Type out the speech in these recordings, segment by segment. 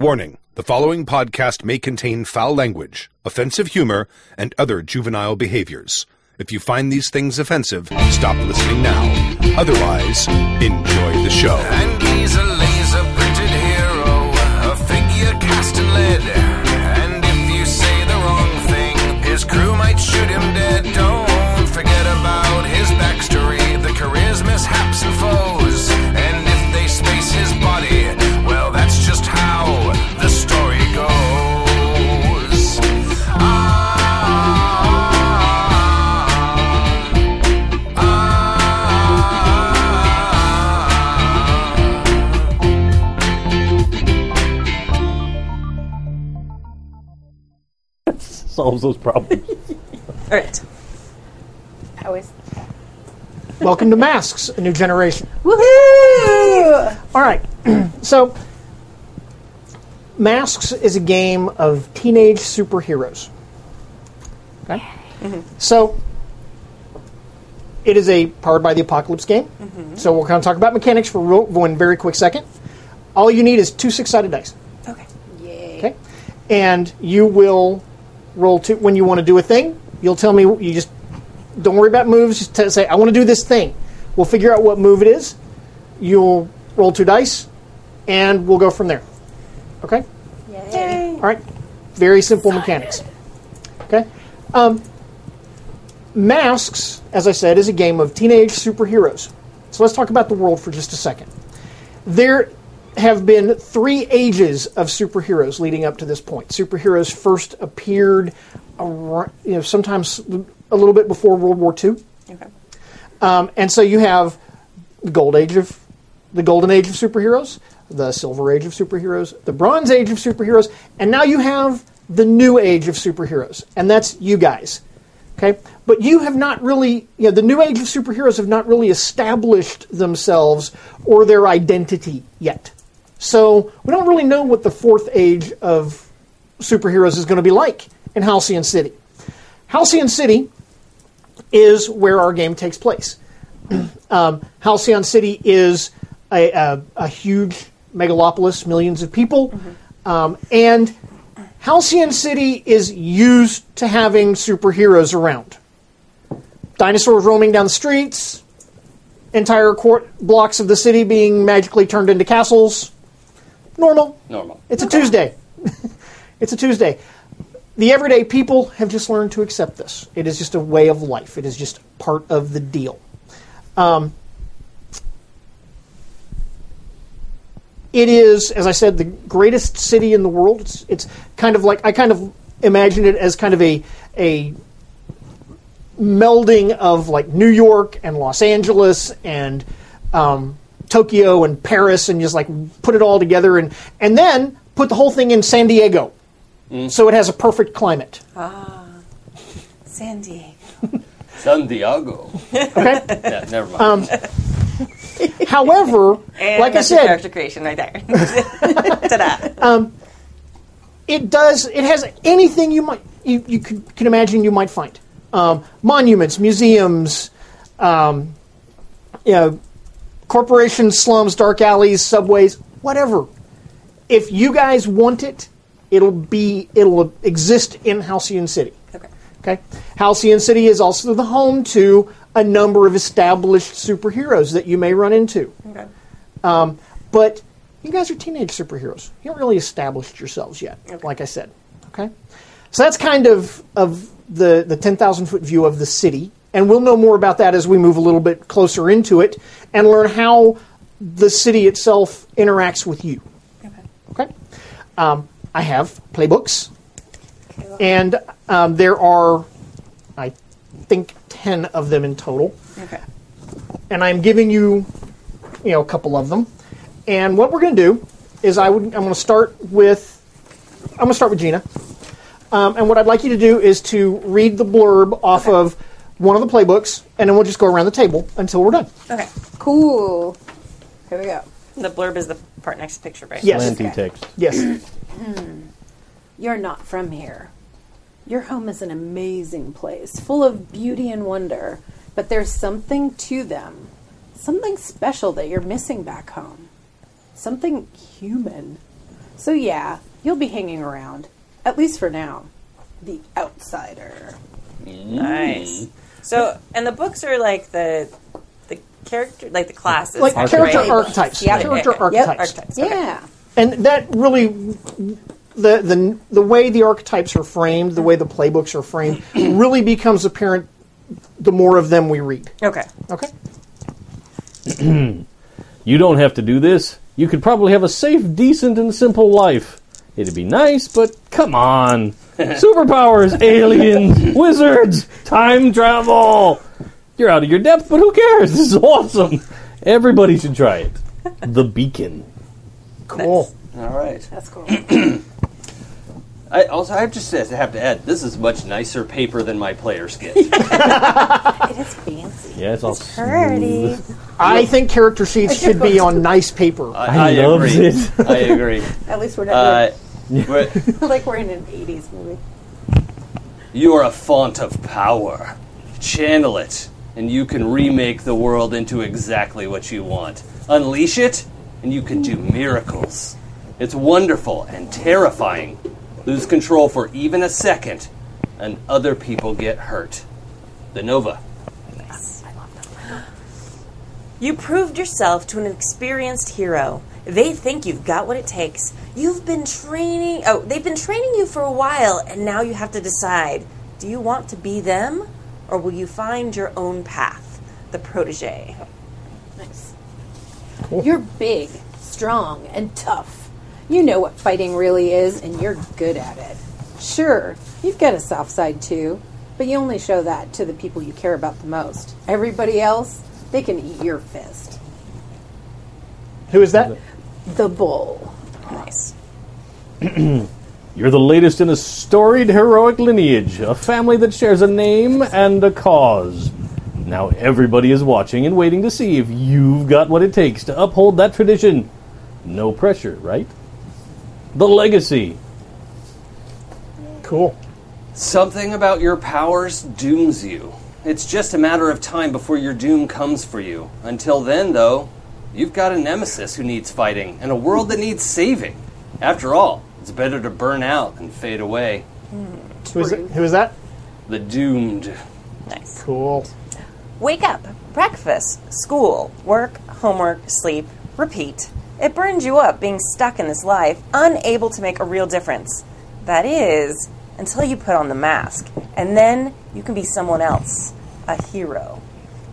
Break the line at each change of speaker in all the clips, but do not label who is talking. Warning the following podcast may contain foul language, offensive humor, and other juvenile behaviors. If you find these things offensive, stop listening now. Otherwise, enjoy the show.
And he's a laser printed hero, a figure cast in lead. And if you say the wrong thing, his crew might shoot him dead. Don't forget about his backstory, the career's mishaps and foes. And if they space his body, well, that's just how the story goes. Ah.
solves those problems.
All right.
I always
Welcome to Masks, a new generation.
Woohoo!
All right, so Masks is a game of teenage superheroes. Okay,
Mm-hmm.
so it is a powered by the apocalypse game.
Mm-hmm.
So we're going to talk about mechanics for real, one very quick second. All you need is two six-sided dice.
Okay.
Okay, and you will roll two when you want to do a thing. You'll tell me. You just don't worry about moves. Just t- say I want to do this thing. We'll figure out what move it is. You'll roll two dice, and we'll go from there. Okay.
Yay.
All right. Very simple mechanics. Okay. Um, Masks, as I said, is a game of teenage superheroes. So let's talk about the world for just a second. There have been three ages of superheroes leading up to this point. Superheroes first appeared, ar- you know, sometimes a little bit before World War II.
Okay.
Um, and so you have the gold age of the golden age of superheroes, the silver age of superheroes, the bronze age of superheroes, and now you have the new age of superheroes, and that's you guys. Okay, but you have not really, you know, the new age of superheroes have not really established themselves or their identity yet. So we don't really know what the fourth age of superheroes is going to be like in Halcyon City. Halcyon City is where our game takes place. um, Halcyon City is a, a, a huge megalopolis, millions of people, um, and Halcyon City is used to having superheroes around. Dinosaurs roaming down the streets, entire court blocks of the city being magically turned into castles. Normal.
Normal.
It's a Tuesday. it's a Tuesday. The everyday people have just learned to accept this. It is just a way of life. It is just part of the deal. Um, it is, as I said, the greatest city in the world. It's, it's kind of like I kind of imagine it as kind of a a melding of like New York and Los Angeles and um, Tokyo and Paris, and just like put it all together, and and then put the whole thing in San Diego,
Mm.
so it has a perfect climate.
San Diego.
San Diego.
Okay.
Yeah, never mind.
However,
And
like I
that's your
said,
character creation right there. Ta-da.
it does. It has anything you might you, you can, can imagine you might find um, monuments, museums, um, you know, corporations, slums, dark alleys, subways, whatever. If you guys want it, it'll be it'll exist in Halcyon City.
Okay.
Okay. Halcyon City is also the home to a number of established superheroes that you may run into.
Okay.
But you guys are teenage superheroes. You haven't really established yourselves yet, like I said. Okay? So that's kind of, of the, the 10,000 foot view of the city. And we'll know more about that as we move a little bit closer into it and learn how the city itself interacts with you. Okay? Um, I have playbooks. And um, there are, I think, 10 of them in total
Okay.
and I'm giving you, you know, a couple of them. And what we're going to do is I would I'm going to start with I'm going to start with Gina. Um, and what I'd like you to do is to read the blurb off of one of the playbooks, and then we'll just go around the table until we're done.
Okay.
cool. Here we go.
The blurb is the part next to picture, right?
Yes,
Plenty text.
yes,
You're not from here. Your home is an amazing place, full of beauty and wonder, but there's something to them. Something special that you're missing back home. Something human. So yeah, you'll be hanging around, at least for now. The outsider.
Nice. So, and the books are like the the character, like the classes,
Like
right?
character
Like-
archetypes.
Yeah.
Character
Okay.
archetypes.
Archetypes, okay.
Yeah.
and that really the the the way the archetypes are framed, the way the playbooks are framed, really becomes apparent the more of them we read.
Okay.
Okay.
You don't have to do this. You could probably have a safe, decent, and simple life. It'd be nice, but come on. Superpowers, aliens, wizards, time travel. You're out of your depth, but who cares? This is awesome. Everybody should try it. The Beacon.
Cool.
All right.
That's cool.
I, also, I just have to add, this is much nicer paper than my players get.
it is fancy.
Yeah, it's all
Pretty.
I think character sheets should be on nice paper.
I
I,
loved
agree.
it.
I agree.
At least we're
Uh,
not
but
like we're in an '80s movie.
you are a font of power. Channel it, and you can remake the world into exactly what you want. Unleash it, and you can do miracles. It's wonderful and terrifying. Lose control for even a second, and other people get hurt. The Nova.
You proved yourself to an experienced hero. They think you've got what it takes. You've been training. Oh, they've been training you for a while, and now you have to decide do you want to be them, or will you find your own path? The protege.
Nice. You're big, strong, and tough. You know what fighting really is, and you're good at it. Sure, you've got a soft side too, but you only show that to the people you care about the most. Everybody else, they can eat your fist.
Who is that?
The bull.
Nice.
You're the latest in a storied heroic lineage, a family that shares a name and a cause. Now everybody is watching and waiting to see if you've got what it takes to uphold that tradition. No pressure, right? The legacy.
Cool.
Something about your powers dooms you. It's just a matter of time before your doom comes for you. Until then, though, you've got a nemesis who needs fighting and a world that needs saving. After all, it's better to burn out and fade away.
Who is that? Who is that?
The doomed.
Nice.
Cool.
Wake up, breakfast, school, work, homework, sleep, repeat. It burns you up being stuck in this life, unable to make a real difference. That is, until you put on the mask, and then you can be someone else, a hero.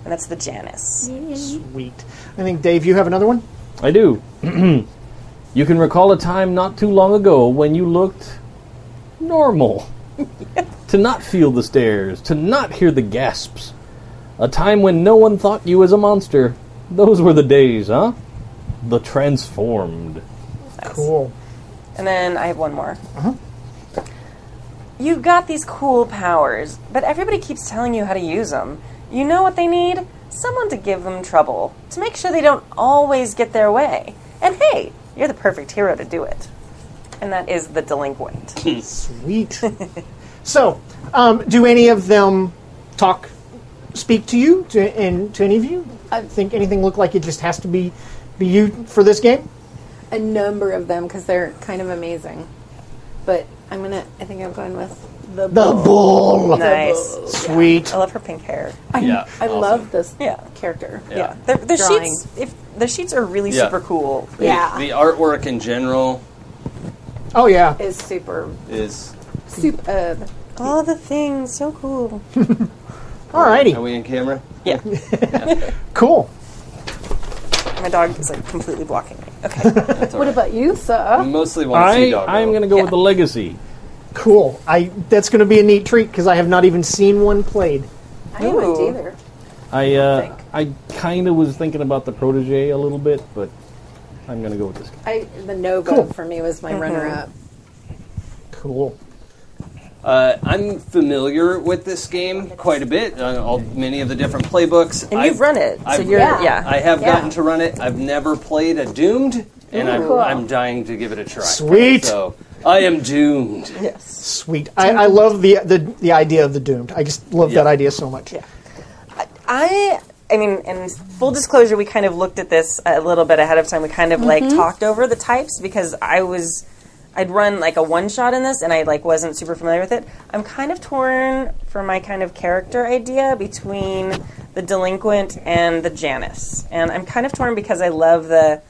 And that's the Janus.
Sweet. I think Dave, you have another one.
I do. you can recall a time not too long ago when you looked normal. to not feel the stares, to not hear the gasps. A time when no one thought you as a monster. Those were the days, huh? The transformed.
Cool.
And then I have one more.
Mm-hmm.
You've got these cool powers, but everybody keeps telling you how to use them. You know what they need? Someone to give them trouble, to make sure they don't always get their way. And hey, you're the perfect hero to do it. And that is the delinquent.
Sweet. so, um, do any of them talk, speak to you, to, and to any of you? I think anything look like it just has to be, be you for this game.
A number of them because they're kind of amazing. But I'm gonna. I think I'm going with the
The
bull.
bull.
Nice.
Sweet.
I love her pink hair.
I,
Yeah,
I
awesome.
love this
Yeah.
character.
Yeah. The, the
Drawing.
sheets if the sheets are really
Yeah.
super cool.
Yeah.
The artwork in general
Oh yeah.
Is super uh,
is.
superb.
All the things so cool.
Are
Alrighty.
we in camera?
Yeah.
Cool.
My dog is like completely blocking me. Okay.
That's all
What
right.
about you,
I
sir?
mostly want to see
I,
Doggo.
I'm going to go with the legacy.
Cool. I. That's going to be a neat treat because I have not even seen one played.
I haven't
Ooh.
either.
I, uh, I kind of was thinking about the protege a little bit, but I'm going to go with this guy.
I the Nova
Cool.
for me was my runner-up.
Cool.
Uh, I'm familiar with this game quite a bit, uh, all, many of the different playbooks.
And you've run it, so you're-
Yeah. yeah.
I have
Yeah.
gotten to run it. I've never played a Doomed, and I'm, I'm dying to give it a try.
Sweet.
So I am doomed.
Sweet. I, I love the, the the idea of the doomed. I just love that idea so much. Yeah.
I I mean, and full disclosure, we kind of looked at this a little bit ahead of time. We kind of like talked over the types because I was I'd run like a one shot in this, and I like wasn't super familiar with it. I'm kind of torn for my kind of character idea between the delinquent and the Janice, and I'm kind of torn because I love the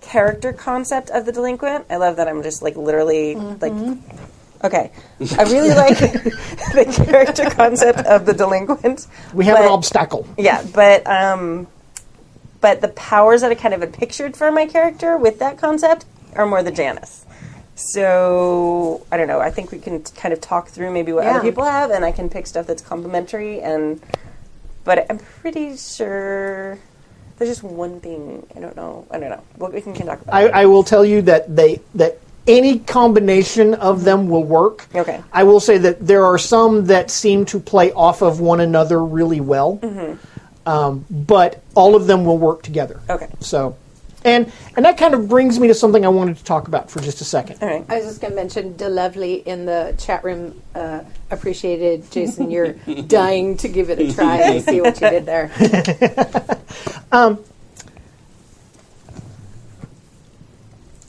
character concept of the delinquent. I love that I'm just like literally like okay. I really like the character concept of the delinquent.
We have an
but-
obstacle.
yeah, but um, but the powers that I kind of had pictured for my character with that concept are more the Janus. So I don't know. I think we can t- kind of talk through maybe what
Yeah.
other people have, and I can pick stuff that's complementary. And but I'm pretty sure there's just one thing I don't know. I don't know. Well, we can, can talk about.
I,
it.
I will tell you that they that any combination of them will work.
Okay.
I will say that there are some that seem to play off of one another really well,
Mm-hmm.
um, but all of them will work together.
Okay.
So, and and that kind of brings me to something I wanted to talk about for just a second.
All right.
I was just going to mention DeLovely in the chat room uh, appreciated Jason. You're dying to give it a try. I see what you did there.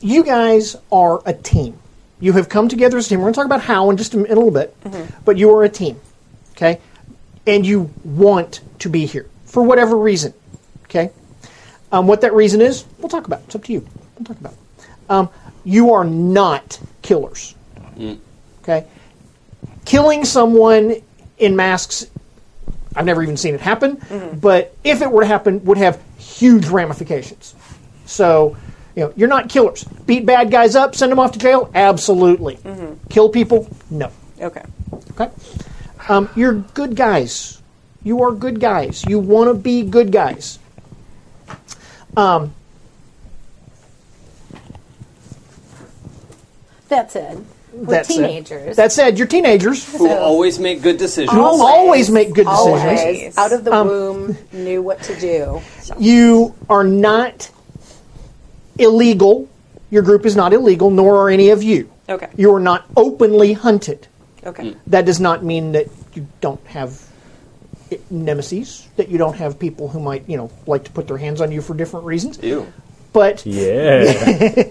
you guys are a team. You have come together as a team. We're going to talk about how in just a, in a little bit, but you are a team, okay? And you want to be here for whatever reason, okay? Um, what that reason is, we'll talk about. It's up to you. We'll talk about. it. Um, you are not killers, okay? Killing someone in masks, I've never even seen it happen, but if it were to happen, would have huge ramifications. So, you know, you're not killers. Beat bad guys up, send them off to jail? Absolutely. Kill people? No.
Okay.
Okay? Um, you're good guys. You are good guys. You want to be good guys.
That said, we're
That's it.
teenagers.
That said, you're teenagers.
Who always make good decisions.
Always. always make good
Always.
decisions.
Out of the womb, knew what to do.
You are not illegal. Your group is not illegal, nor are any of you.
Okay.
You are not openly hunted.
Okay.
That does not mean that you don't have i- nemesis, that you don't have people who might, you know, like to put their hands on you for different reasons.
Ew.
But
Yeah.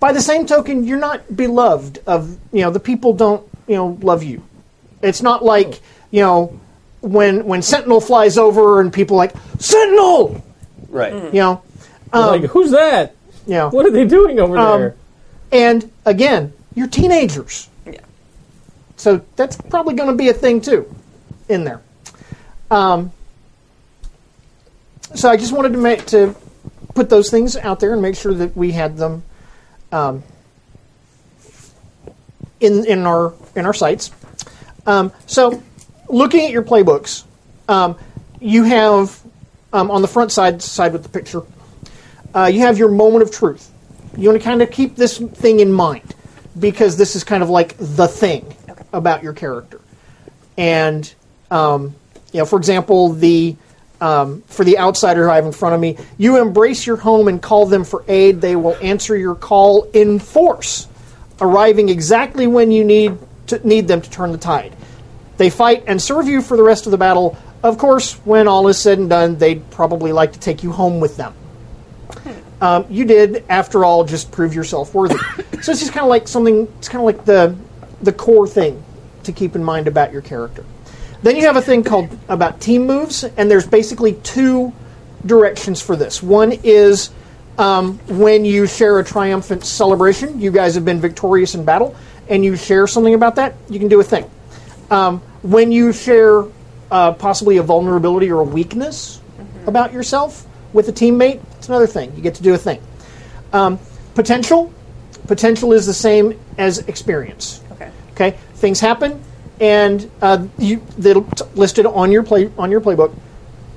by the same token, you're not beloved of, you know, the people don't, you know, love you. It's not like, you know, when when Sentinel flies over and people are like, Sentinel!
Right.
Mm.
You know,
like, who's that?
you know.
What are they doing over
Um,
there?
And again, you're teenagers.
Yeah.
So that's probably going to be a thing too in there. Um, so I just wanted to make to put those things out there and make sure that we had them um, in in our in our sites. Um, so looking at your playbooks, um, you have um, on the front side side with the picture, uh, you have your moment of truth. You want to kind of keep this thing in mind because this is kind of like the thing about your character. And um, you know, for example, the um, for the outsider who I have in front of me, you embrace your home and call them for aid. They will answer your call in force, arriving exactly when you need to, need them to turn the tide. They fight and serve you for the rest of the battle. Of course, when all is said and done, they'd probably like to take you home with them you did, after all, just prove yourself worthy. so it's just kind of like something. It's kind of like the the core thing to keep in mind about your character. Then you have a thing called about team moves, and there's basically two directions for this. One is um, when you share a triumphant celebration. You guys have been victorious in battle, and you share something about that. You can do a thing. Um, when you share uh, possibly a vulnerability or a weakness about yourself with a teammate, it's another thing. You get to do a thing. Um, potential, potential is the same as experience.
Okay.
Okay, things happen, and uh, you that'll it's listed on your play on your playbook.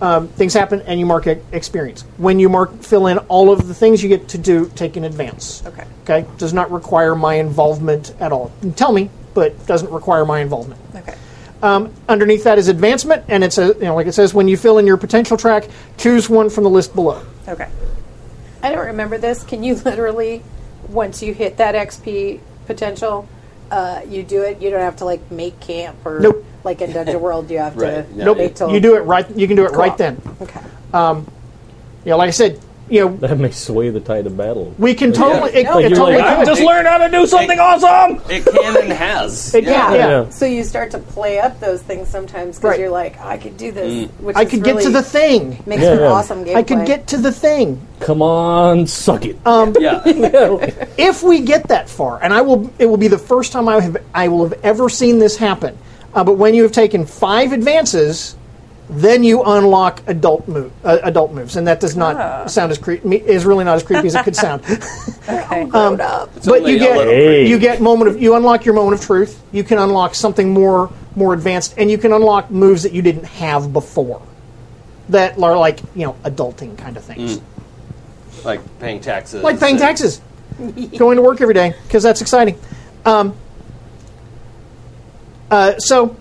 Um, things happen, and you mark e- experience. When you mark fill in all of the things you get to do, take in advance.
Okay.
Okay, does not require my involvement at all. You can tell me, but doesn't require my involvement.
Okay.
Um, underneath that is advancement, and it's a you know like it says when you fill in your potential track, choose one from the list below.
Okay.
I don't remember this. Can you literally, once you hit that XP potential, uh, you do it? You don't have to like make camp or
Nope.
like in Dungeon World, you have
Right.
to
No, Nope.
wait till
You do it right. You can do it right then.
Okay.
Yeah, like I said, you know,
That may sway the tide of battle.
we can totally. It,
Like
it
you're
totally
like, I
could.
just learned how to do something awesome.
It can and has.
It-
Yeah.
yeah.
Yeah.
So you start to play up those things sometimes because
Right.
you're like, I could do this. Which
I
is
could get to
really
the thing.
makes
Mm. Yeah,
for
yeah.
awesome gameplay.
I could get to the thing.
Come on, suck it.
Yeah.
If we get that far, and I will, it will be the first time I have I will have ever seen this happen. Uh, but when you have taken five advances, then you unlock adult move, uh, adult moves, and that does not sound as creepy. Is really not as creepy as it could sound.
Grown up.
but
only
you
a little
get
Hey.
you get moment of you unlock your moment of truth. You can unlock something more more advanced, and you can unlock moves that you didn't have before. That are like you know adulting kind of things,
like paying taxes.
like paying
and-
taxes, going to work every day because that's exciting. Um, uh, so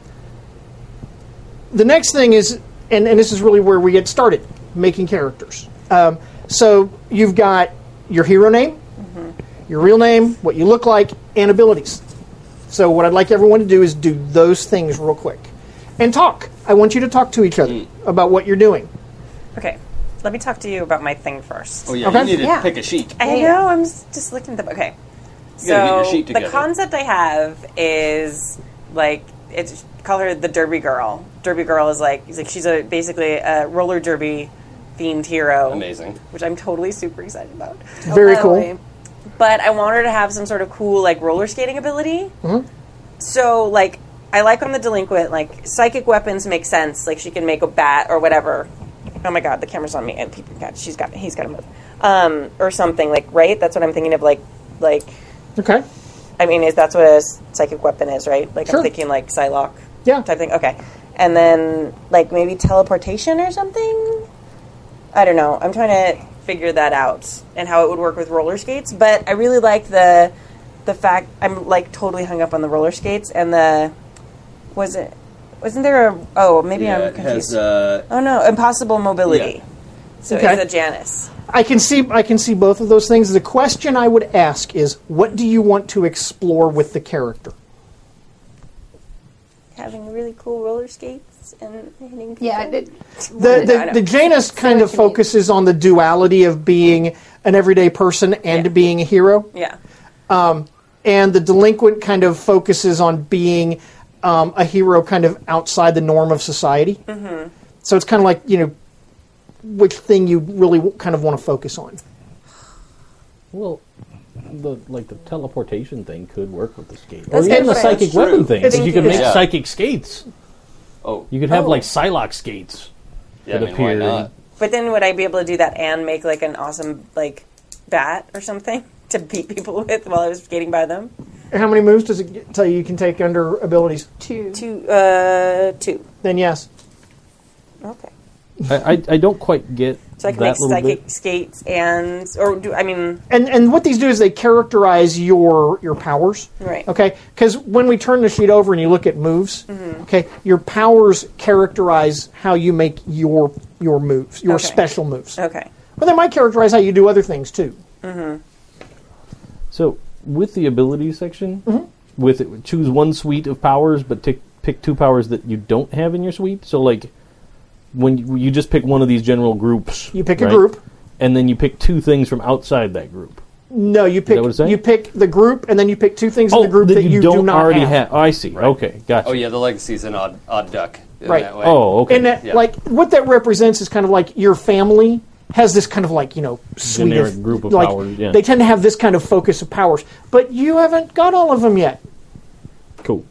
the next thing is, and, and this is really where we get started making characters. Um, so you've got your hero name, your real name, what you look like, and abilities. So what I'd like everyone to do is do those things real quick and talk. I want you to talk to each other about what you're doing.
Okay, let me talk to you about my thing first.
Oh yeah,
Okay.
you need to
Yeah.
pick a sheet.
I know. I'm s- just looking at the okay.
gotta get
So
your sheet
the
together.
concept I have is like it's call her the Derby Girl. Derby Girl is like he's like she's a basically a roller derby themed hero.
Amazing.
Which I'm totally super excited about.
Very
Totally.
cool.
But I want her to have some sort of cool like roller skating ability.
Mm-hmm.
So like I like on the delinquent like psychic weapons make sense. Like she can make a bat or whatever. Oh my god, the camera's on me and people got she's got he's got to move um, or something like right. That's what I'm thinking of like like
Okay.
I mean is that's what a psychic weapon is right? Like
Sure.
I'm thinking like Psylocke
Yeah.
type thing. Okay, and then like maybe teleportation or something. I don't know. I'm trying to figure that out and how it would work with roller skates. But I really like the the fact I'm like totally hung up on the roller skates and the was it wasn't there a oh maybe
Yeah,
I'm
it
confused.
has uh,
oh no, impossible mobility.
Yeah.
So
Okay.
it's a Janus.
I can see I can see both of those things. The question I would ask is what do you want to explore with the character?
having really cool roller skates and hitting people.
Yeah. I did-
The
I
the,
know.
the Janus kind of
what you mean.
focuses on the duality of being an everyday person and
Yeah.
being a hero.
yeah.
And the delinquent kind of focuses on being um, a hero kind of outside the norm of society. Mm-hmm. So it's kind of like, you know, which thing you really w- kind of want to focus on.
Well, the like the teleportation thing could work with the skate,
That's
or even
good
the
for it.
psychic
That's
weapon
true.
thing.
It's-
Because you could make
Yeah.
psychic skates.
oh,
You could have like Psylocke skates.
yeah, I
that
mean, why
appeared.
not?
But then would I be able to do that and make like an awesome like bat or something to beat people with while I was skating by them?
How many moves does it get, tell you you can take under abilities?
two.
Two, uh, two.
Then yes.
Okay.
I, I, I don't quite get
So I can
that
make
little
psychic
bit.
skates and or do I mean
and and what these do is they characterize your your powers.
Right.
Okay. Because when we turn the sheet over and you look at moves,
Mm-hmm.
okay, your powers characterize how you make your your moves, your
Okay.
special moves.
okay.
But they might characterize how you do other things too.
So with the ability section,
Mm-hmm.
with it, choose one suite of powers, but tick, pick two powers that you don't have in your suite. So like when you, you just pick one of these general groups,
You pick a
right?
group.
and then you pick two things from outside that group.
No, you pick
what it's saying?
you pick the group, and then you pick two things in the group that, you
Oh, don't
do not
already
have.
Oh, I see. Okay, gotcha.
Oh yeah, the legacy's an odd odd duck. in
Right.
that way.
Oh, okay.
And uh, that,
Yeah.
like, what that represents is kind of like your family has this kind of like you know suite
Generic
of,
group of
like,
powers, yeah.
They tend to have this kind of focus of powers, but you haven't got all of them yet.
cool.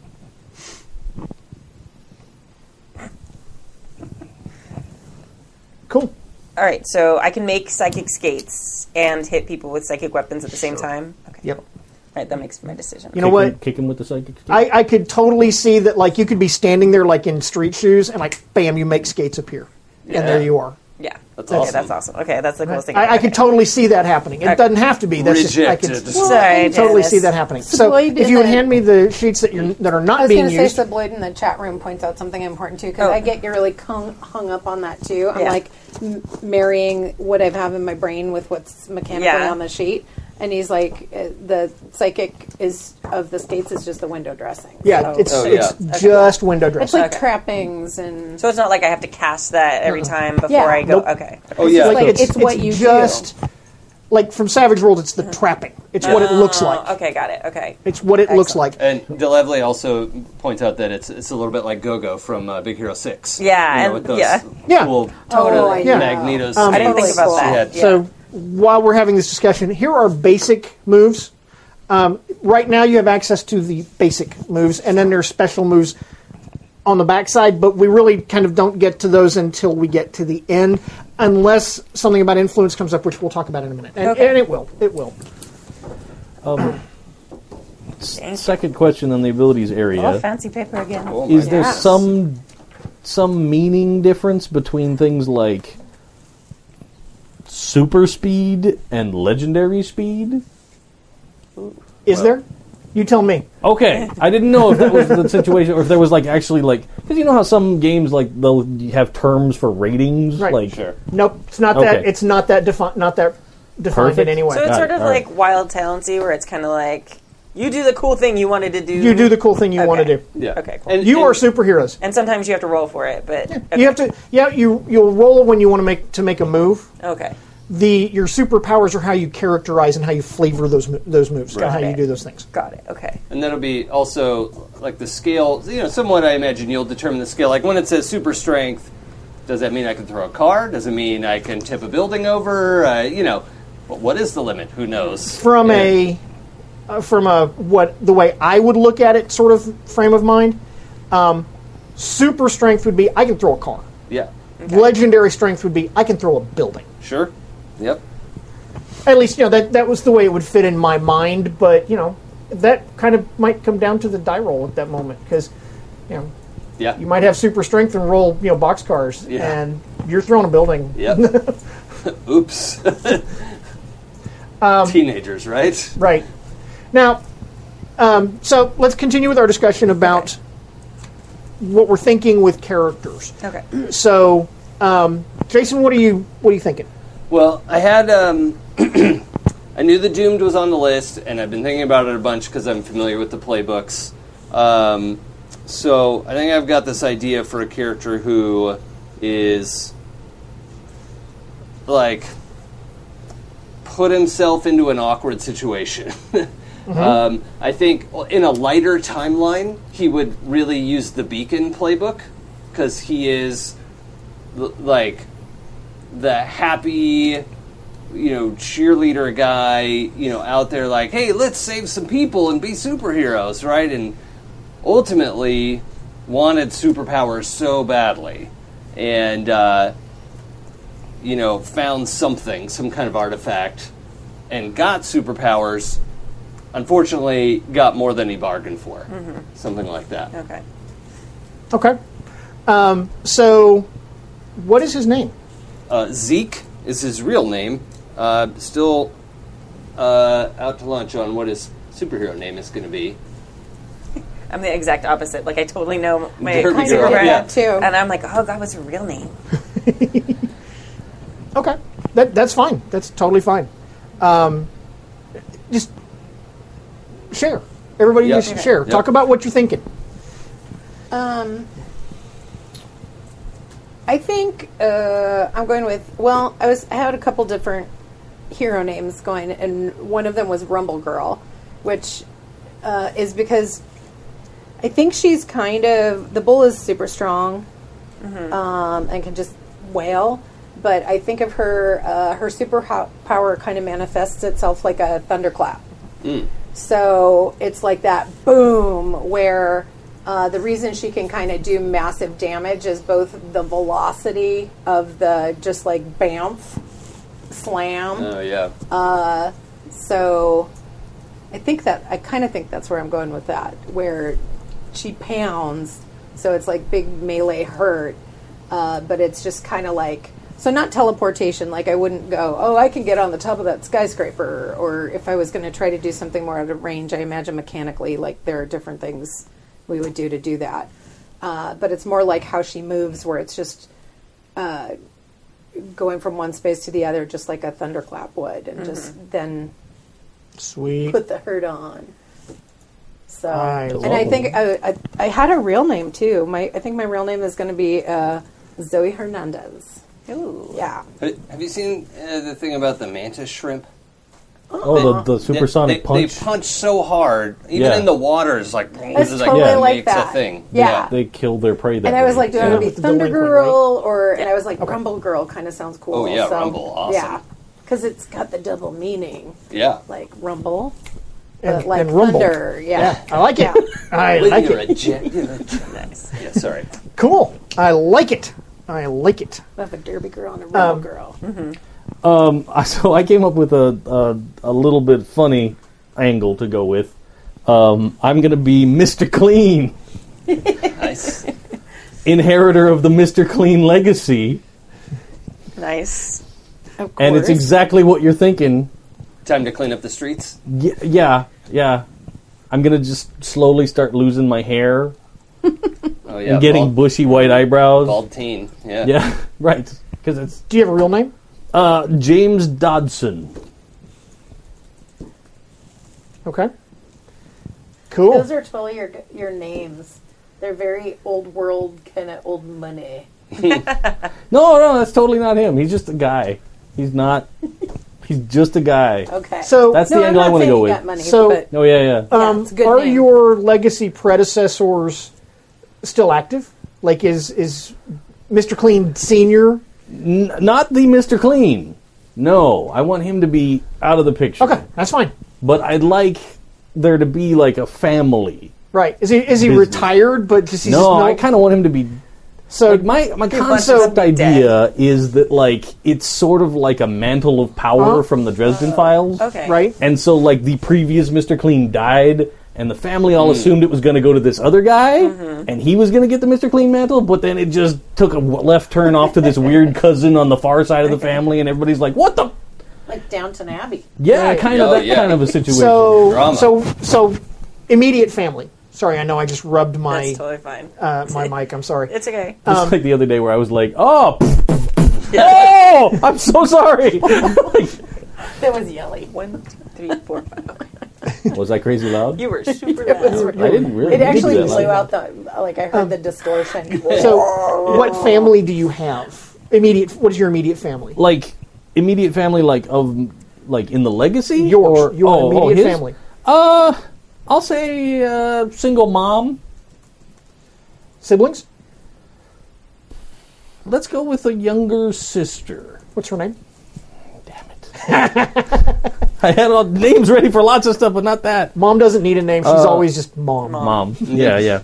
Cool.
All right, so I can make psychic skates and hit people with psychic weapons at the same time. Okay.
Yep.
All right, that makes my decision.
You know what?
Kick him with the psychic. stick.
I, I could totally see that. Like, you could be standing there like in street shoes, and like, bam, you make skates appear, and there you are.
yeah.
That's
okay,
awesome.
that's awesome. Okay, that's the coolest thing.
I, I could
Okay.
totally see that happening. It doesn't have to be. That's just, I could
Rejected.
Sorry,
totally
Dennis.
see that happening. So,
Floyd
if you would
did it.
hand me the sheets that you're, that are
I
not
was
being
going to say,
used,
Subloid in the chat room points out something important too, because
Oh.
I get you're really hung, hung up on that too. I'm
Yeah.
like m- marrying what I have in my brain with what's mechanically
Yeah.
on the sheet. and he's like, uh, the psychic is of the states is just the window dressing.
Yeah,
So
it's
Oh, yeah.
it's just window
it's
dressing.
like
Okay.
trappings and
So it's not like I have to cast that every time before
Yeah.
I go.
Nope.
Okay.
Oh yeah,
like it's, what you
just like from Savage World. It's the trapping. It's what it
Oh,
looks like.
Okay, got it. Okay.
It's what it looks like.
And Delevle also points out that it's it's a little bit like Gogo from uh, Big Hero Six.
Yeah,
you know,
and-
with those
yeah.
Yeah. Oh,
cool
Totally.
magnetos.
Yeah.
magnetos.
Um,
I didn't think about
Totally
that.
Yeah.
Yeah.
So while we're having this discussion, here are basic moves. Um, right now, you have access to the basic moves, and then there's special moves on the backside. But we really kind of don't get to those until we get to the end, unless something about influence comes up, which we'll talk about in a minute. And,
Okay.
and it will. It will.
Second question on the abilities area.
Oh, fancy paper again.
Is there
Yes.
some some meaning difference between things like super speed and legendary speed?
Is there? You tell me.
Okay, I didn't know if that was the situation, or if there was like actually like because you know how some games like they'll have terms for ratings,
Right.
like
Sure.
Nope. It's not that.
Okay.
It's not that defined. Not that defined in
Perfect.
any way.
So it's
Got
sort
it.
of
All right.
like Wild Talency, where it's kind of like you do the cool thing you wanted to do.
you do the cool thing you want to
Okay.
do.
Yeah.
Okay, cool.
And,
You
and
are superheroes.
And sometimes you have to roll for it, but okay.
You have to. Yeah. You you'll roll when you want to make to make a move.
okay.
the your superpowers are how you characterize and how you flavor those mo- those moves, kinda how
Right.
you do those things.
Got it. Okay.
And that'll be also like the scale. You know, somewhat I imagine you'll determine the scale. Like when it says super strength, does that mean I can throw a car? Does it mean I can tip a building over? Uh, you know, but what is the limit? Who knows?
From
Yeah.
a uh, from a what the way I would look at it, sort of frame of mind, um, super strength would be I can throw a car.
yeah,
Legendary strength would be I can throw a building.
sure, yep.
At least you know that that was the way it would fit in my mind. But you know that kind of might come down to the die roll at that moment because you know
Yeah.
you might have super strength and roll you know boxcars
Yeah.
and you're throwing a building.
Yep. Oops.
Um,
Teenagers, right?
Right. Now, um, so let's continue with our discussion about what we're thinking with characters.
Okay.
So, um, Jason, what are you what are you thinking?
Well, I had. Um, I knew the Doomed was on the list, and I've been thinking about it a bunch because I'm familiar with the playbooks. Um, so I think I've got this idea for a character who is like put himself into an awkward situation. um, I think in a lighter timeline, he would really use the Beacon playbook because he is l- like the happy you know cheerleader guy you know out there like hey let's save some people and be superheroes right and ultimately wanted superpowers so badly and uh, you know found something some kind of artifact and got superpowers unfortunately got more than he bargained for something like that
Okay.
Okay. Um, so, what is his name?
Uh, Zeke is his real name. Uh, still uh, out to lunch on what his superhero name is going to be.
I'm the exact opposite. Like I totally know my
Derby
do.
Girl.
I did
program,
that too.
and I'm like, oh god, what's her real name?
Okay, that that's fine. That's totally fine. Um, just share. Everybody,
Yeah.
just share.
Yeah.
Talk about what you're thinking.
I think uh, I'm going with. Well, I was I had a couple different hero names going, and one of them was Rumble Girl, which uh, is because I think she's kind of the bull is super strong um, and can just wail. But I think of her uh, her super ho- power kind of manifests itself like a thunderclap. So it's like that boom where uh, the reason she can kind of do massive damage is both the velocity of the just like bamf slam.
Oh yeah,
Uh,
So I think that I kind of think that's where I'm going with that, where she pounds, so it's like big melee hurt, uh, but it's just kind of like so not teleportation. Like I wouldn't go, oh, I can get on the top of that skyscraper, or if I was going to try to do something more out of range, I imagine mechanically, like there are different things we would do to do that. Uh, but it's more like how she moves, where it's just uh, going from one space to the other just like a thunderclap would and just then
Sweet.
put uh, the hurt on. So,
I love
and I think I, I, I had a real name too. My I think my real name is going to be uh, Zoe Hernandez.
Ooh.
Yeah.
Have have you seen uh, the thing about the mantis shrimp?
Oh, the, the
They-
supersonic
they,
punch.
They punch so hard, even
Yeah.
in the water, it's like
It's
it's
totally
it
like
makes
that.
a thing.
Yeah.
They kill their prey. That
And I was
way.
like, do I want to be
the
Thunder
link went
Girl or? And I was like, Rumble Girl kind of sounds cool.
Oh, yeah,
so,
Rumble, awesome.
Yeah, because it's got the double meaning,
yeah.
like Rumble,
And-
but like
and Rumble.
Thunder. Yeah.
I like it. I
Well,
like
you're
it.
a gen- you're a gen- Yeah, sorry.
Cool. I like it. I like it.
I have a Derby Girl and a Rumble
Um,
Girl.
mhm.
I- so I came up with a, a a little bit funny angle to go with. Um, I'm going to be Mr. Clean,
Nice.
inheritor of the Mr. Clean legacy,
Nice.
Of course.
and it's exactly what you're thinking.
Time to clean up the streets.
Y- yeah, yeah. I'm going to just slowly start losing my hair
Oh yeah.
and getting
bald,
bushy white eyebrows.
bald teen. Yeah.
Yeah, right. Because it's
Do you have a real name?
uh, James Dodson.
Okay. Cool.
Those are totally your your names. They're very old world kind of old money.
No, no, that's totally not him. He's just a guy. He's not. He's just a guy.
Okay.
So-
That's
no,
the
I'm
angle I
not
wanna
saying
go
you
with.
got money,
So-
but
Oh yeah, yeah.
Uh,
yeah, it's a good
Um, are
name.
your legacy predecessors still active? Like, is is Mr. Clean Senior?
Not the Mr. Clean. No, I want him to be out of the picture.
Okay, that's fine.
But I'd like there to be like a family.
Right? Is he is he
Business.
retired? But just he's
No, I
just
kind of want him to be.
so
Like my my
wants him to
concept
be
idea is that like it's sort of like a mantle of power
Huh?
from the Dresden Files.
Uh, Okay.
right.
And so like the previous Mr. Clean died and the family
Hmm.
all assumed it was going to go to this other guy
Mm-hmm.
and he was going to get the Mr. Clean mantle, but then it just took a w- left turn off to this weird cousin on the far side of the family and everybody's like, "What the
like Downton Abbey.
Yeah, kind of
Oh,
that
yeah.
kind of a situation.
So
Drama.
so so immediate family. Sorry, I know I just rubbed
That's
my
totally fine.
uh, my mic. I'm sorry.
it's okay.
Just like the other day where I was like, "Oh, oh, I'm so sorry."
That was yelly.
One, two, three, four. five.
was I crazy loud?
You were super loud.
I didn't really.
It actually
did that.
blew out the like I heard the distortion.
So what family do you have? Immediate. What is your immediate family?
like immediate family, like of like in the legacy.
Your
or,
your
oh, oh,
immediate
his?
family.
Uh, I'll say uh, single mom.
Siblings.
Let's go with a younger sister.
What's her name?
Damn it! I had all names ready for lots of stuff, but not that.
Mom doesn't need a name. She's
Uh,
always just mom.
Mom. Yeah, yeah.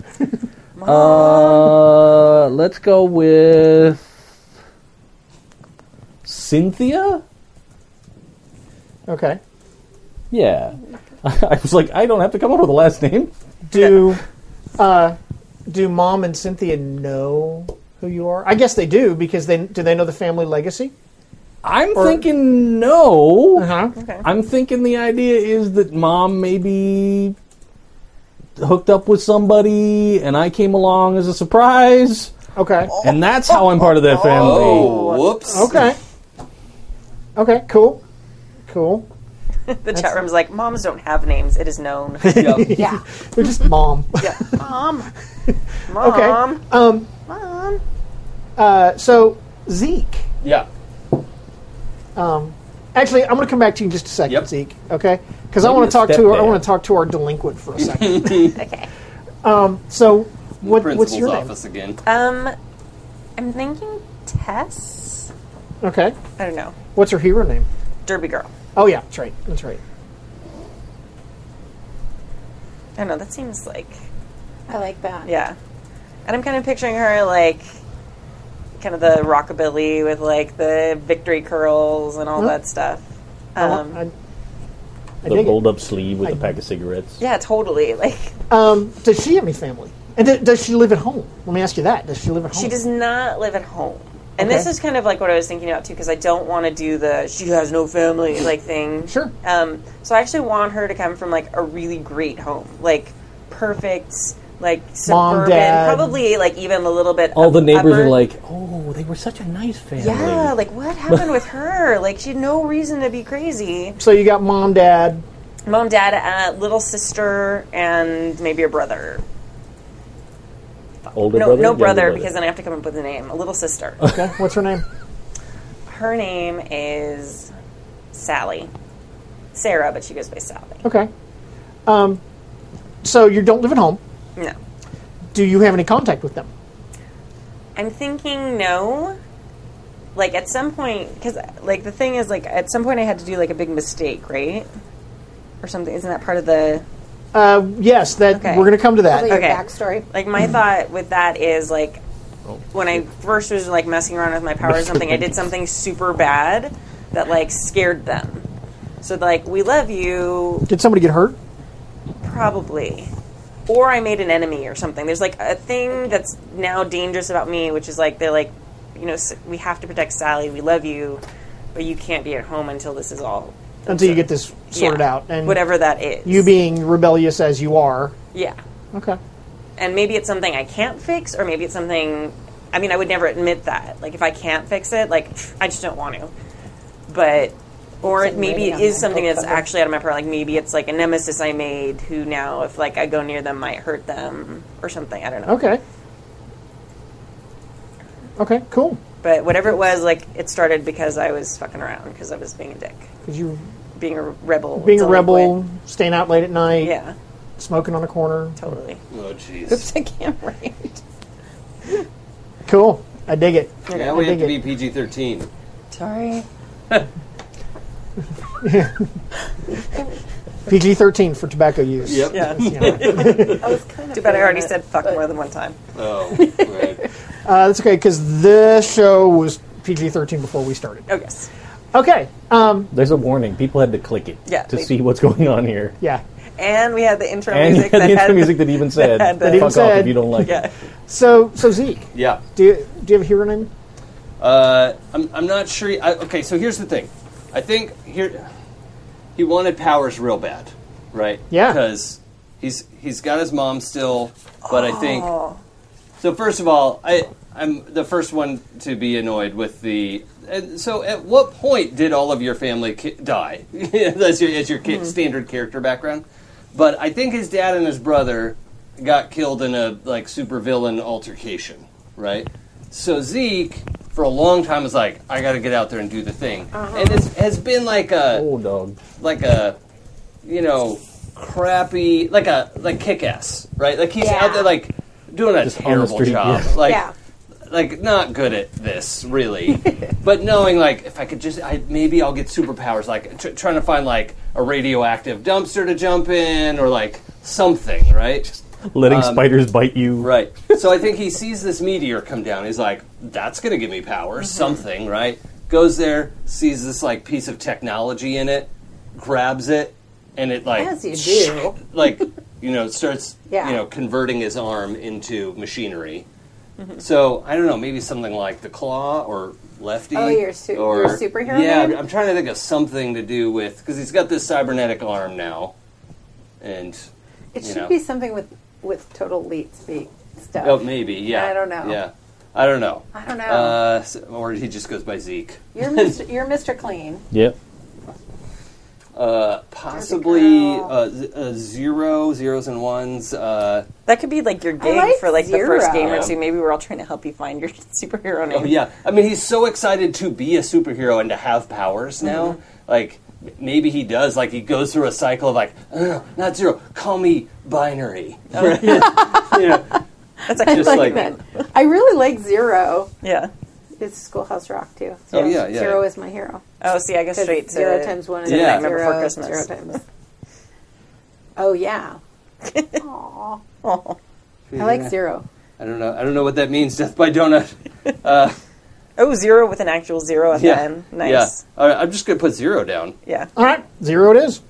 Uh, let's go with Cynthia.
Okay.
Yeah, I was like, I don't have to come up with a last name.
Do uh, do mom and Cynthia know who you are? I guess they do because they do they know the family legacy.
I'm thinking no.
huh.
I'm thinking the idea is that mom maybe hooked up with somebody, and I came along as a surprise,
Okay.
and that's how I'm part of that family.
Oh, whoops.
Okay. Okay. Cool. Cool.
The chat room's like, moms don't have names. It is known.
Yep.
yeah.
They're just mom.
Mom.
Mom.
Okay. Um. Uh, so Zeke.
Yeah.
Actually, I'm going to come back to you in just a second,
Yep.
Zeke. Okay, because I want
a
to talk
step
to I
there.
want to talk to our delinquent for a second. okay. Um. So what, what's
Principal's
your name? Uh,
office again.
Um, I'm thinking Tess.
Okay.
I don't know.
What's her hero name?
Derby girl.
Oh yeah, that's right. That's right.
I don't know. That seems like
I like that.
yeah. And I'm kind of picturing her like kind of the rockabilly with like the victory curls and all
Huh?
that stuff.
Mm-hmm. I wa-
Um,
I, I
The
dig it.
rolled up sleeve with
I-
a pack of cigarettes.
yeah, totally. Like
Um, does she have any family? And d- does she live at home? Let me ask you that. Does she live at home?
She does not live at home. And this
Okay.
is kind of like what I was thinking about too, because I don't want to do the she has no family like thing.
Mm-hmm. Sure.
Um, so I actually want her to come from like a really great home, like perfect, like suburban,
dad.
probably like even a little bit.
All the
up-
neighbors
upper-
are like, "Oh, they were such a nice family."
yeah, like what happened with her? Like she had no reason to be crazy.
So you got mom, dad,
Mom, dad, uh, little sister, and maybe a brother.
Older
no,
brother?
no
younger
brother, because then I have to come up with a name. A little sister.
Okay, what's her name?
Her name is Sally, Sarah, but she goes by Sally.
Okay. Um, so you don't live at home.
No,
Do you have any contact with them?
I'm thinking no. Like at some point, because like the thing is, like at some point I had to do like a big mistake, right, or something. Isn't that part of the
Uh, yes, that
Okay.
we're going to come to that.
Probably your
Okay.
backstory.
like my
Mm.
thought with that is like
Oh.
when I first was like messing around with my power or something, I did something super bad that like scared them. So like we love you
Did somebody get hurt?
probably. Or I made an enemy or something. There's like a thing that's now dangerous about me, which is like they're like, you know, s- we have to protect Sally. We love you, but you can't be at home until this is all
Until you get this sorted
Yeah.
out, and
whatever that is.
you being rebellious as you are.
yeah.
Okay.
and maybe it's something I can't fix, or maybe it's something. I mean, I would never admit that. Like, if I can't fix it, like, pff, I just don't want to. But, or it,
Something
maybe it
writing on
is
my
something
book
that's
cover.
actually out of my power. Like, maybe it's like a nemesis I made who now, if like I go near them, might hurt them or something. I don't know.
Okay. Okay. Cool.
But whatever it was, like, it started because I was fucking around because I was being a dick,
Because you
being a rebel,
being a
delinquent.
rebel, staying out late at night,
Yeah,
smoking on the corner.
totally.
Oh, jeez.
I can't write.
Cool. I dig it.
Now we have to
dig
be PG 13.
Sorry.
PG thirteen for tobacco use.
Yep.
Yeah.
I was kind of.
Too bad I already said fuck more than one time.
Oh, right.
Uh, that's okay because this show was PG thirteen before we started.
Oh yes.
Okay. Um,
There's a warning. People had to click it
Yeah,
to
they-
see what's going on here.
yeah.
And we had the intro
And
music.
yeah, the
that
intro
had
music that even said,
that had the-
"Fuck
That
even
off
said-
if you don't like it."
Yeah.
So so Zeke,
Yeah.
do you, do you have a hero name?
Uh, I'm, I'm not sure. I, okay, so here's the thing. I think here he wanted powers real bad, right?
Yeah.
Because he's he's got his mom still, but I think so. First of all, I I'm the first one to be annoyed with the. And so, at what point did all of your family ki- die? That's your, as your ki- standard character background. But I think his dad and his brother got killed in a like supervillain altercation, right? So Zeke, for a long time, was like, "I got to get out there and do the thing," and this has been like a
Old Oh, dog.
like a you know crappy like a like kick ass right like he's
Yeah.
out there like doing a
Just on the
terrible
street,
job
yeah.
like
Yeah.
like not good at this really but knowing like if i could just I, maybe i'll get superpowers like tr- trying to find like a radioactive dumpster to jump in or like something right
Letting spiders bite you.
Right. So I think he sees this meteor come down. He's like, that's going to give me power, something, right? Goes there, sees this like piece of technology in it, grabs it, and it like
As you do.
like you know starts
Yeah.
you know converting his arm into machinery. So I don't know, maybe something like the claw or lefty.
Oh, your su-
or
your superhero
Yeah,
name?
I'm trying to think of something to do with because he's got this cybernetic arm now, and
It
you
should
know.
be something with with total leet speak stuff.
Oh, maybe. Yeah.
I don't know.
Yeah. I don't know.
I don't know.
Uh, s- or he just goes by Zeke.
you're Mr. You're Mr. Clean.
Yep.
Uh, possibly
girl.
uh, z- uh, zero, zeros and ones. Uh,
That could be like your gig
like
for like the
zero.
first game or
Yeah.
two. Maybe we're all trying to help you find your superhero name.
oh, yeah. I mean, he's so excited to be a superhero and to have powers now.
Mm-hmm.
Like, m- maybe he does. Like, he goes through a cycle of like, no, no, not zero. Call me binary. Right? you know,
That's actually
just
really
like,
good.
I really like Zero.
yeah.
It's Schoolhouse Rock too.
Oh, yeah, yeah.
Zero is my hero.
Oh, see, I go
'Cause
straight to
zero times one is
Yeah.
yeah.
Nightmare
zero.
Before Christmas.
Zero times. Oh yeah. Aw.
Oh.
I like Zero.
I don't know. I don't know what that means. Death by donut.
Oh, zero with an actual zero at
Yeah.
the end. Nice.
Yeah. All right, I'm just gonna put zero down.
Yeah.
All right, zero it is.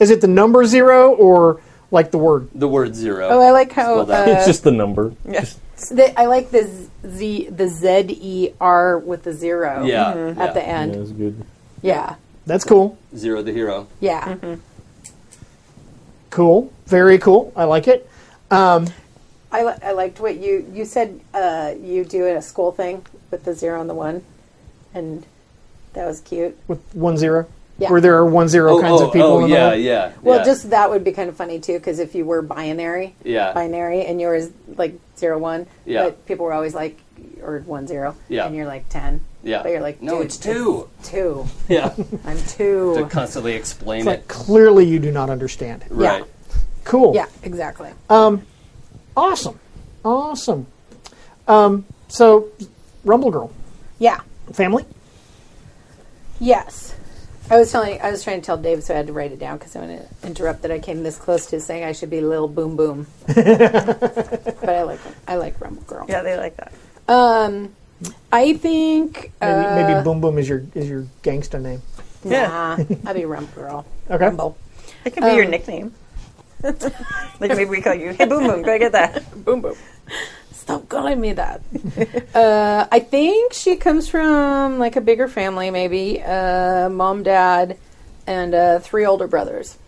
Is it the number zero or like the word?
The word zero.
Oh, I like how
Spelled out.
uh,
it's just the number.
Yeah.
the, I like the z- z the z e r with the zero.
Yeah.
Mm-hmm. at
yeah.
the
Yeah,
end.
it's good.
Yeah,
That's cool.
Zero the hero.
yeah.
Cool. Very cool. I like it.
I, li- I liked what you you said. Uh, you do it a school thing with the zero and the one, and that was cute.
With one zero.
Yeah.
where there are one zero
Oh,
kinds
oh,
of people.
oh,
in
yeah,
the
yeah.
Well,
yeah.
just that would be kind of funny too, because if you were binary,
Yeah.
binary, and yours like zero one,
Yeah.
but people were always like or one zero,
Yeah.
and you're like ten,
Yeah.
but you're like
no,
dude,
it's two.
two,
Yeah.
I'm
to
two,
constantly explain
Like,
it.
clearly, you do not understand it.
Right.
Cool.
yeah, exactly. Uh,
Awesome. Awesome. Um, so, Rumble Girl,
yeah,
family?
yes. I was telling, I was trying to tell Dave, so I had to write it down because I want to interrupt that I came this close to saying I should be Lil Boom Boom, but I like, I like Rumble Girl.
Yeah, they like that.
Um, I think
Maybe,
uh,
maybe Boom Boom is your is your gangsta name.
nah, I'd be Rumble Girl.
Okay.
Rumble.
It could be
Um,
your nickname. like maybe we call you, hey, boom, boom, go get that.
Boom boom. Stop calling me that. uh, I think she comes from like a bigger family, maybe uh, mom, dad, and uh, three older brothers.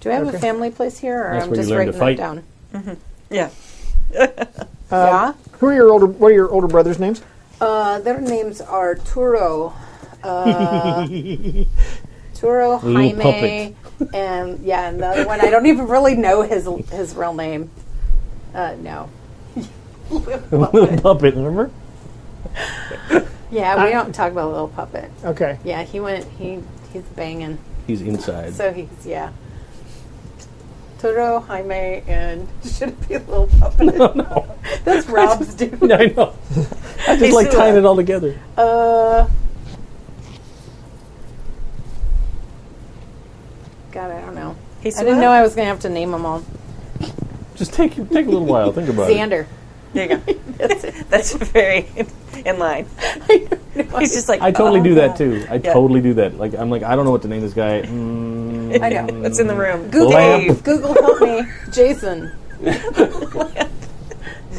Do I have a family place here, or
That's
I'm
where you
just
learn to
writing that
fight.
down?
Yeah.
yeah.
Who are your older? What are your older brothers' names?
Um, Uh, their names are Turo, uh, Turo
Little
Jaime, and yeah, and the other one I don't even really know his his real name. Uh, no.
Little puppet, remember?
Yeah, we don't talk about little puppet.
Okay.
Yeah, he went. He he's banging.
He's inside.
So he's yeah. Toro, Jaime, and should it be a little puppet? That's Rob's dude.
I know. I just like tying it all together.
Uh, God, I don't know.
He's
I didn't know I was gonna have to name them all.
Just take take a little while. Think about it.
Xander.
There you go. That's very in line. He's just like,
I totally
oh,
do that too. I totally do that. Like I'm like I don't know what to name this guy. Mm,
I know.
What's in the room?
Google,
Lamp.
Google, help me, Jason.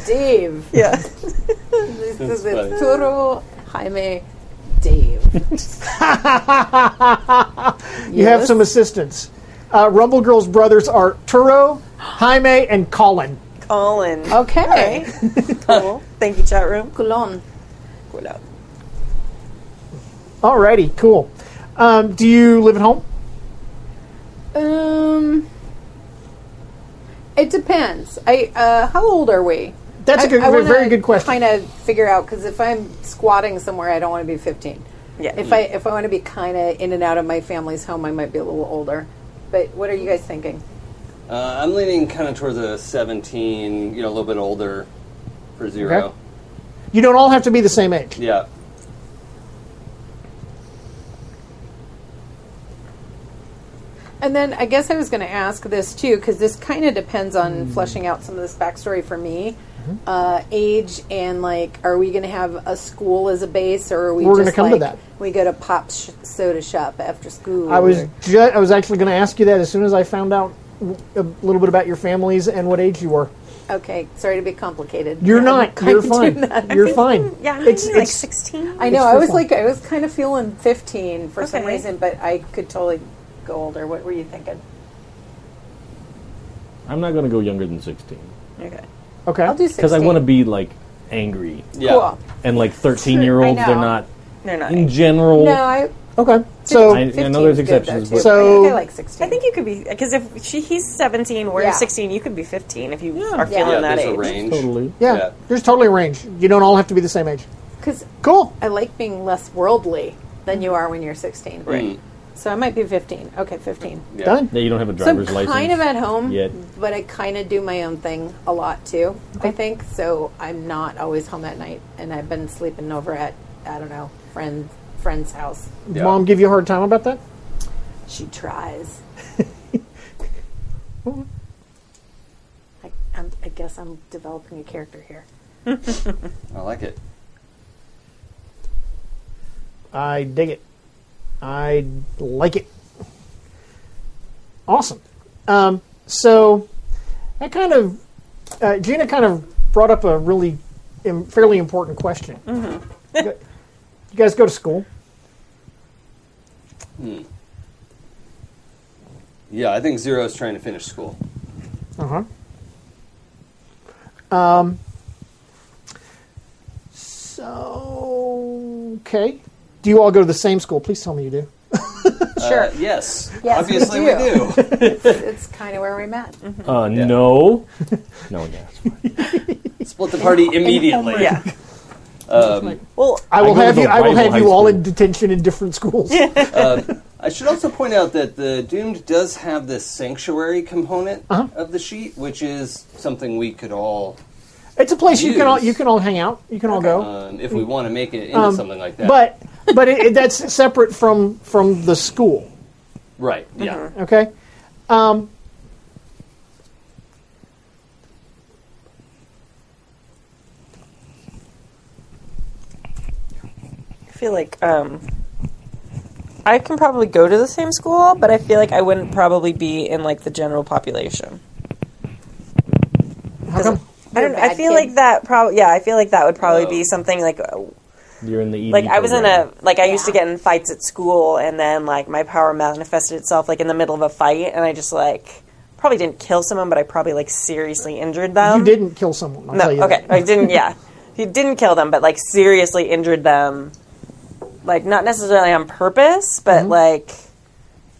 Dave.
Yeah.
This
That's
is it.
funny.
Toro, Jaime, Dave.
You have some assistance. Uh, Rumble Girl's brothers are Turo, Jaime, and Colin.
Colin.
Okay. Oh.
Thank you, chat room.
Colon.
Cool out.
Alrighty, cool. Um, do you live at home?
Um, it depends. I uh, how old are we?
That's a good- very good question.
Kind of figure out because if I'm squatting somewhere, I don't want to be 15.
Yeah.
Hmm.
If I if I want to be kind of in and out of my family's home, I might be a little older. But what are you guys thinking?
Uh, I'm leaning kind of towards a 17, you know, a little bit older for zero.
Okay. You don't all have to be the same age.
Yeah.
And then I guess I was going to ask this too, because this kind of depends
Hmm.
on fleshing out some of this backstory for me.
Mm-hmm.
Uh, age and like, are we going to have a school as a base, or are we
We're
going
gonna come to that.
We go to pop sh- soda shop after school.
I was
or-
ju- I was actually going to ask you that as soon as I found out w- a little bit about your families and what age you were.
okay. Sorry to be complicated.
You're
I'm
not.
kind
You're
of
fine.
doing that.
You're fine.
Yeah, I'm
it's,
like
it's
16.
I know.
It's
I
for
was
fun.
like, I was kind of feeling 15 for some
Okay.
reason, but I could totally go older. What were you thinking?
I'm not gonna go younger than 16
Okay.
okay.
I'll do 16.
because I want to be like angry
Yeah.
Cool.
and like 13 year olds.
I
They're
know.
not
They're not.
in general.
No, I.
Okay. So
I- I know
15
there's
is good,
exceptions,
though,
but-
too.
So-
I think I like 16.
I think you could be because if she he's 17, we're
Yeah.
16. You could be 15 if you
Yeah.
are
Yeah.
feeling
Yeah,
that
there's
age.
a range.
totally.
yeah,
Yeah.
there's totally a range. You don't all have to be the same age.
because
Cool.
I like being less worldly than you are when you're 16.
Right.
So I might be 15. Okay, 15.
Yeah.
Done.
Mm. Yeah, you don't have a
So I'm
driver's
kind
license.
of at home,
yet.
but I kind of do my own thing a lot too. I think so. I'm not always home at night, and I've been sleeping over at I don't know friend friend's house.
Yeah.
Mom give you a hard time about that?
She tries. I, I'm, I guess I'm developing a character here.
I like it.
I dig it. I like it. Awesome. Um, so that kind of uh, Gina kind of brought up a really im- fairly important question. you guys go to school?
Yeah, I think zero is trying to finish school.
Uh huh. Um, so okay, Do you all go to the same school? Please tell me you do.
Sure.
Uh, yes.
Yes,
Obviously
we
we
do.
do.
it's, it's kind of where we met.
Mhm.
Uh, no. no one asked.
Split the party immediately.
Yeah.
Um,
Well,
I will
go to
have
the
you. I will
rival
have
high
you all
school.
in detention in different schools.
I should also point out that the Doomed does have this sanctuary component
Uh-huh.
of the sheet, which is something we could all,
It's a place you can all
Use.
you can all hang out. You can all go.
um, if we want to make it into something like that.
Mm. Um, But but it, it, that's separate from from the school.
right, yeah.
Okay. Um,
I feel like um, I can probably go to the same school, but I feel like I wouldn't probably be in like the general population.
how come?
I
You're a
don't. I
bad
feel
kid.
like that. Probably. Yeah, I feel like that would probably
Oh.
be something like. uh,
You're in the ED
Like I was in
program.
a like I used to get in fights at school, and then like my power manifested itself like in the middle of a fight, and I just like probably didn't kill someone, but I probably like seriously injured them.
you didn't kill someone. I'll
Um, No,
tell you
okay.
that.
I didn't, yeah. He didn't kill them, but, like, seriously injured them. Like, not necessarily on purpose, but,
Mm-hmm.
like,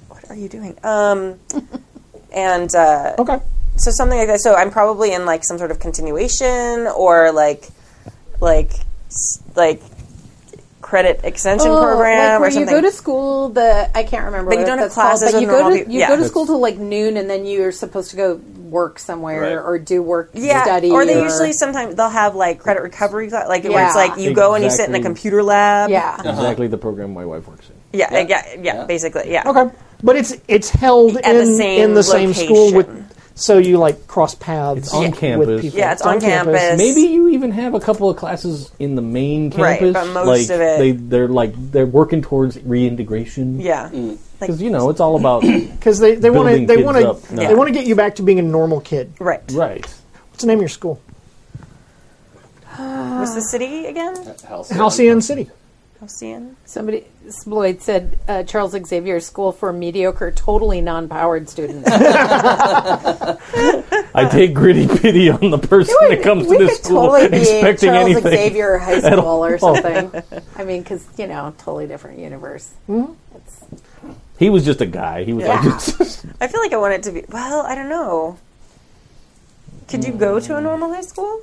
what are you doing? Um, and, uh,
Okay.
so something like that. So I'm probably in, like, some sort of continuation or, like, like, s- like, credit extension
Oh,
program
like where
or something.
you go to school. The I can't remember.
But you
what
don't have
that's called,
classes
But
with
you go
normal
to
peop-
you
yeah.
go to school till like noon, and then you're supposed to go work somewhere
Right.
or do work,
yeah,
study,
or they usually sometimes they'll have like credit recovery, cla- like where it's
Yeah.
like you go and you sit in the
Exactly.
computer lab.
yeah.
exactly the program my wife works in.
yeah, yeah, yeah,
Yeah.
basically, yeah.
Okay. But it's it's held
At the
in
same
in the same school
location.
with. So you like cross paths
It's on
with
campus.
people.
Yeah, it's on campus.
Maybe you even have a couple of classes in the main
Right,
campus.
but most
like,
of it-
They, they're like they're working towards reintegration.
Yeah.
because you know it's all about
because they they want to
Building
they
kids
want to
up, not-
they want to get you back to being a normal kid.
Right.
right.
What's the name of your school?
What's the city again?
Halcyon.
Halcyon City.
Halcyon?
Somebody Lloyd said uh, Charles Xavier School for mediocre, totally non-powered students.
I take gritty pity on the person that comes to
Uh, we
this
could
school
totally be
expecting
Charles
anything.
Xavier High School or something. I mean, because you know, totally different universe.
He was just a guy. He was
Yeah.
like, just,
I feel like I want it to be. Well, I don't know. Could you go to a normal high school?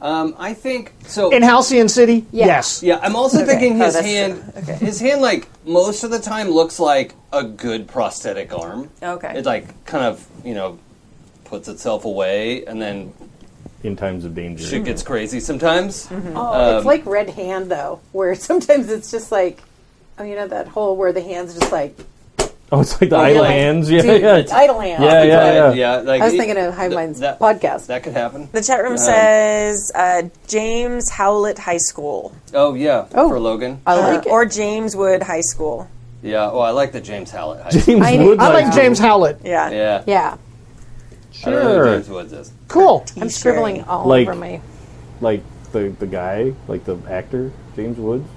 Um, I think so.
In Halcyon City. Yes.
yeah, I'm also thinking
Oh,
his
that's
hand, his hand, like most of the time, looks like a good prosthetic arm.
Okay.
it like kind of you know puts itself away, and then
in times of danger.
shit gets crazy sometimes.
Mm-hmm.
Oh,
Um,
it's like Red Hand though, where sometimes it's just like, oh, you know, that hole where the hands just like
Oh, it's like the
Oh,
idle
yeah.
hands. Yeah,
dude,
yeah.
idle hand.
Yeah, yeah.
But, like,
I was
it-
thinking of High
th-
Minds
that-
podcast.
That could happen.
The chat room says uh, James Howlett High School
Oh yeah,
Oh.
for Logan.
I like it.
or James Wood High School.
yeah, well, I like the James Hallett. High School.
James
I-
Wood
I
I like
likes-
James Howlett.
Yeah.
Yeah,
yeah,
I don't know who
oh, Sure,
James Woods is.
Cool.
I'm scribbling all
Like-
over my.
like the the guy, like the actor James Woods.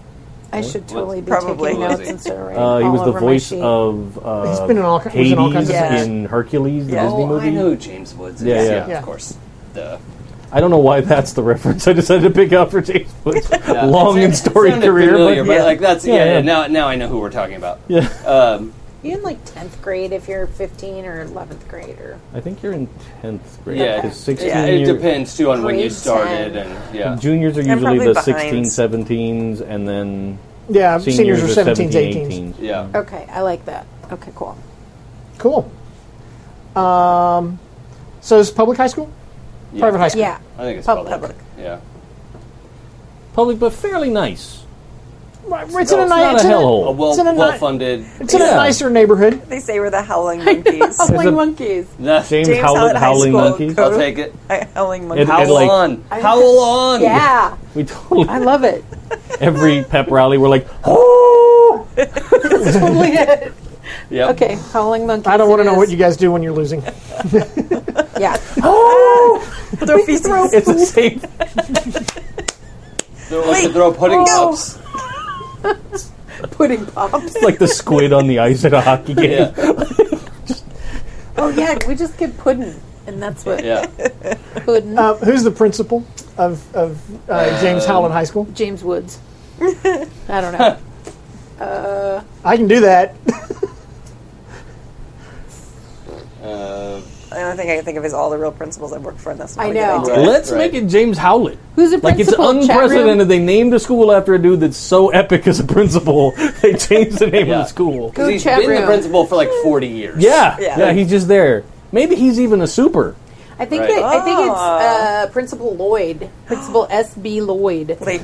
I should totally be
Probably.
taking notes instead of writing.
Uh, he
all
was the
over my
voice
sheet.
of uh,
He's been in all- he was
Hades
in all kinds
of things.
in Hercules, the
Yeah.
Disney
oh,
movie.
I know who James Woods is.
Yeah,
Yeah,
yeah.
Yeah.
of course. Duh.
I don't know why that's the reference I decided to pick out for James Woods' long
It
and
sounded
storied career.
familiar,
but-
but, like that's yeah,
Yeah,
yeah,
yeah.
Now, now I know who we're talking about.
Yeah.
you in like tenth grade if you're 15 or 11th grade or
I think you're in tenth grade.
Yeah,
'cause sixteen.
yeah, it
year-
depends too on when you
Grade
started
10.
and yeah.
Juniors are usually
probably
the 16,
behind.
17s, and then
Yeah,
seniors,
seniors, are 17s, 18s.
18s.
Yeah.
okay. I like that. Okay, cool.
Cool. Um, so it's public high school,
yeah.
private high school.
Yeah,
I think it's
Public.
public. Yeah.
Public, but fairly nice.
Right, It's in
No,
a,
it's
ni-
not
it's
a
in a-
hellhole.
A well,
It's in a ni-
well-funded.
It's in a
Yeah.
nicer neighborhood.
They say we're the howling monkeys.
Howling
a-
monkeys.
Nah,
James,
James
Howlett,
Howlett High
Howling
School.
Monkey.
I'll take it.
howling monkeys.
And,
Howl
like-
on. Howl on.
Yeah,
We totally
I love it.
every pep rally. We're like, oh,
totally it.
Yep.
Okay, howling monkeys.
I don't want to
it
know what
is.
you guys do when you're losing.
Yeah,
Oh!
Throw feces.
it's the same.
They're like to throw pudding
Oh.
cups.
pudding pops.
It's like the squid on the ice at a hockey game.
Yeah.
Oh yeah, we just get pudding, and that's what
Yeah.
pudding.
Uh, who's the principal of, of uh, James Howland High School?
James Woods. I don't know. Uh,
I can do that.
Uh,
The only thing I can think of is all the real principals I worked for, and that's not
I
a good
know.
idea.
Right,
Let's
right.
make it James Howlett.
Who's the
Like it's
principal? Chat room?
unprecedented. They named a school after a dude that's so epic as a principal. They changed the name
Yeah.
of the school.
'cause
Go
he's
chat
been the
room.
principal for like 40 years.
Yeah,
Yeah.
yeah, he's just there. Maybe he's even a super.
I think
Right.
that, I think it's
Ah.
uh, Principal Lloyd, Principal S. B. Lloyd.
Like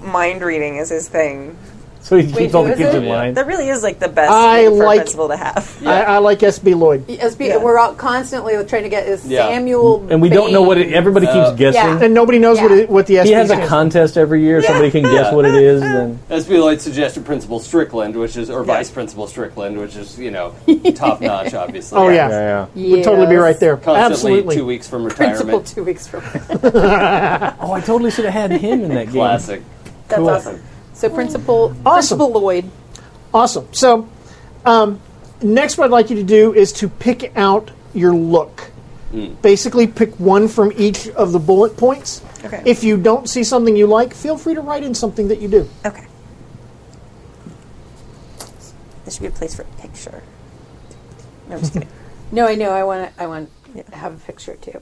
mind reading is his thing.
So he keeps all the
who is
kids
it?
in line.
That really is like the best
I
thing for
like-
a principal to have.
I, I like SB Lloyd.
S. B.
Yeah.
We're all constantly trying to get is
Yeah.
Samuel.
And we don't know what it, everybody
Uh,
keeps guessing.
Oh. yeah.
And nobody knows what
Yeah.
it, what the SB
He has a
stands for.
contest every year. Somebody can guess what it is. Then
SB Lloyd suggested Principal Strickland, which is, or Vice Principal Strickland, which is, you know, top notch, obviously.
Oh, yeah.
yeah, yeah.
Would totally be right there.
Constantly
Absolutely.
two weeks from retirement.
Principal two weeks from now.
Oh, I totally should have had him in that game.
Classic.
That's
Cool.
awesome.
So Principal
Awesome.
Principal Lloyd.
Awesome. So, um, next, what I'd like you to do is to pick out your look. Basically, pick one from each of the bullet points.
Okay.
If you don't see something you like, feel free to write in something that you do.
Okay. This should be a place for a picture. No, I'm just kidding.
No, I know. I want. I want
Yeah.
to have a picture too.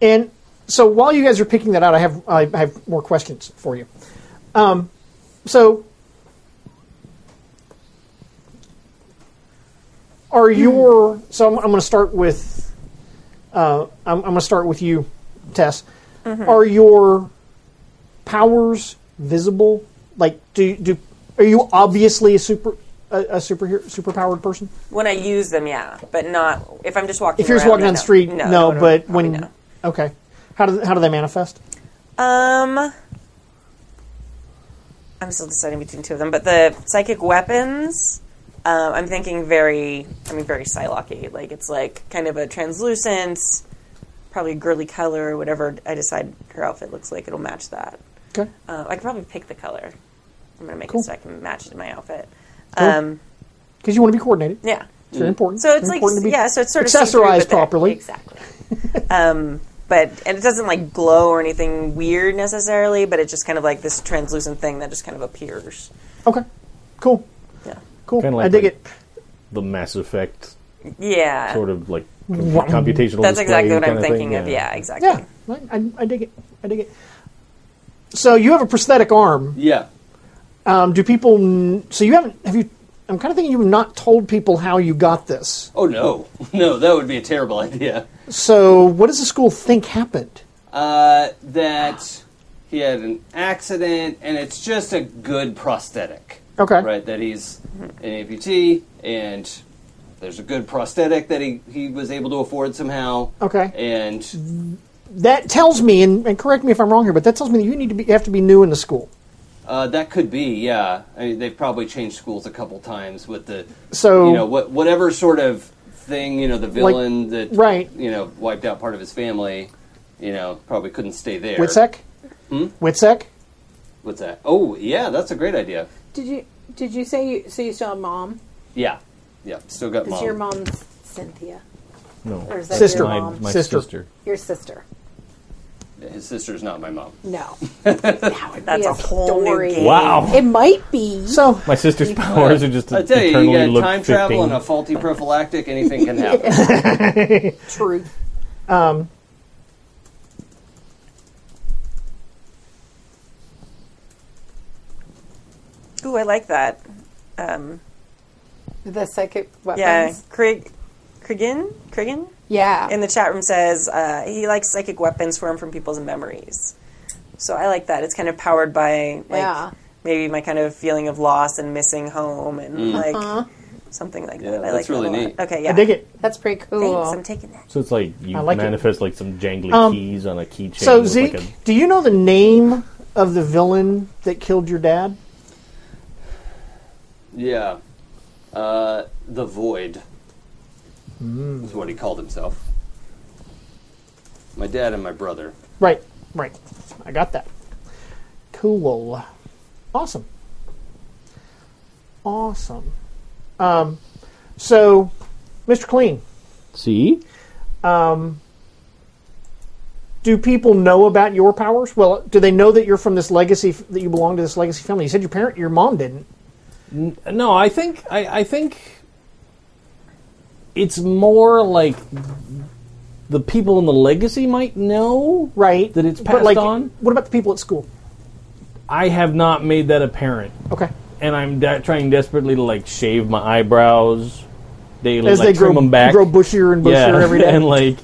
And so, while you guys are picking that out, I have I have more questions for you. Um, so, are
Hmm.
your so I'm, I'm going to start with uh, I'm, I'm going to start with you, Tess.
Mm-hmm.
Are your powers visible? Like, do do are you obviously a super a, a superhero superpowered person?
When I use them, yeah, but not if I'm just walking.
If you're just
around,
walking down the
no.
street,
no,
no.
no,
but
probably
when
no.
okay, how do how do they manifest?
Um, I'm still deciding between two of them, but the psychic weapons. Um, I'm thinking very, I mean, very Psylocke. Like it's like kind of a translucent, probably girly color, whatever I decide her outfit looks like. It'll match that.
Okay.
Uh, I could probably pick the color. I'm gonna make
Cool.
it so I can match it to my outfit.
Cool.
Um,
because you want to be coordinated.
yeah.
It's very important.
So it's like
important to be
yeah, so it's sort of see-through, but
accessorized
they're-
properly.
Exactly. um, but and it doesn't like glow or anything weird necessarily, but it's just kind of like this translucent thing that just kind of appears.
Okay, cool,
Yeah.
cool.
Kinda like
I dig
like-
it.
The Mass Effect
Yeah.
sort of like computational.
That's
display
exactly what I'm
kinda thing,
thinking of. Yeah, exactly.
Yeah, I, I, I dig it. I dig it. So you have a prosthetic arm.
Yeah.
Um, do people? kn- So you haven't? Have you? I'm kind of thinking you've not told people how you got this.
Oh, no. No, that would be a terrible idea.
So what does the school think happened?
Uh, that he had an accident, and it's just a good prosthetic.
Okay. Mm-hmm.
Right, that he's an amputee, and there's a good prosthetic that he, he was able to afford somehow.
Okay.
And,
That tells me, and, and correct me if I'm wrong here, but that tells me that you need to be you have to be new in the school.
uh, that could be, yeah. I mean, they've probably changed schools a couple times with the,
So-
you know, what, whatever sort of thing, you know, the villain that,
right.
you know, wiped out part of his family, you know, probably couldn't stay there.
Witzek. Hmm? Witzek.
What's that? Oh, yeah, that's a great idea.
Did you Did you say you? So you saw mom?
Yeah. Yeah, still got
Is your mom Cynthia or
No,
is that
Sister.
your
my,
mom?
my
Sister.
sister.
Your sister?
His sister's not my mom.
No. that would
That's
be
a whole new
story.
game.
Wow,
It might be.
So
my sister's powers are just
I tell you,
eternally
you got
look
time
15.
travel and a faulty prophylactic, anything can happen.
truth.
Ooh, I like that. Um,
The psychic
yeah.
weapons.
Krig, Krigan, Krigan
Yeah.
in the chat room says uh, he likes psychic weapons formed from people's memories. So I like that. It's kind of powered by like
Yeah.
maybe my kind of feeling of loss and missing home and like
Uh-huh.
something like
Mm. Yeah,
that. I like
that's really
that a lot.
neat.
Okay, yeah.
I dig it.
That's pretty cool.
Thanks, I'm taking that.
So it's like you
I like it. Um,
manifest like some jangly keys on a keychain.
So
with,
Zeke,
like a-
do you know the name of the villain that killed your dad?
Yeah. Uh, the Void is what he called himself. My dad and my brother.
Right, right. I got that. Cool. Awesome. Awesome. Um, so, Mr. Clean,
See?
Um, do people know about your powers? Well, do they know that you're from this legacy that you belong to this legacy family? You said your parent, your mom didn't.
No, I think I, I think it's more like the people in the legacy might know
right
that it's
but
passed
like,
on.
what about the people at school?
I have not made that apparent,
Okay,
and I'm de- trying desperately to like shave my eyebrows daily,
as
like
they
trim
grow,
them back,
grow bushier and bushier
yeah,
every day.
and like,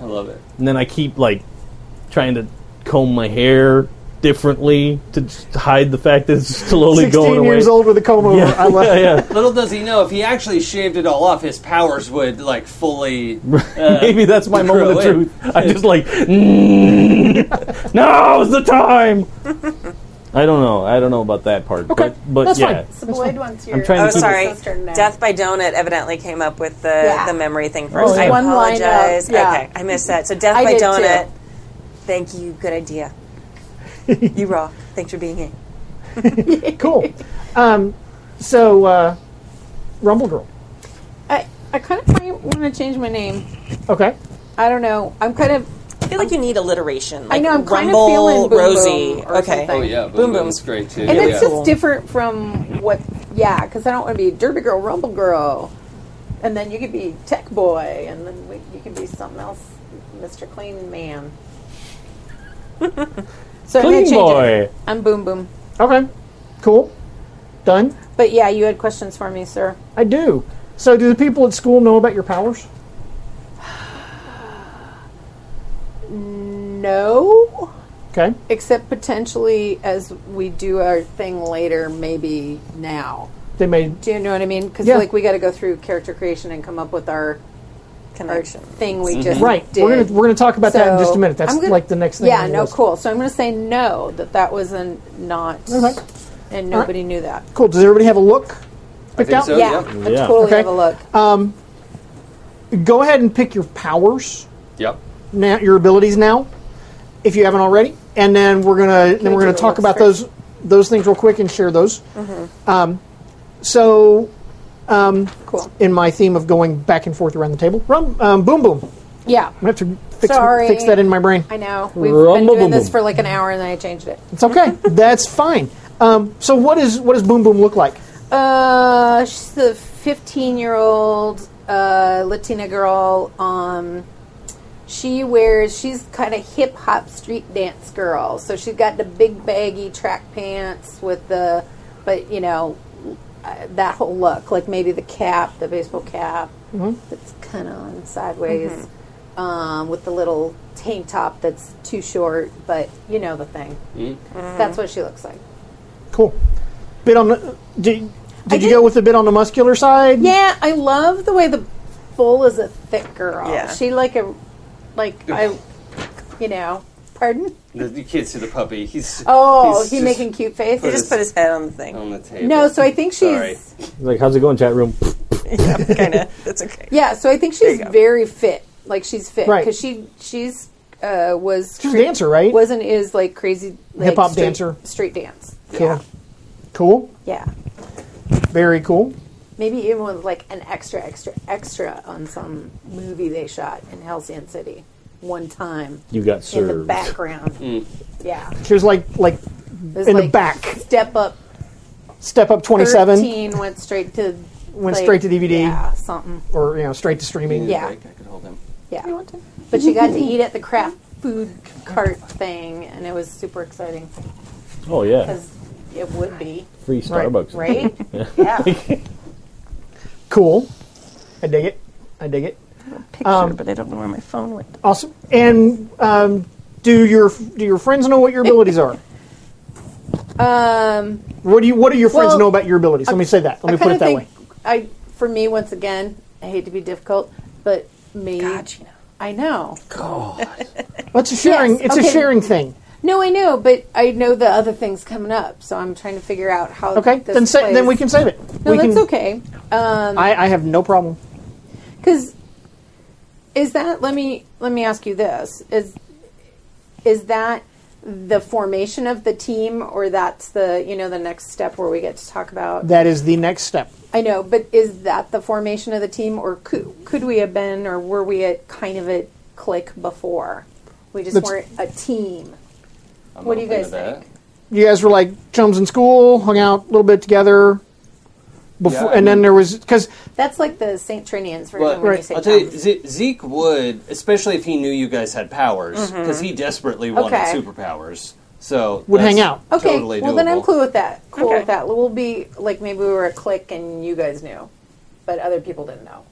I love it.
and then I keep like trying to comb my hair differently to just hide the fact that it's slowly going
Sixteen
away.
years old with a comb over. I love
yeah, yeah.
Little does he know, if he actually shaved it all off, his powers would like fully. Uh,
Maybe that's my moment of
grow in.
truth. I just like, "Mm, now's the time. I don't know. I don't know about that part.
Okay,
but, but
that's
yeah,
fine.
So Boyd wants your.
I'm trying to
Oh,
keep it-
sorry.
Sister now.
Death by Donut evidently came up with the,
Yeah.
the memory thing first.
yeah.
I
One line up,
apologize.
yeah.
Okay, I missed that. So Death
I
by
did, too.
Donut. Thank you. Good idea. you rock. Thanks for being here.
cool. Um, so, uh, Rumble Girl.
I, I kind of want to change my name.
Okay.
I don't know. I'm kind of.
I feel like you need alliteration. Like
know, I'm kinda
Rumble,
feeling Boom Boom
Rosie.
or
okay.
something.
oh, yeah. Boom,
Boom
Boom's
Boom's-
great, too.
And
yeah.
it's just different from what. Yeah, because I don't want to be Derby Girl, Rumble Girl. And then you could be Tech Boy, and then we, you could be something else, Mr. Clean Man. so
Clean
I'm gonna change it.
boy.
I'm Boom Boom.
Okay. Cool. Done.
But yeah, you had questions for me, sir.
I do. So, do the people at school know about your powers?
No,
Okay.
except potentially as we do our thing later, maybe now.
They made.
Do you know what I mean? Because
Yeah.
like we got to go through character creation and come up with our, our
Connection.
thing we just
Right.
Did.
We're gonna we're gonna talk about that in
So,
just a minute. That's
I'm gonna-
like the next thing.
Yeah,
on the
no,
list.
cool. So I'm going to say no that that was a not,
Okay.
and nobody knew that.
Cool. Does everybody have a look picked
think
out?
so.
Yeah,
yeah.
I totally
Okay. Uh,
have a look.
Go ahead and pick your powers
Yep.
now, your abilities now, if you haven't already, and then we're gonna then
we
we're gonna
do the
talk
looks
about
first? Mm-hmm.
those those things real quick and share those. Um, so,
cool.
in my theme of going back and forth around the table, rum, um, boom, boom.
Yeah,
I have to fix,
Sorry.
fix that in my brain.
I know. We've been
Rumble
doing this
boom.
for like an hour, and then I changed it.
It's okay. That's fine. Um, so what is what does boom boom look like?
Uh, she's the 15 year old uh, Latina girl. Um, she wears, she's kind of hip hop street dance girl. So she's got the big baggy track pants with the, but you know, uh, that whole look, like maybe the cap, the baseball cap that's kind of on sideways, um, with the little tank top that's too short, but you know the thing. That's what she looks like.
Cool. Bit on the did, did you
did-
go with the bit on the muscular side?
Yeah, I love the way the bull is a thick girl.
Yeah.
She like a like I you know. Pardon?
The- You can't see the puppy. He's.
Oh,
he's
he
just
making cute face.
He just put his head on the thing.
On the table.
no, so I think she's
Sorry.
Like, how's it going, chat room?
kind of. That's okay.
yeah, so I think she's very fit. Like she's fit
Right.
cuz she she's uh was
She's a dancer, right?
Wasn't is like crazy like,
Hip-hop
street-
dancer.
street dance.
Cool. Cool.
Yeah.
Very cool.
Maybe even with like an extra extra extra on some movie they shot in Halcyon City one time
You got
in the
served.
background. Yeah.
She was like like
It was
in the
like
back.
Step up
Step up twenty seven
13 went straight to
Went straight to DVD.
Yeah, something.
or you know, straight to streaming.
Yeah.
I could hold him.
Yeah. But she got to eat at the craft food cart thing and it was super exciting
Oh yeah,
cuz it would be,
free Starbucks.
right? yeah.
Cool. I dig it. I dig it.
Picture,
Um,
but I don't know where my phone went.
oh.
Awesome. And um, do your do your friends know what your abilities are?
Um
What do you What do your friends
Well,
know about your abilities? Let me say that. Let
I
me put
kind
it
of
that
think
way.
I for me once again, I hate to be difficult, but me
God, Gina.
I know.
That's a sharing.
Yes,
It's
okay.
a sharing thing.
No, I know, but I know the other things coming up, so I'm trying to figure out how
Okay.
this
Then sa-
plays.
then we can save it.
No,
we
that's
can,
okay.
I, I have no problem.
Because is that? Let me let me ask you this: is is that the formation of the team, or that's the you know the next step where we get to talk about?
That is the next step.
I know, but is that the formation of the team, or could, could we have been, or were we at kind of a click before? We just
That's-
weren't a team. what do you guys think?
You guys were like chums in school, hung out a little bit together. Before,
Yeah, I
and then
mean-
there was because
That's like the Saint Trinians version
But
when you say
I'll tell you,
Tom.
Ze- Zeke would, especially if he knew you guys had powers, because he desperately wanted
Mm-hmm. Okay.
superpowers. So
Would
that's
hang out.
Okay,
Totally
well then I'm
doable.
cool with that. Cool
Okay.
with that. We'll be like maybe we were a clique and you guys knew, but other people didn't know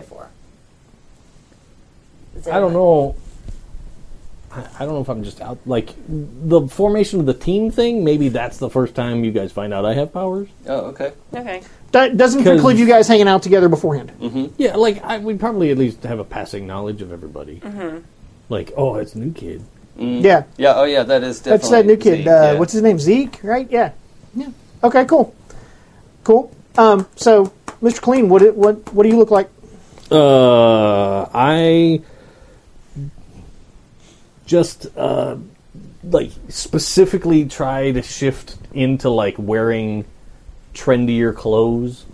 before. Is
I don't
everybody-
know. I I don't know if I'm just out. Like the formation of the team thing. Maybe that's the first time you guys find out I have powers.
Oh, okay.
Okay.
that doesn't
'Cause-
preclude you guys hanging out together beforehand.
Mm-hmm.
Yeah, like I, we probably at least have a passing knowledge of everybody.
Mm-hmm.
Like, oh, it's a new kid.
Yeah,
Yeah. Oh, yeah. That is definitely.
that's that new kid.
Zeke,
uh,
yeah.
What's his name? Zeke, right? Yeah, yeah. Okay, cool, cool. Um, so, Mr. Clean, what what what do you look like?
Uh, I just uh, like specifically try to shift into like wearing trendier clothes,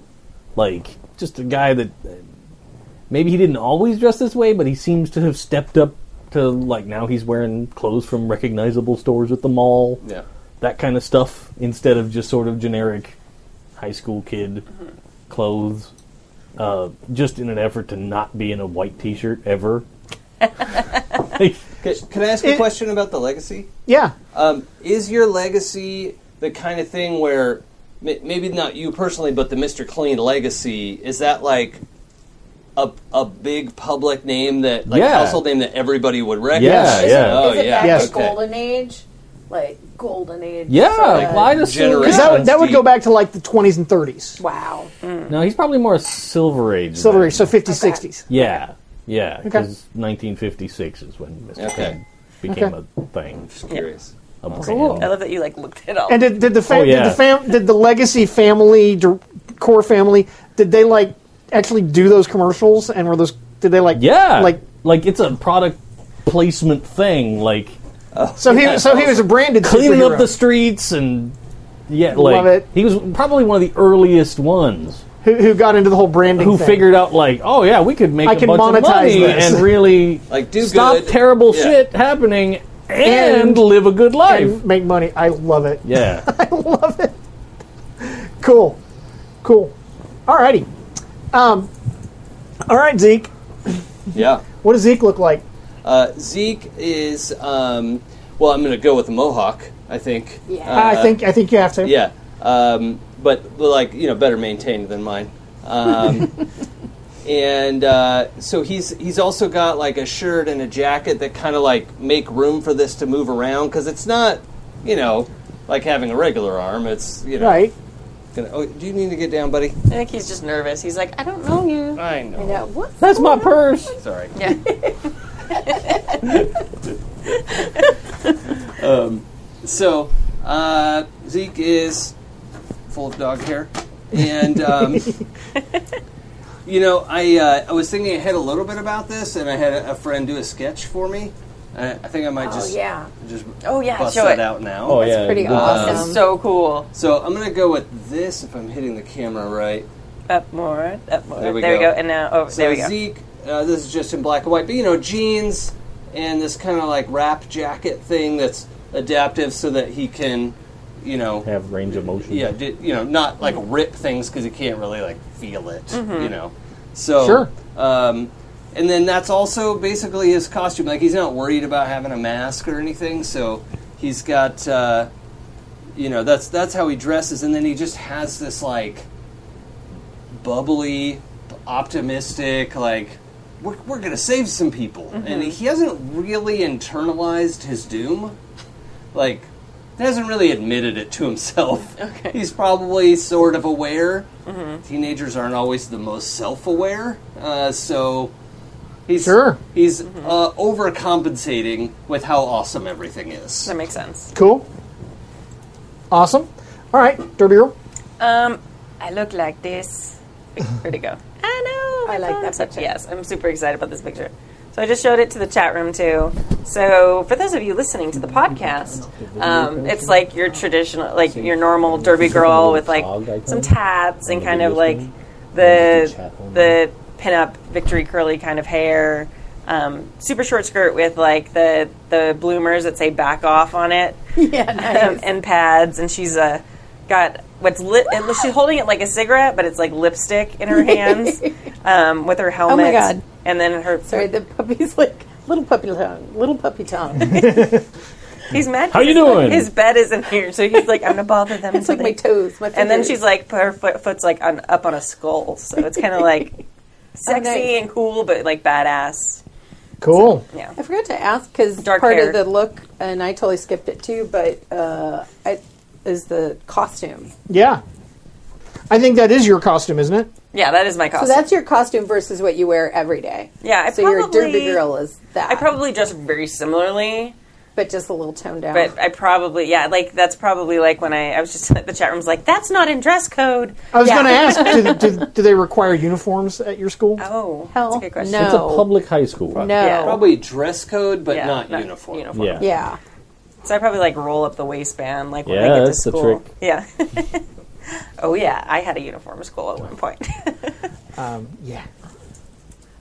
like just a guy that uh, maybe he didn't always dress this way, but he seems to have stepped up to like now he's wearing clothes from recognizable stores at the mall,
Yeah.
that kind of stuff instead of just sort of generic high school kid
Mm-hmm.
clothes uh, just in an effort to not be in a white T-shirt ever. Like,
Can, can I ask a question about the legacy?
Yeah,
Um, is your legacy the kind of thing where ma- maybe not you personally, but the Mr. Clean legacy is that like a, a big public name that like
Yeah.
household name that everybody would
Yeah,
recognize?
Is
yeah.
It,
Oh
is it
yeah.
back
Yes.
to
okay.
golden age? Like golden age.
yeah,
sorta-
like, well, I just
Generation.
because
Yeah.
that, that would
Deep.
go back to like the twenties and thirties,
wow.
No, he's probably more Silver Age.
silver
than-
age, so 50s,
Okay.
60s.
Yeah, yeah, because 1956 is when Mr.
Okay.
Pink became a thing.
Just curious.
A brand.
I love that you like looked it up.
And did, did the fam-
Oh, yeah.
did the fam- did the legacy family dir- core family did they like actually do those commercials and were those did they like
Yeah,
like
like like it's a product placement thing, like
so he so he was a branded
cleaning
superhero.
up the streets and yeah, like
Love it.
he was probably one of the earliest ones.
who, who got into the whole branding
who
thing.
figured out like, oh yeah, we could make
I
a
can
bunch of
monetize
money
this.
and really
Like, do
stop
good.
terrible
Yeah.
shit happening and,
And-
live a good life.
and make money. I love it.
yeah,
love it. Cool, cool. Alrighty. Um, all right, Zeke.
Yeah.
What does Zeke look like?
Uh, Zeke is um, well. I'm going to go with the mohawk. I think. Uh,
Yeah.
Uh,
I think I think you have to.
Yeah, um, but like you know, better maintained than mine. Um, and uh, so he's he's also got like a shirt and a jacket that kind of like make room for this to move around because it's not you know like having a regular arm. It's you know.
Right.
Gonna, oh, do you need to get down, buddy?
I think he's just nervous. He's like, I don't know you.
I know.
I know. What?
that's my purse.
Sorry.
Yeah.
Um, So uh, Zeke is full of dog hair, and um, you know, I uh, I was thinking ahead a little bit about this, and I had a, a friend do a sketch for me. I, I think I might
Oh
just
yeah.
just
Oh, yeah,
bust
show
that
it.
out now.
Oh yeah,
Pretty
Uh,
awesome.
It's so cool.
So I'm gonna go with this if I'm hitting the camera right.
Up more, up more.
There
There we,
we go.
go. And now over.
So
there we go.
Zeke, uh, this is just in black and white, but you know, jeans and this kind of like wrap jacket thing that's adaptive so that he can, you know,
Have range of motion.
yeah, d- you know, not like rip things because you can't really like feel it,
Mm-hmm.
you know. So
Sure.
um, and then that's also basically his costume. Like he's not worried about having a mask or anything, so he's got, uh, you know, that's that's how he dresses, and then he just has this like bubbly, optimistic, like. We're, we're gonna save some people, and he hasn't really internalized his doom like hasn't really admitted it to himself. Okay. Mm-hmm. He's probably sort of aware. Teenagers aren't always the most self-aware, uh, so he's
Sure.
he's uh, overcompensating with how awesome everything is.
that makes sense.
Cool. Awesome. All right, Derby Girl.
Um, I look like this. Where'd it go? Oh, I know.
I
my
like that
phone's up.
picture.
Yes, I'm super excited about this picture. So I just showed it to the chat room too. So for those of you listening to the podcast, um, it's like your traditional, like your normal derby girl with like some tats and kind of like the the pinup victory curly kind of hair, um, super short skirt with like the the bloomers that say "back off" on it,
Yeah, nice.
um, and pads, and she's uh, got what's lit. it- She's holding it like a cigarette, but it's like lipstick in her hands, um, with her helmet.
Oh God.
And then her
Sorry, the puppy's like little puppy tongue, little puppy tongue.
He's mad. 'cause
How you
his-
doing?
His bed isn't here, so he's like, I'm gonna bother them.
It's like
until they-"
my toes, my fingers.
And then she's like, put her foot, foot's like on, up on a skull, so it's kind of like sexy
Oh, nice.
and cool, but like badass.
Cool.
Yeah.
I forgot to ask because
Dark
part
hair.
of the look, and I totally skipped it too, but uh, I, is the costume.
Yeah. I think that is your costume, isn't it?
Yeah, that is my costume.
So that's your costume versus what you wear every day.
Yeah, I
so your
probably-
derby girl is that.
I probably dress very similarly,
but just a little toned down.
but I probably yeah, like that's probably like when I I was just the chat room's like that's not in dress code.
I was
Yeah.
going to ask, do, do, do they require uniforms at your school?
Oh,
Hell,
that's a good question.
no.
It's a public high school.
no,
Yeah.
Probably dress code, but
Yeah,
not, uniform.
Yeah.
yeah,
So I probably like roll up the waistband, like when I
Yeah,
get
that's
to
the
school.
trick.
Yeah. oh yeah, I had a uniform school at one point.
Um, Yeah.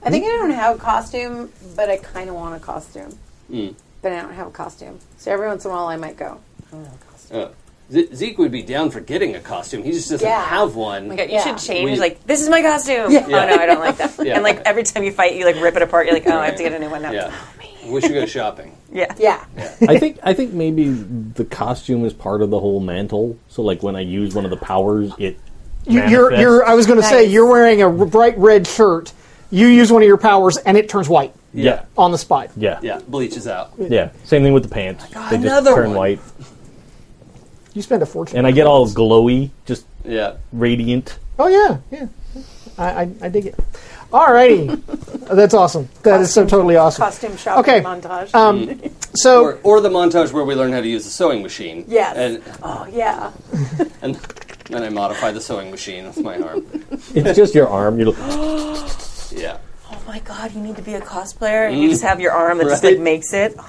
I think I don't have a costume, but I kind of want a costume. But I don't have a costume, so every once in a while I might go. I
Mm.
don't have a costume.
Uh, Ze- Zeke would be down for getting a costume. He just doesn't
Yeah.
have one.
Okay, you
Yeah.
should change.
We-
like, this is my costume. Oh
Yeah.
no, I don't like that.
Yeah.
And like every time you fight, you like rip it apart. You're like, oh, I have to get a new one now.
Yeah. We should go shopping.
yeah.
Yeah,
I think I think maybe the costume is part of the whole mantle. So like when I use one of the powers, it
You, you're, you're, I was going to say,
Nice.
you're wearing a r- bright red shirt. You use one of your powers, and it turns white
yeah.
on the spot.
yeah
Yeah, bleaches out.
yeah. Same thing with the pants. they just
another
turn
one.
white,
You spend a fortune.
and I get all glowy, just
Yeah.
radiant.
Oh yeah, yeah. I, I, I dig it. Alrighty, that's awesome. That is so totally awesome.
costume shopping
Okay.
montage.
So
Or, or the montage where we learn how to use the sewing machine.
Yes.
And,
oh yeah,
and then I modify the sewing machine with my arm.
It's just your arm. You're like,
Yeah.
Oh my god, you need to be a cosplayer,
Mm.
and you just have your arm that just like
Right.
makes it. Oh,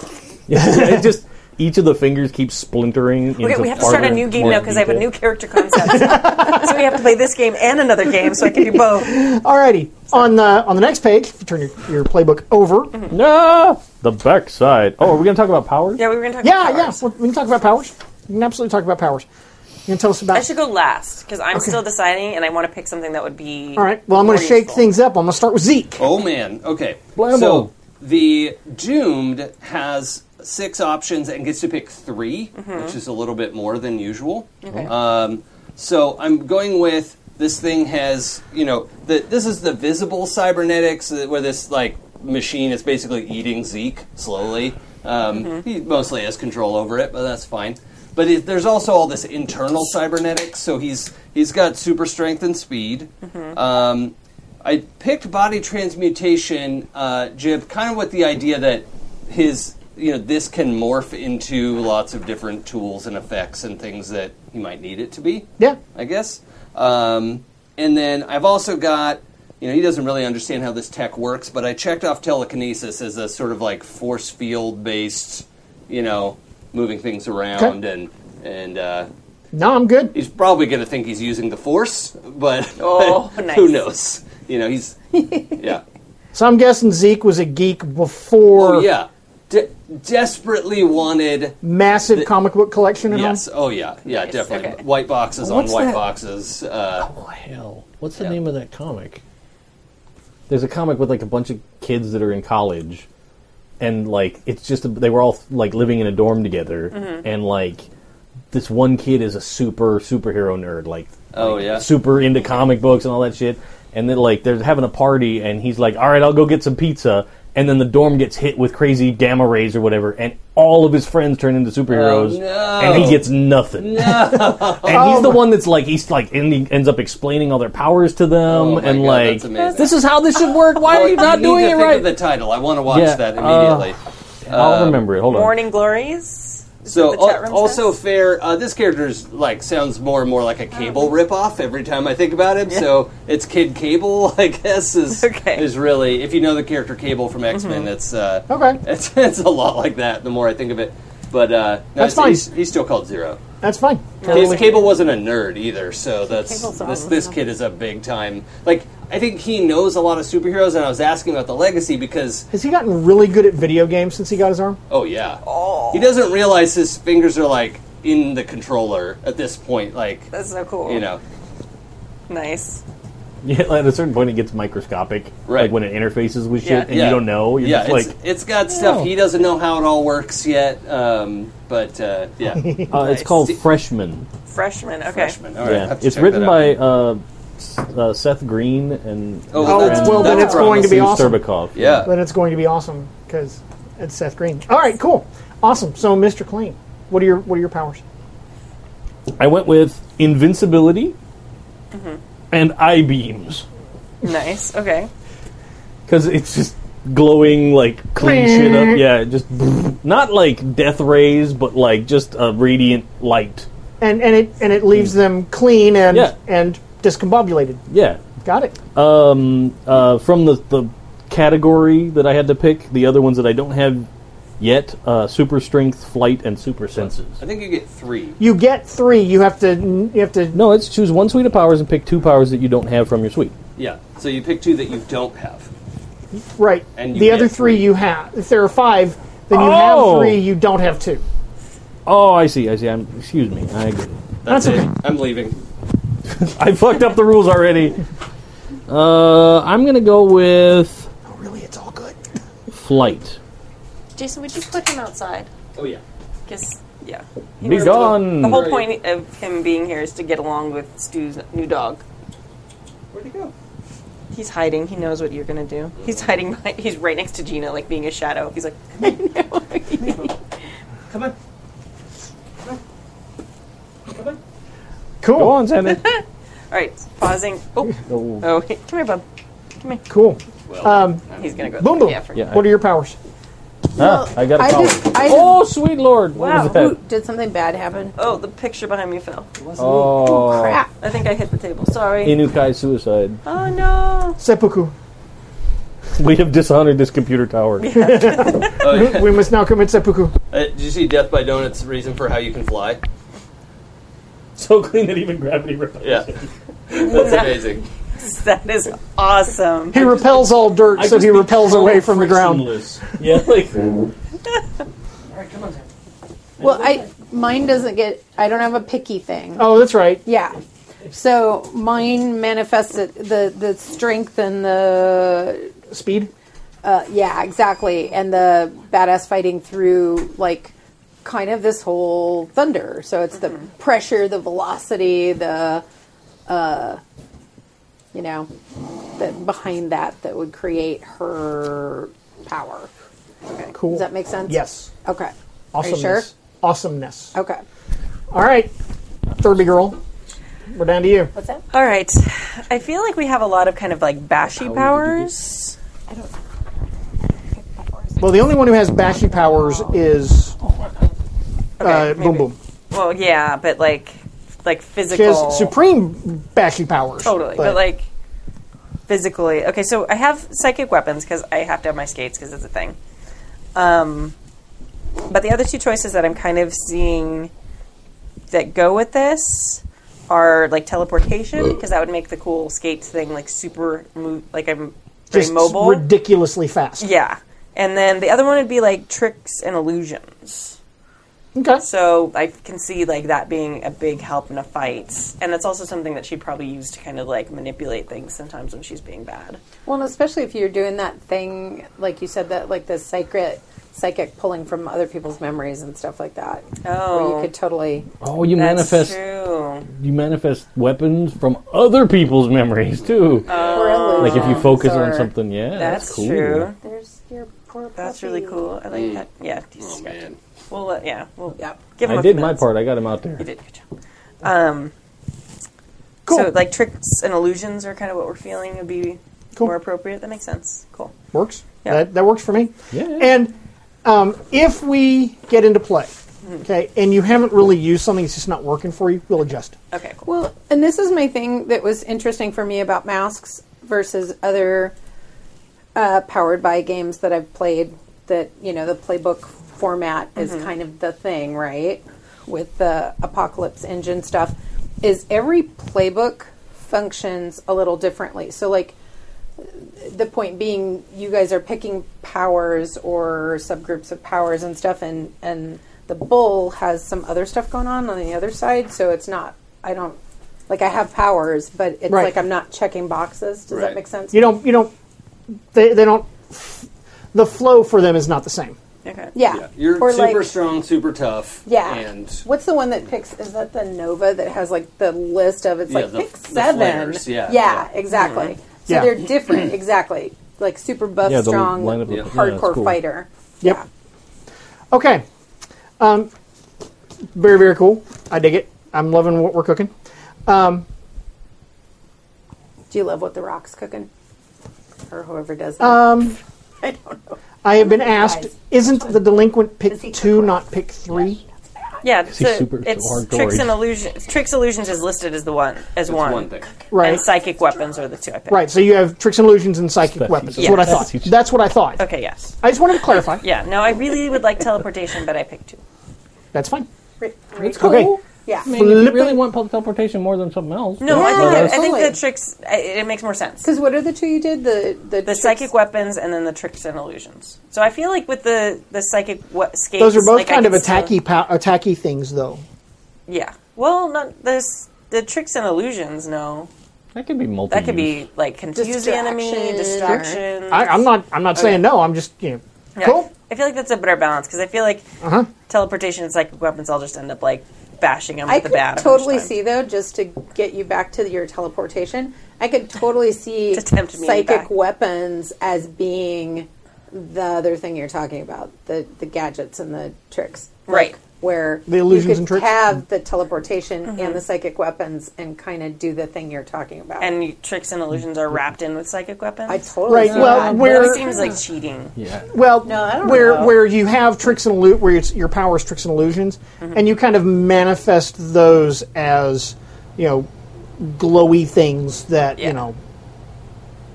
it just each of the fingers keeps splintering.
Okay,
into
we have to start a
farther
new game
more
now because I have a new
detail.
character concept. so we have to play this game and another game so I can do both.
alrighty, on the on the next page, if you turn your, your playbook over.
Mm-hmm.
No, the back side. Oh, are we gonna talk about powers?
Yeah, we were gonna talk.
Yeah,
about
yeah.
powers.
We we can talk about powers. We can absolutely talk about powers. You can tell us about.
I should go last because I'm still deciding, and I want to pick something that would be.
All right. Well, I'm going to
more
shake
useful.
things up. I'm going to start with Zeke.
Oh man. Okay.
Blammo.
So the doomed has six options and gets to pick 3 which is a little bit more than usual. Okay. Um, so I'm going with this thing has you know the, this is the visible cybernetics uh, where this like machine is basically eating Zeke slowly. Um, He mostly has control over it, but that's fine. But it, there's also all this internal cybernetics, so he's he's got super strength and speed. Um, I picked body transmutation, uh, Jib, kind of with the idea that his, you know, this can morph into lots of different tools and effects and things that he might need it to be.
Yeah.
I guess. Um, and then I've also got, you know, he doesn't really understand how this tech works, but I checked off telekinesis as a sort of like force field based, you know, moving things around and and uh,
No, I'm good.
he's probably going to think he's using the force, but
Oh,
who
nice.
knows? You know, he's yeah,
So I'm guessing Zeke was a geek before
oh, yeah, De- desperately wanted.
massive comic book collection. And all?
Yes, oh yeah, yeah,
Nice,
definitely.
okay.
White boxes on
What's
white
that?
boxes. Uh,
Oh hell! What's the name of that comic? There's a comic with like a bunch of kids that are in college, and like it's just they were all like living in a dorm together,
Mm-hmm.
and like this one kid is a super superhero nerd, like
oh yeah,
super into comic books and all that shit. And then like they're having a party, and he's like, "All right, I'll go get some pizza." And then the dorm gets hit with crazy gamma rays or whatever, and all of his friends turn into superheroes,
Oh, no.
and he gets nothing. and he's
Oh.
the one that's like, he's like, and he ends up explaining all their powers to them,
Oh my
and
God,
like,
that's amazing.
this is how this should work. Why are you
I
not
need
doing
to
it
think
right?
Of the title. I want to watch
Yeah,
that
uh,
immediately.
I'll remember it. Hold on.
Morning glories.
So
what the chat
al-
room
also fair. Uh, this character's like sounds more and more like a cable ripoff every time I think about him. So it's Kid Cable, I guess, is is really if you know the character Cable from X Men,
Mm-hmm.
Mhm.
it's uh,
Okay.
It's, it's a lot like that. The more I think of it, but uh, no,
That's
it's- he's, he's still called Zero.
That's fine.
His
Totally.
Cable wasn't a nerd either, so that's
Cable's all
this
over
this
the
kid is a big time. Like I think he knows a lot of superheroes, and I was asking about the legacy because
Has he gotten really good at video games since he got his arm?
Oh yeah. He doesn't realize his fingers are like in the controller at this point. Like
That's so cool.
you know,
Nice.
Yeah, at a certain point, it gets microscopic. Right. Like when it interfaces with shit
Yeah.
and
Yeah.
you don't know. You're
yeah,
just like,
it's, it's got stuff he doesn't know how it all works yet. Um, but uh, yeah,
uh, it's called Freshman.
Freshman. Okay.
Freshman. All right. I
yeah.
have to
It's
check
written
that
by
out.
uh, S- uh, Seth Green and.
Oh, well,
and
that's- well, then
it's going to be
Steve
awesome.
Sterbikoff.
Then it's going to be awesome because it's Seth Green. All right, cool, awesome. So, Mr. Clean, what are your what are your powers?
I went with Invincibility
Mhm.
and Eye Beams.
Nice. Okay.
Because it's just glowing, like clean shit up. Yeah, just not like death rays, but like just a radiant light.
And and it and it leaves them clean and
Yeah.
and discombobulated.
Yeah.
Got it.
Um, uh, from the the category that I had to pick, the other ones that I don't have yet: uh, super strength, flight, and super senses.
I think you get three.
You get three. You have to you have to
No, it's choose one suite of powers and pick two powers that you don't have from your suite.
Yeah, so you pick two that you don't have.
right.
And you
the
get
other three you have. If there are five, then you
Oh.
have three. You don't have two.
Oh, I see. I see. I'm. Excuse me. I agree.
That's, it. I'm leaving.
I fucked up the rules already. Uh, I'm gonna go with. Oh, really? It's all good. Flight.
Jason, would you put him outside?
Oh yeah.
Because yeah.
Be
knows the-
gone.
The whole
Right.
point of him being here is to get along with Stu's new dog.
Where'd he go?
He's hiding. He knows what you're gonna do. He's hiding. Behind, he's right next to Gina, like being a shadow. He's like,
Come on.
Cool.
Go on, Sammy.
all right, pausing. Oh,
Oh.
oh, hey, come here, bub. Come here.
Cool.
Well,
Um,
He's gonna go.
boom boom.
Yeah, for-
Yeah,
what are your powers?
Ah, I oh. got a
I
power.
just- I
oh, sweet lord!
Wow.
What was
Ooh, did something bad happen?
Oh, the picture behind me fell.
that? Oh,
Crap.
I think I hit the table. Sorry.
Inukai suicide.
oh no.
Seppuku.
We have dishonored this computer tower.
oh, yeah.
we must now commit seppuku.
Uh, did you see Death by Donuts' reason for how you can fly?
so clean that even gravity repels.
Yeah, that's amazing.
That is awesome.
He repels all dirt, so he repels away from the ground.
Yeah, like
Well, I mine doesn't get. I don't have a picky thing.
Oh, that's right.
Yeah. So mine manifested the the strength and the
Speed.
uh, yeah exactly and the badass fighting through like kind of this whole thunder. So it's the pressure, the velocity, the uh, you know the behind that that would create her power.
Cool.
Does that make sense?
Yes.
Okay. Are you
Awesomeness.
sure? Oh.
Awesomeness.
Okay.
All right, Thurby girl, we're down to you.
What's that? Uh,
All right. I feel like we have a lot of kind of like bashy powers.
I don't.
Well, the only one who has bashy powers
Oh.
is uh,
Okay,
Boom Boom.
Well, yeah, but like, like physical.
She has supreme bashy powers.
Totally, but, like physically. Okay, so I have psychic weapons because I have to have my skates because it's a thing. Um, but the other two choices that I'm kind of seeing that go with this are like teleportation because that would make the cool skates thing like super move like I'm very
just
mobile.
ridiculously fast.
yeah, and then the other one would be like tricks and illusions.
Okay.
So I can see like that being a big help in a fight, and it's also something that she'd probably use to kind of like manipulate things sometimes when she's being bad.
Well, and especially if you're doing that thing, like you said, that like the psychic, psychic pulling from other people's memories and stuff like that.
Oh.
where you could totally.
oh, you
That's
manifest
true.
you manifest weapons from other people's memories too.
or
like if you focus on
or-
something, yeah, that's,
Uh, That's,
cool.
true.
There's your poor.
That's
puppy.
really cool. I like that. Yeah. he's got-
Man.
We'll let, yeah. We'll
Yep.
give him.
I
a
did
few
my
minutes.
part. I got him out there.
You did good job. Um,
Cool.
So like tricks and illusions are kind of what we're feeling would be
Cool.
more appropriate. That makes sense. Cool.
Works.
Yeah.
That, that works for me.
Yeah.
And um, if we get into play,
Mm-hmm.
Okay, and you haven't really used something; it's just not working for you. We'll adjust.
Okay, cool.
Well, and this is my thing that was interesting for me about masks versus other uh, powered by games that I've played. That you know, the playbook format is kind of the thing, right? With the apocalypse engine stuff, is every playbook functions a little differently. So, like the point being you guys are picking powers or subgroups of powers and stuff and and the bull has some other stuff going on on the other side so it's not i don't like i have powers but it's
Right.
like i'm not checking boxes does
Right.
that make sense
You don't. You don't. They, they don't. The flow for them is not the same.
Okay.
yeah.
Yeah, you're
or
super
like
strong, super tough.
yeah
and
what's the one that picks is that the nova that has like the list of it's
Yeah,
like
the-
pick
the
seven
flares, yeah,
yeah,
yeah.
exactly so
Yeah.
they're different exactly like super buff
Yeah, the
strong
lineup of- yeah, that's
hardcore
cool.
fighter
Yep.
yeah
Okay. Um, very very cool. I dig it. I'm loving what we're cooking.
Do you love what The Rock's cooking? Or whoever does that? Um, I don't know.
I have been asked,
Guys.
isn't the delinquent pick
he
two,
cook
not pick three?
Yeah, it's,
he's
a-
super-
it's
so hard to
tricks
read.
and illusions. Tricks illusions is listed as the one as one.
one thing.
Right.
And psychic weapons are the two I picked.
Right. So you have tricks and illusions and psychic
That's-
weapons. That's
yeah.
what I
That's-
thought. That's what I thought.
Okay. Yes.
I just wanted to clarify.
Yeah. No, I really would like teleportation, but I picked two.
That's fine.
It's
cool. Okay.
Yeah.
I mean, if you
Flip
really
it.
want public teleportation more than something else.
No,
but-
I think
Yeah,
that, I think
totally.
that tricks. I- It makes more sense.
Because what are the two you did? The the,
The psychic weapons and then the tricks and illusions. So I feel like with the the psychic we- skates,
Those are both
like, I
kind of
can still-
attacky, pow- attacky things, though.
yeah. Well, not this. The tricks and illusions. No,
that could be multi.
that could be like confuse the enemy,
Distraction.
distraction.
I, I'm not. I'm not saying no. I'm just you know.
Yeah,
Cool. Uh-huh.
I feel like that's a better balance because I feel like teleportation and psychic weapons, I'll just end up like bashing them
I
with the
could
bat. a bunch of
totally
times.
see though, just to get you back to your teleportation. I could totally see
To tempt me
psychic
back.
weapons as being the other thing you're talking about the the gadgets and the tricks, Like,
Right.
where
The illusions
you could
and tricks.
have the teleportation
Mm-hmm.
and the psychic weapons and kind of do the thing you're talking about.
And you- tricks and illusions are wrapped in with psychic weapons.
I Um, totally
Right.
see
Well,
that.
where
it seems like cheating.
Yeah.
well,
No, I don't
where
know.
where you have tricks and illu- where it's, your powers tricks and illusions,
Mm-hmm.
and you kind of manifest those as you know glowy things that
Yeah.
you know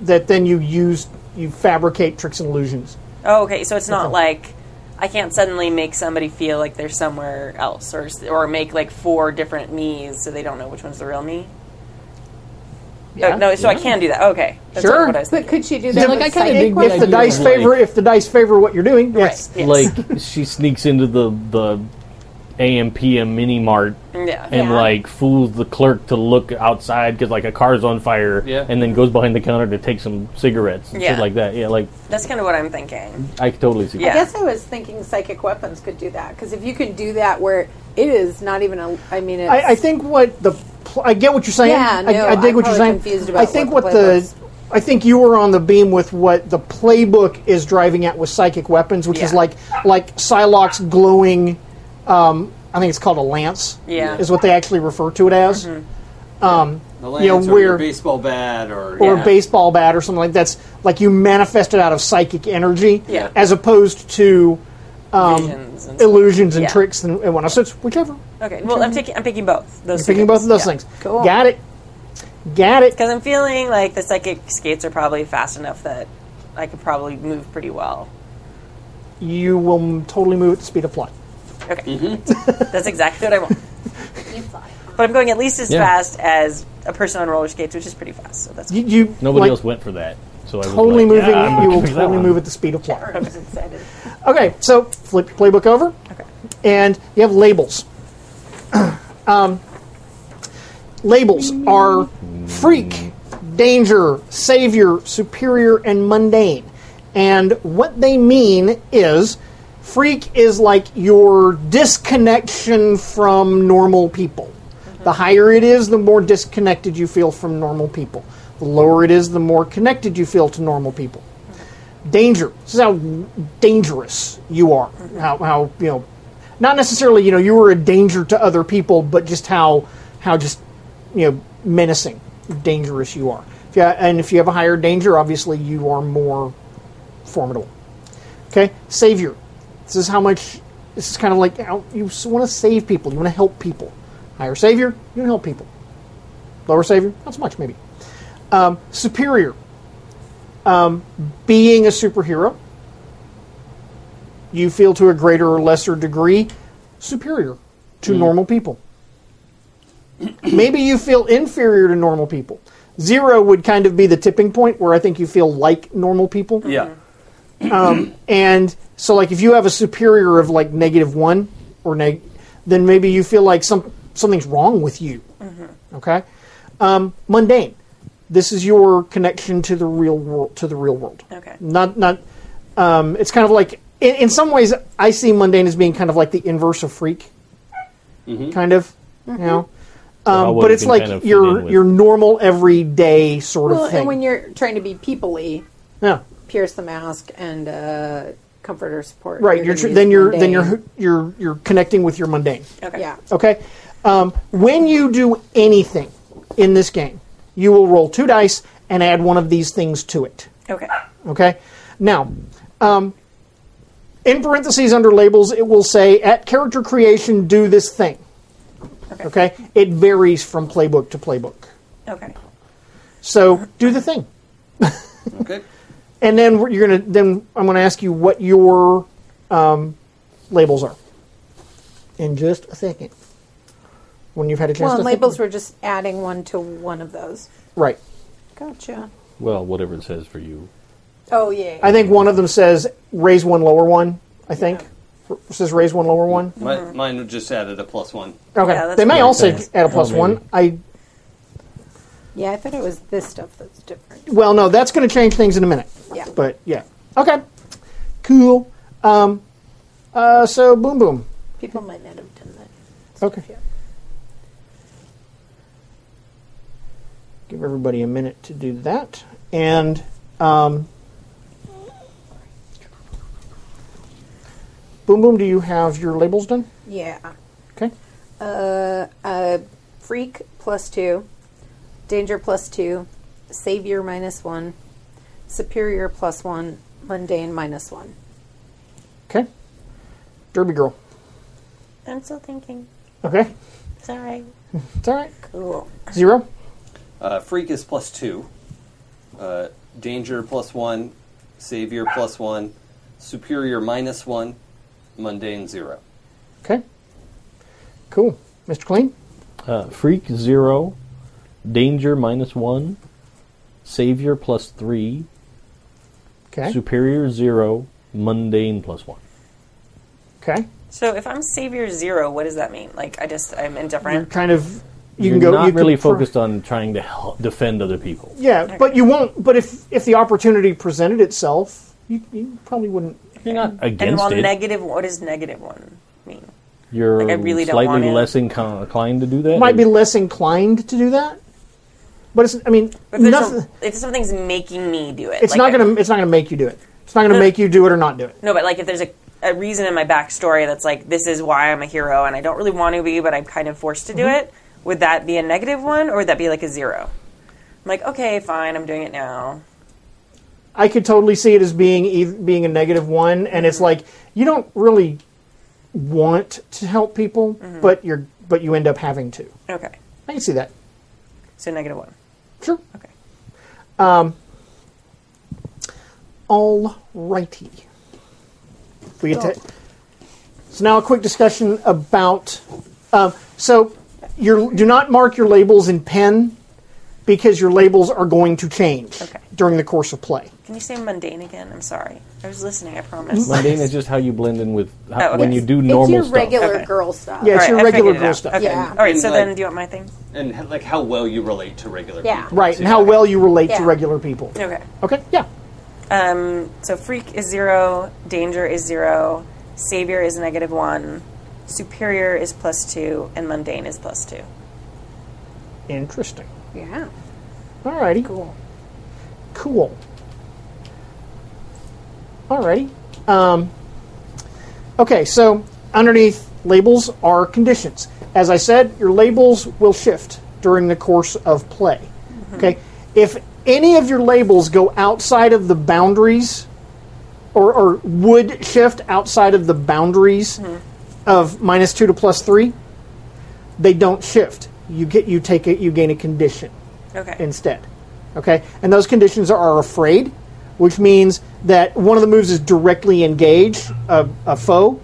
that then you use you fabricate tricks and illusions.
Oh, okay. So it's not like I can't suddenly make somebody feel like they're somewhere else, or or make like four different me's so they don't know which one's the real me.
Yeah.
Oh, no, so I can do that. Okay, that's
Sure.
what I was
But
thinking.
could she do that?
like,
with
I kinda
psychic
dig the
weapons?
If the
idea
dice
of, like-
favor if the dice favor what you're doing, yes.
Yes.
Like she sneaks into the the AMPM mini mart
yeah,
and
Yeah.
like fools the clerk to look outside because like a car's on fire,
Yeah.
and then goes behind the counter to take some cigarettes and shit
Yeah.
like that. Yeah, like
that's kind of what I'm thinking.
I could totally see.
I
Yeah.
guess I was thinking psychic weapons could do that because if you can do that, where it is not even a, I mean, it's,
I, I think what the pl- I get what you're saying.
Yeah,
I,
no,
I
I'm
dig what you're
probably
saying.
confused about
I think
what
what,
the
the I think you were on the beam with what the playbook is driving at with psychic weapons, which is
Yeah.
like like Psylocke's glowing. Um, I think it's called a lance.
Yeah. Mm-hmm.
is what they actually refer to it as,
The
You know,
lance or
we're-
your baseball bat or,
or
yeah.
a baseball bat or something like that's like you manifest it out of psychic energy,
Yeah.
as opposed to Um,
Visions and stuff.
illusions and
Yeah.
tricks and, and whatnot. So it's whichever.
Okay, well, I'm taking I'm picking both. Those
Picking both of those things.
Cool.
Got it. Got it.
because I'm feeling like the psychic skates are probably fast enough that I could probably move pretty well.
You will m- totally move at the speed of plot.
Okay,
Mm-hmm.
that's exactly what I want. But I'm going at least as
Yeah.
fast as a person on roller skates, which is pretty fast. So that's
You, you
Nobody
like,
else went for that, so I was
totally
like,
moving.
yeah, I'm
you
gonna
will
pick that
totally
one.
move at the speed of plot.
I was excited.
Okay, so flip your playbook over,
okay.
and you have labels. um, labels are freak, danger, savior, superior, and mundane. And what they mean is freak is like your disconnection from normal people. The higher it is, the more disconnected you feel from normal people. The lower it is, the more connected you feel to normal people danger. This is how dangerous you are. How, how you know, not necessarily you know you were a danger to other people, but just how how just you know menacing, dangerous you are. If you, and if you have a higher danger, obviously you are more formidable. Okay, savior. This is how much This is kind of like you, know, you want to save people, you want to help people. Higher savior, you want to help people. Lower savior, not so much maybe. Um, superior, um, being a superhero, you feel to a greater or lesser degree superior to normal people. Maybe you feel inferior to normal people. Zero would kind of be the tipping point where I think you feel like normal people.
Yeah.
Um, and so, like, if you have a superior of like negative one or neg, then maybe you feel like some something's wrong with you.
Mm-hmm.
Okay, um, mundane. This is your connection to the real world. To the real world.
Okay.
Not not. Um, it's kind of like in, in some ways I see mundane as being kind of like the inverse of freak.
Mm-hmm.
Kind of,
Mm-hmm.
you know.
how
Um,
well
but
you
it's
can
like
kind of fit in
your
with-
your normal everyday sort
Well,
of thing.
and when you're trying to be peoply,
yeah.
pierce the mask and uh, comforter support.
Right. You're
gonna
tr-
use
then you're then
mundane.
you're you're you're connecting with your mundane.
Okay.
yeah.
Okay? Um, when you do anything in this game, you will roll two dice and add one of these things to it.
Okay.
Okay? Now, um, in parentheses under labels, it will say at character creation, do this thing.
Okay.
Okay? It varies from playbook to playbook.
Okay.
So do the thing.
Mm-hmm. Okay.
And then we're- you're gonna. Then I'm gonna ask you what your um, labels are in just a second. When you've had a chance
Well,
to
and
think.
labels were just adding one to one of those.
right.
Gotcha.
Well, whatever it says for you.
Oh yeah.
I think one of them says raise one, lower one. I think It says raise one, lower one.
My,
Mm-hmm.
mine just added a plus one.
Okay,
that's
they may
what it
also
says.
add a plus
Oh, maybe.
one. I
yeah, I thought it was this stuff that's different.
well, no, that's going to change things in a minute.
Yeah.
But yeah, okay, cool. Um, uh, so boom, boom.
People might not have done that.
Okay.
Yeah.
Give everybody a minute to do that. And um, Boom Boom, do you have your labels done?
Yeah.
Okay.
Uh, uh, freak plus two, danger plus two, savior minus one, superior plus one, mundane minus one.
Okay. Derby Girl.
I'm still thinking.
Okay.
Sorry.
It's all right.
Cool.
Zero.
Uh, freak is plus two. Uh, danger plus one. Savior plus one. Superior minus one. Mundane zero.
Okay. Cool. Mr. Clean?
Uh, freak zero, danger minus one, savior plus three,
Okay.
superior zero, mundane plus one.
Okay.
So if I'm savior zero, what does that mean? Like I just I'm
You're
indifferent.
kind of. You
You're
can go.
not
you can
really
pro-
focused on trying to help defend other people.
Yeah, but you won't. But if if the opportunity presented itself, you, you probably wouldn't.
You're not
And
against
while
it.
negative, what does negative one mean?
You're
like, I really don't
slightly
want it.
less inclin- inclined to do that.
Might be less inclined to do that. But it's. I mean,
If, there's
nothing.
a, if something's making me do it,
it's
like
not
I-
gonna it's not gonna make you do it. It's not gonna make you do it or not do it.
No, but like if there's a, a reason in my backstory that's like this is why I'm a hero and I don't really want to be, but I'm kind of forced to do
Mm-hmm.
it. Would that be a negative one or would that be like a zero? I'm like, okay, fine, I'm doing it now.
I could totally see it as being eith- being a negative one, and it's like you don't really want to help people, but you're but you end up having to.
Okay,
I can see that.
so negative one.
Sure.
Okay.
All righty. We get to. So now a quick discussion about. Uh, so, your do not mark your labels in pen because your labels are going to change
Okay.
during the course of play.
Can you say mundane again? I'm sorry. I was listening, I promise.
Mundane is just how you blend in with how,
Oh,
when
okay.
you do
it's
normal
your
stuff.
regular
Okay.
girl stuff.
Yeah, it's
All
your
right, I
regular
figured it
girl
out.
stuff.
Okay.
Yeah.
All right, so
And,
then
like-
do you want my thing?
And h- like how well you relate to regular
Yeah.
people.
Right,
too.
and how well you relate to
Yeah.
regular people.
Okay.
Okay, yeah.
Um, so freak is zero, danger is zero, savior is negative one, superior is plus two, and mundane is plus two.
Interesting.
Yeah.
Alrighty.
Cool.
Cool. Alrighty. Um, okay, so underneath labels are conditions. As I said, your labels will shift during the course of play. Okay, if any of your labels go outside of the boundaries, or, or would shift outside of the boundaries of minus two to plus three, they don't shift. You get you take it. You gain a condition
Okay.
instead. Okay, and those conditions are afraid, which means that one of the moves is directly engage a, a foe,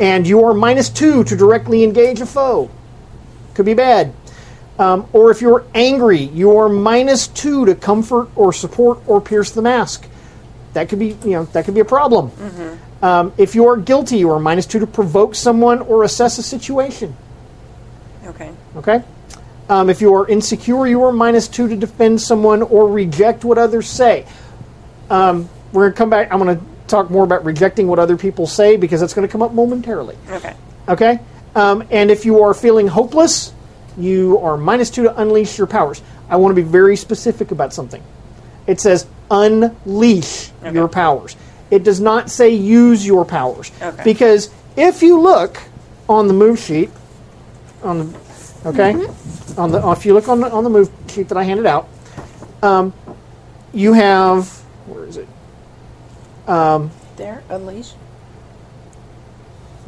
and you are minus two to directly engage a foe. Could be bad. Um, or if you're angry, you are minus two to comfort or support or pierce the mask. That could be you know that could be a problem. Um, if you are guilty, you are minus two to provoke someone or assess a situation.
Okay.
Okay. Um, if you are insecure, you are minus two to defend someone or reject what others say. Um, we're going to come back. I'm going to talk more about rejecting what other people say because that's going to come up momentarily.
Okay.
Okay? Um, and if you are feeling hopeless, you are minus two to unleash your powers. I want to be very specific about something. It says unleash your powers. It does not say use your powers.
Okay.
Because if you look on the move sheet, on the okay, on the if you look on the, on the move sheet that I handed out, um, you have where is it? Um,
There, unleash.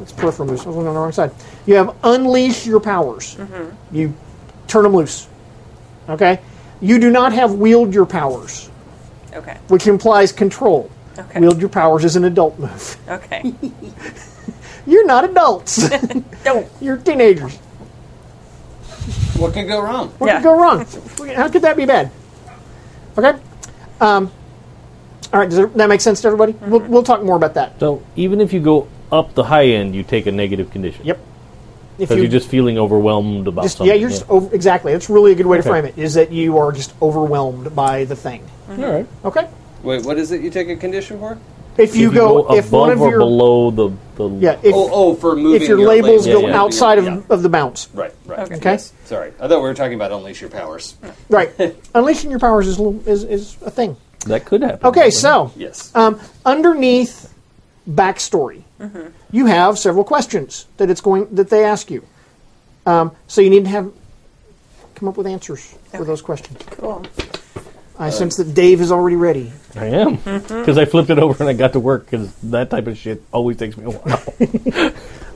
It's peripheral moves. I was looking on the wrong side. You have unleash your powers.
Mm-hmm.
You turn them loose. Okay? You do not have wield your powers,
Okay.
which implies control.
Okay.
Wield your powers is an adult move.
Okay.
You're not adults.
Don't.
You're teenagers.
What could go wrong?
What
Yeah.
could go wrong? How could that be bad? Okay? Um, all right, does that make sense to everybody? We'll,
Mm-hmm.
we'll talk more about that.
So even if you go up the high end, you take a negative condition.
Yep. If
Because you're just feeling overwhelmed about
just-
something.
yeah, you're just over, exactly. That's really a good way to
Okay.
frame it. Is that you are just overwhelmed by the thing?
All right.
Okay.
Wait, what is it you take a condition for?
if you, go, if
above
one of
or
your
below the, the
yeah if,
Oh, oh, for moving.
if your,
your
labels
label.
go
Yeah, yeah.
outside of,
Yeah.
of the bounds
Right, right. Okay.
okay
Sorry, I thought we were talking about unleash your powers.
right unleashing your powers is, a little- is is a thing
that could happen.
okay so
Yes.
um, underneath backstory you have several questions that it's going that they ask you um, so you need to have come up with answers for those questions
Cool.
i
Uh,
sense that dave is already ready
I am
Mm-hmm.
because I flipped it over and I got to work because that type of shit always takes me a while.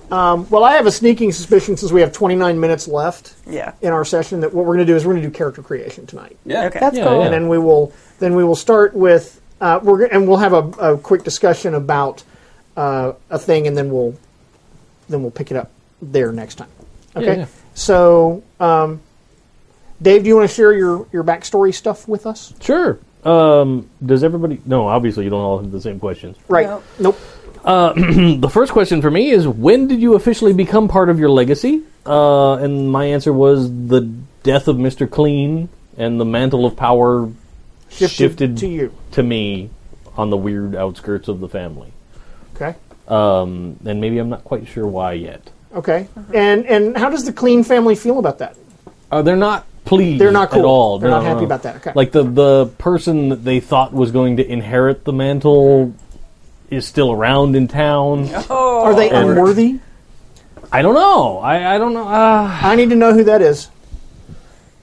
well i have a sneaking suspicion since we have 29 minutes left
Yeah.
in our session that what we're going to do is we're going to do character creation tonight
yeah.
Okay.
That's
Yeah,
cool.
yeah.
and then we will then we will start with uh, we're and we'll have a, a quick discussion about uh, a thing, and then we'll then we'll pick it up there next time. Okay.
yeah.
So, um, Dave, do you want to share your your backstory stuff with us?
sure. Um, does everybody? No, obviously you don't all have the same questions.
Right.
Nope.
Nope.
The first question for me is when did you officially become part of your legacy? Uh, and my answer was the death of Mister Clean and the mantle of power shifted,
to you.
to me on the weird outskirts of the family.
Okay.
Um, and maybe I'm not quite sure why yet.
Okay.
Uh-huh.
And and how does the Clean family feel about that?
Uh, they're not pleased.
They're not
at
cool.
all.
They're
No,
not
no,
happy
no.
about that. Okay.
Like the the person that they thought was going to inherit the mantle is still around in town.
Oh.
Are they
And-
unworthy?
I don't know. I, I don't know. Uh,
I need to know who that is.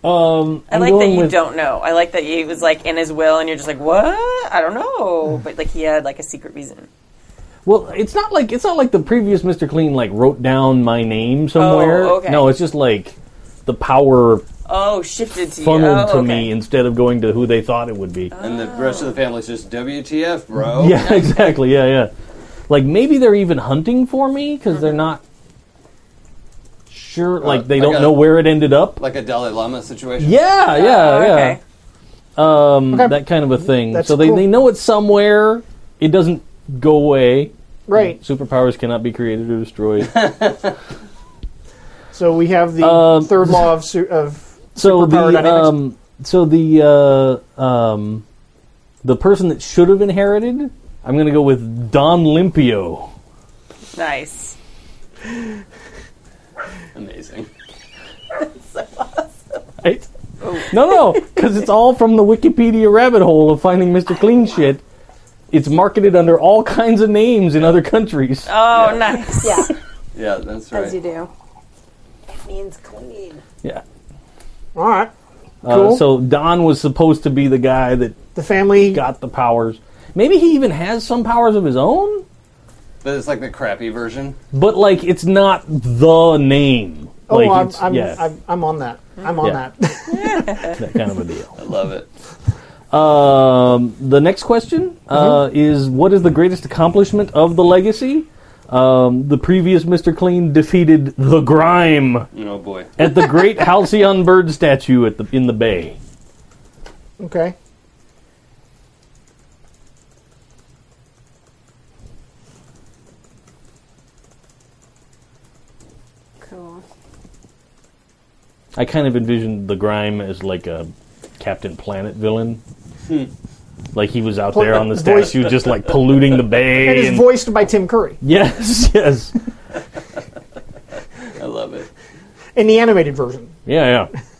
I
I'm
like that
going
you
with-
don't know. I like that he was like in his will, and you're just like, what? I don't know. But like he had like a secret reason.
Well, it's not like it's not like the previous Mister Clean like wrote down my name somewhere.
Oh, okay.
No, it's just like the power
Oh, shifted to you.
funneled
Oh,
to
okay. Oh,
me instead of going to who they thought it would be.
And the rest of the family's just WTF, bro.
Yeah, exactly. Yeah, yeah. Like maybe they're even hunting for me because
Mm-hmm.
they're not sure. Like they
Uh, I
don't
got
know
it.
where it ended up.
Like a Dalai Lama situation.
Yeah, yeah,
Oh,
yeah.
okay.
Um,
Okay.
That kind of a thing.
That's
so they,
cool.
they know it's somewhere. It doesn't go away.
Right.
Superpowers cannot be created or destroyed.
So we have the
Um,
third law of su- of
so
Superpower
the
dynamics.
um, so the uh, um, the person that should have inherited. I'm going to go with Don Limpio.
Nice.
Amazing.
Right?
Oh.
No, no, because it's all from the Wikipedia rabbit hole of finding Mr. Clean shit. It's marketed under all kinds of names in other countries.
Oh,
Yeah.
nice.
Yeah,
Yeah, that's right.
as you do. It means clean.
Yeah.
all right.
Uh,
Cool.
so Don was supposed to be the guy that
The family
got the powers. Maybe he even has some powers of his own.
But it's like the crappy version.
But like, it's not the name.
Oh,
like,
I'm,
it's-
I'm,
yeah,
I'm, I'm on that. I'm on
Yeah.
that.
that kind of a deal.
I love it.
Um, the next question uh, is What is the greatest accomplishment of the legacy? Um, the previous Mr. Clean defeated the Grime
Oh boy.
at the great Halcyon Bird statue at the, in the bay.
Okay.
Cool.
I kind of envisioned the Grime as like a Captain Planet villain. Like he was out there on the
Voice-
statue just like polluting the
It
bay.
is
and-
voiced by Tim Curry
yes, yes.
I love it.
in the animated version.
Yeah, yeah.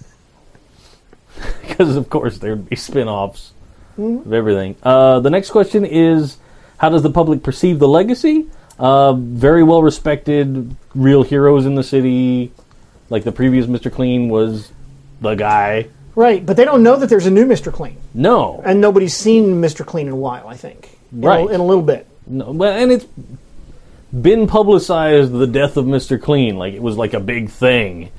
Because, of course, there'd be spin offs of everything. Uh, the next question is How does the public perceive the legacy? Uh, very well respected, real heroes in the city. Like the previous Mr. Clean was the guy.
Right, but they don't know that there's a new Mr. Clean.
No.
And nobody's seen Mr. Clean in a while, I think. In a-
Right.
in a little bit.
no well, and it's been publicized the death of Mr. Clean. Like it was like a big thing.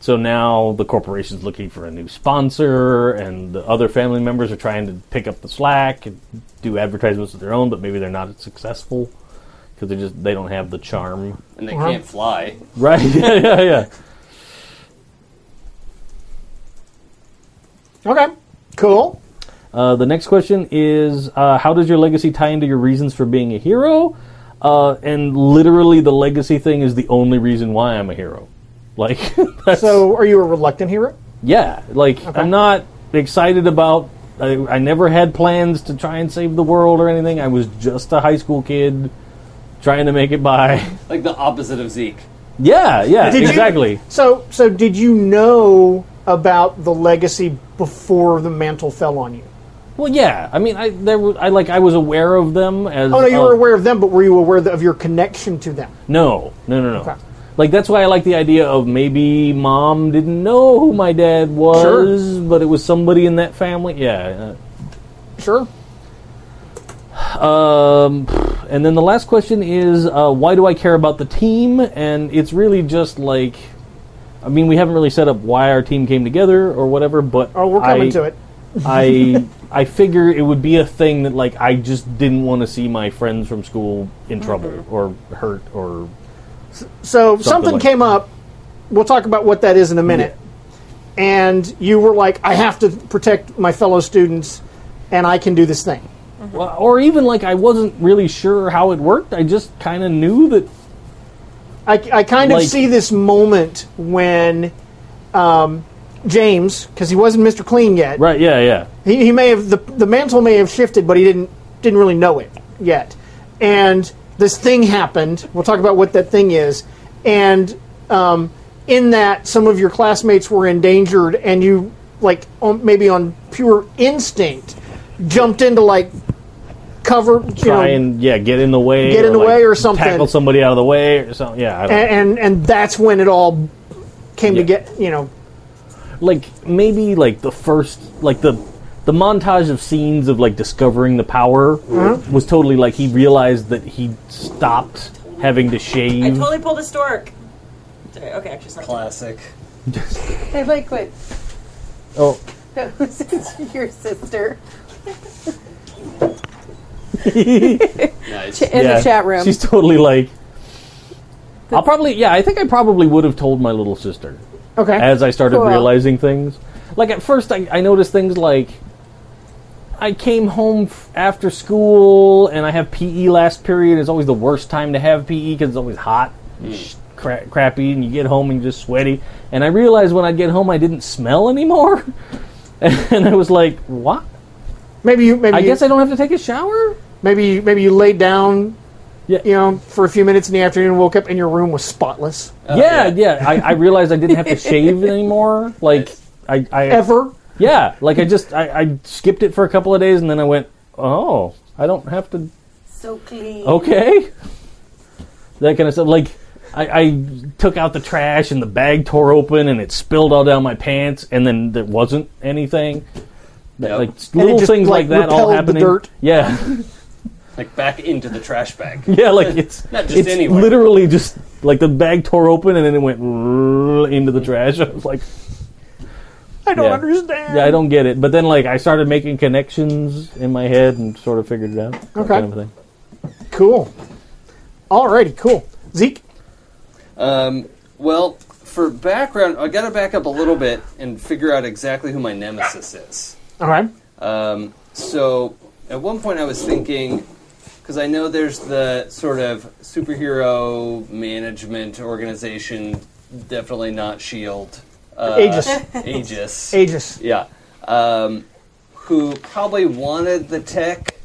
So now the corporation's looking for a new sponsor, and the other family members are trying to pick up the slack and do advertisements of their own, but maybe they're not as successful because they just they don't have the charm,
And they
Uh-huh.
can't fly.
right? yeah, yeah, yeah.
Okay. Cool.
Uh, the next question is uh, How does your legacy tie into your reasons for being a hero? Uh, and literally, the legacy thing is the only reason why I'm a hero. Like, that's,
So, are you a reluctant hero?
yeah, like I'm not excited about. I, I never had plans to try and save the world or anything. I was just a high school kid trying to make it by.
Like the opposite of Zeke.
yeah, yeah,
Did you-
exactly.
So, so did you know about the legacy before the mantle fell on you?
Well, yeah. I mean, I there were, I like I was aware of them as.
Oh no, you
a-
were aware of them, but were you aware th- of your connection to them?
No, no, no, no.
Okay.
Like that's why I like the idea of maybe mom didn't know who my dad was, but it was somebody in that family. Yeah. uh,
Sure.
Um, and then the last question is, uh, why do I care about the team? And it's really just like, I mean, we haven't really set up why our team came together or whatever, but
Oh, we're coming
I-
to it.
I I figure it would be a thing that like I just didn't want to see my friends from school in trouble or hurt or
So something,
like-
came up. We'll talk about what that is in a minute. And you were like, I have to protect my fellow students, and I can do this thing.
Well, or even like I wasn't really sure how it worked. I just kind of knew that.
I, I kind of
Like-
see this moment when um, James, because he wasn't Mr. Clean yet,
Right? Yeah, yeah.
he, he may have the, the mantle may have shifted, but he didn't didn't really know it yet. And this thing happened. We'll talk about what that thing is. And um, in that, some of your classmates were endangered, and you like on, maybe on pure instinct jumped into like cover, you
Try
know,
and yeah, get in the way.
Get in the
like,
way or something.
Tackle somebody out of the way or something. Yeah, I don't
and, and and that's when it all came to
Yeah.
get you know
like maybe like the first like the the montage of scenes of like discovering the power was totally like he realized that he stopped having to shave.
I totally pulled a stork. Sorry, okay, actually, it's not.
Classic.
I like what
oh,
that was your sister
Nice.
in
yeah.
the chat room.
She's totally like. I'll probably yeah. I think I probably would have told my little sister.
okay
as I started
Cool.
realizing things. Like at first, I, I noticed things like I came home f- after school and I have PE last period. It's always the worst time to have PE because it's always hot, and sh- cra- crappy, and you get home and you're just sweaty. And I realized when I get home, I didn't smell anymore, and I was like, "What?
maybe you maybe
I
you,
guess I don't have to take a shower."
maybe you, maybe you laid down
Yeah.
you know for a few minutes in the afternoon woke up and your room was spotless
yeah, yeah. I, I realized I didn't have to shave anymore. Like I, I
ever
Yeah, like I just I, I skipped it for a couple of days and then I went, oh, I don't have to.
So clean.
Okay, that kind of stuff. Like I, I took out the trash and the bag tore open and it spilled all down my pants and then there wasn't anything. That-
Yep.
Like little
just,
things like,
like,
that all
repelled the
happening.
dirt.
Yeah.
Like back into the trash bag.
Yeah, like it's
Not just
it's
anywhere.
literally just like the bag tore open and then it went into the trash. I was like,
I don't
Yeah.
understand.
yeah, I don't get it. But then like I started making connections in my head and sort of figured it out. that
Okay.
kind of thing.
Cool. Alrighty, cool. Zeke,
Well, for background, I got to back up a little bit and figure out exactly who my nemesis is.
all right.
Um, so at one point I was thinking, because I know there's the sort of superhero management organization, definitely not S.H.I.E.L.D.,
Aegis.
E Aegis.
Aegis.
Uh, Yeah. Um, who probably wanted the tech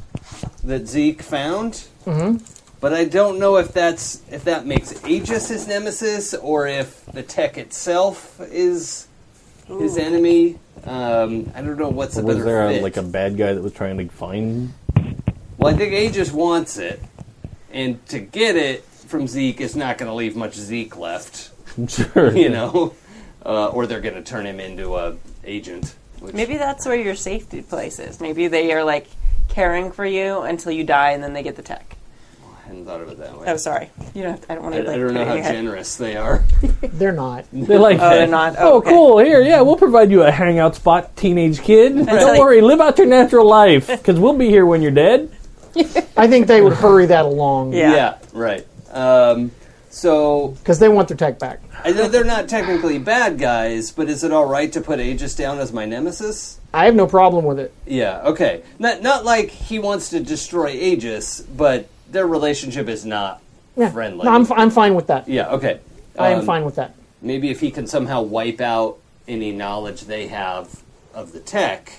that Zeke found. Mm-hmm. But I don't know if that's if that makes Aegis his nemesis or if the tech itself is his enemy. Um, I don't know what's the
Was
better
there a,
fit.
like a bad guy that was trying to find?
Well, I think Aegis wants it, and to get it from Zeke is not going to leave much Zeke left,
Sure.
you know, uh, or they're going to turn him into a agent. Which,
Maybe that's where your safety place is. Maybe they are like caring for you until you die, and then they get the tech.
I hadn't thought of it that way.
Oh, sorry. You don't. Have to, I don't want
I, I
to. Like,
don't
put it
know
in
how
your head.
generous they are.
They're not.
They're like,
Uh,
Oh, they're not. Oh,
"Oh,
okay.
cool. Here, yeah, we'll provide you a hangout spot, teenage kid. Don't
like-
worry, live out your natural life because we'll be here when you're dead.
I think they would hurry that along
Yeah.
right. Um, so
because they want their tech back.
I know they're not technically bad guys, but is it all right to put Aegis down as my nemesis?
I have no problem with it.
Yeah, okay. Not not like he wants to destroy Aegis, but their relationship is not
Yeah.
friendly.
No, I'm, f- I'm fine with that.
yeah, okay.
I am
Um,
fine with that.
Maybe if he can somehow wipe out any knowledge they have of the tech,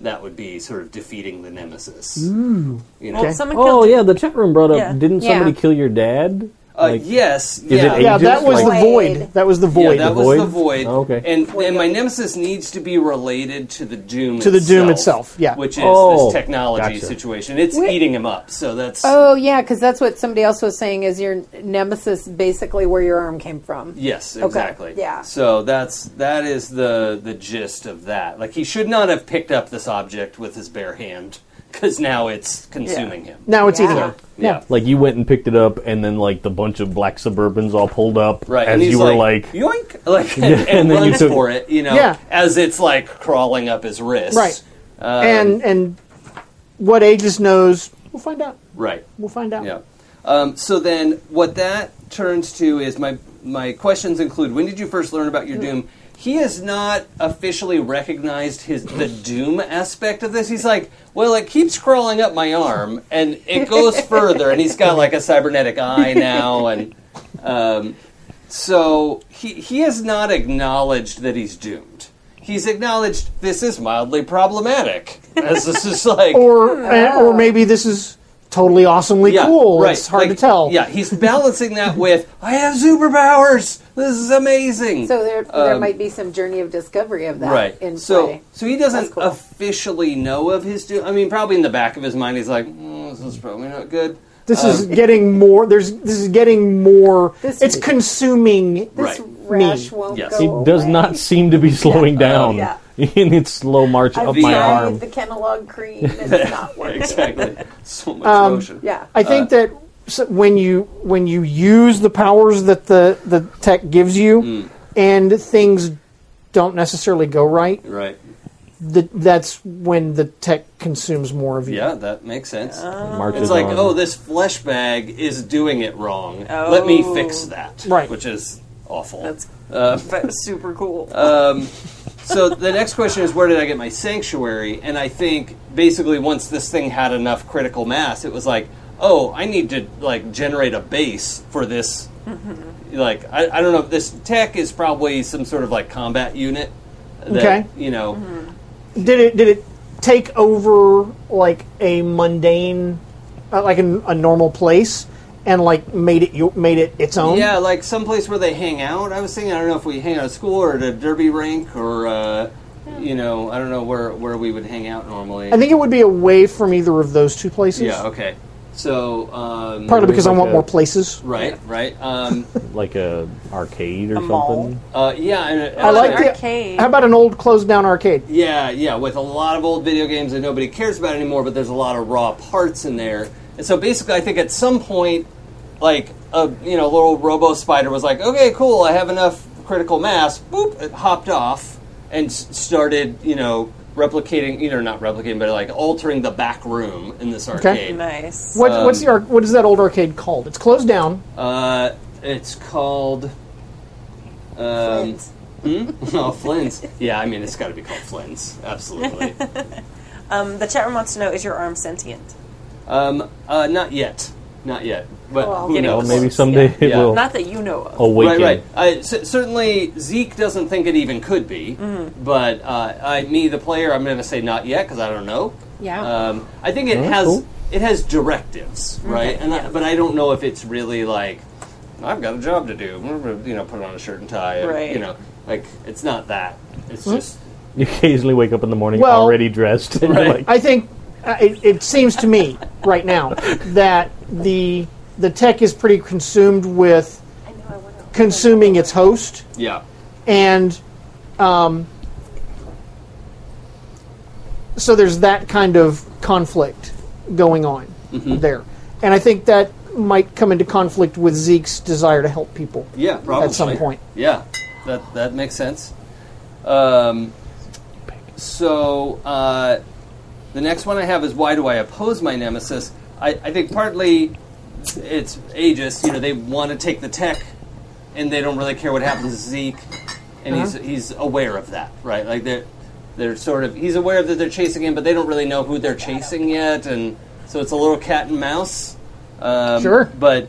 that would be sort of defeating the nemesis. You know?
Well, someone
Oh,
killed.
yeah, the chat room brought up,
Yeah.
didn't
Yeah.
somebody kill your dad?
Uh,
Like,
yes.
it
yeah.
Aegis?
Yeah, that was
Like-
the void. That was the void.
Yeah, that
The
was
void?
the void.
Oh, okay.
And, and my nemesis needs to be related to the doom
To the Doom itself, yeah.
Which is
Oh,
this technology
gotcha.
situation. It's
Wait.
eating him up, so that's
Oh yeah, because that's what somebody else was saying. Is your nemesis basically where your arm came from?
yes,
Okay,
exactly.
yeah.
So that's that is the the gist of that. Like he should not have picked up this object with his bare hand because now it's consuming him.
now it's
Yeah.
eating up. Yeah.
Like, you went and picked it up, and then, like, the bunch of black suburbans all pulled up
Right,
as
and he's
you were like,
yoink, like, and, and
and then you
runs
took-
for it, you know,
Yeah.
as it's like crawling up his Uh, wrist,
Right.
Um,
and and what Aegis knows, we'll find out.
right.
We'll find out.
Yeah. Um, so then, what that turns to is my my questions include: When did you first learn about your doom? He has not officially recognized his the doom aspect of this. He's like, well, it keeps crawling up my arm, and it goes further, and he's got like a cybernetic eye now, and um, so he he has not acknowledged that he's doomed. He's acknowledged this is mildly problematic, as this is like
Or and- or maybe this is totally awesomely cool. It's hard
Like,
to tell.
Yeah, he's balancing that with I have superpowers. This is amazing.
So there, there
Um,
might be some journey of discovery of that
right.
in
so
play.
so he doesn't
That's cool.
officially know of his doom. I mean, probably in the back of his mind, he's like, "Mm, this is probably not good.
This
Um,
is getting more. There's this is getting more.
This-
it's consuming.
This
Right.
rash won't
Yes.
go
he does
away.
not seem to be slowing down
Yeah.
in its slow march
I've
up
tried
my arm.
the Kenalog cream. It's not working.
exactly. So much emotion.
Um, Yeah.
I think
Uh,
that s when you when you use the powers that the the tech gives you,
Mm.
and things don't necessarily go right,
Right.
th that's when the tech consumes more of you.
Yeah, that makes sense.
Ah.
Marches
it's like,
on.
oh, this flesh bag is doing it wrong. Let me
Oh.
fix that.
Right.
Which is awful.
That's but super cool.
so the next question is where did I get my sanctuary? And I think basically once this thing had enough critical mass, it was like, oh, I need to like generate a base for this. Like I, I don't know, this tech is probably some sort of like combat unit. That,
Okay.
You know,
Did it did it take over like a mundane, uh, like an, a normal place, and like made it you made it its own?
yeah, like someplace where they hang out. I was thinking, I don't know if we hang out at school or at a derby rink or. Uh, you know, I don't know where where we would hang out normally.
I think it would be away from either of those two places.
yeah, okay. So, um,
Partly because I
Like
want
a-
more places.
right, right. Um,
Like a arcade or
A mall.
something.
uh, yeah, and-
I like the
arcade.
How about an old closed down arcade?
Yeah, yeah, with a lot of old video games that nobody cares about anymore, but there's a lot of raw parts in there. And so basically, I think at some point, like a you know little robo spider was like, okay, cool, I have enough critical mass. Boop, it hopped off and s- started you know replicating, you know, not replicating, but like altering the back room in this
Okay.
arcade.
Nice.
What, what's
Um,
the arc, what is that old arcade called? It's closed down.
Uh, it's called. Um, hmm? oh, Flynn's. Yeah, I mean, it's got to be called Flynn's. Absolutely.
Um, the chat room wants to know: Is your arm sentient?
um, uh, not yet. Not yet. But
Well,
who
getting
Well,
knows?
maybe someday it
Yeah.
will
Not that you know of.
awaken.
Right, right. Uh, c- certainly, Zeke doesn't think it even could be. But uh, I, me, the player, I'm going to say not yet because I don't know.
Yeah.
Um, I think it
Oh,
has
cool.
it has directives, right? and I, but I don't know if it's really like I've got a job to do. You know, put on a shirt and tie. and,
Right.
You know, like it's not that. It's just
You occasionally wake up in the morning
Well-
already dressed. And
Right.
you're like,
I think uh, it, it seems to me right now that the the tech is pretty consumed with consuming its host,
yeah,
and um, so there's that kind of conflict going on
Mm-hmm.
there, and I think that might come into conflict with Zeke's desire to help people.
yeah. Probably
At some point.
Yeah, that that makes sense. Um, so uh, the next one I have is why do I oppose my nemesis? I, I think partly it's Aegis. You know, they want to take the tech, and they don't really care what happens to Zeke, and
Uh-huh.
he's he's aware of that, right? Like they're they're sort of he's aware that they're chasing him, but they don't really know who they're chasing yet, and so it's a little cat and mouse. Um,
Sure.
but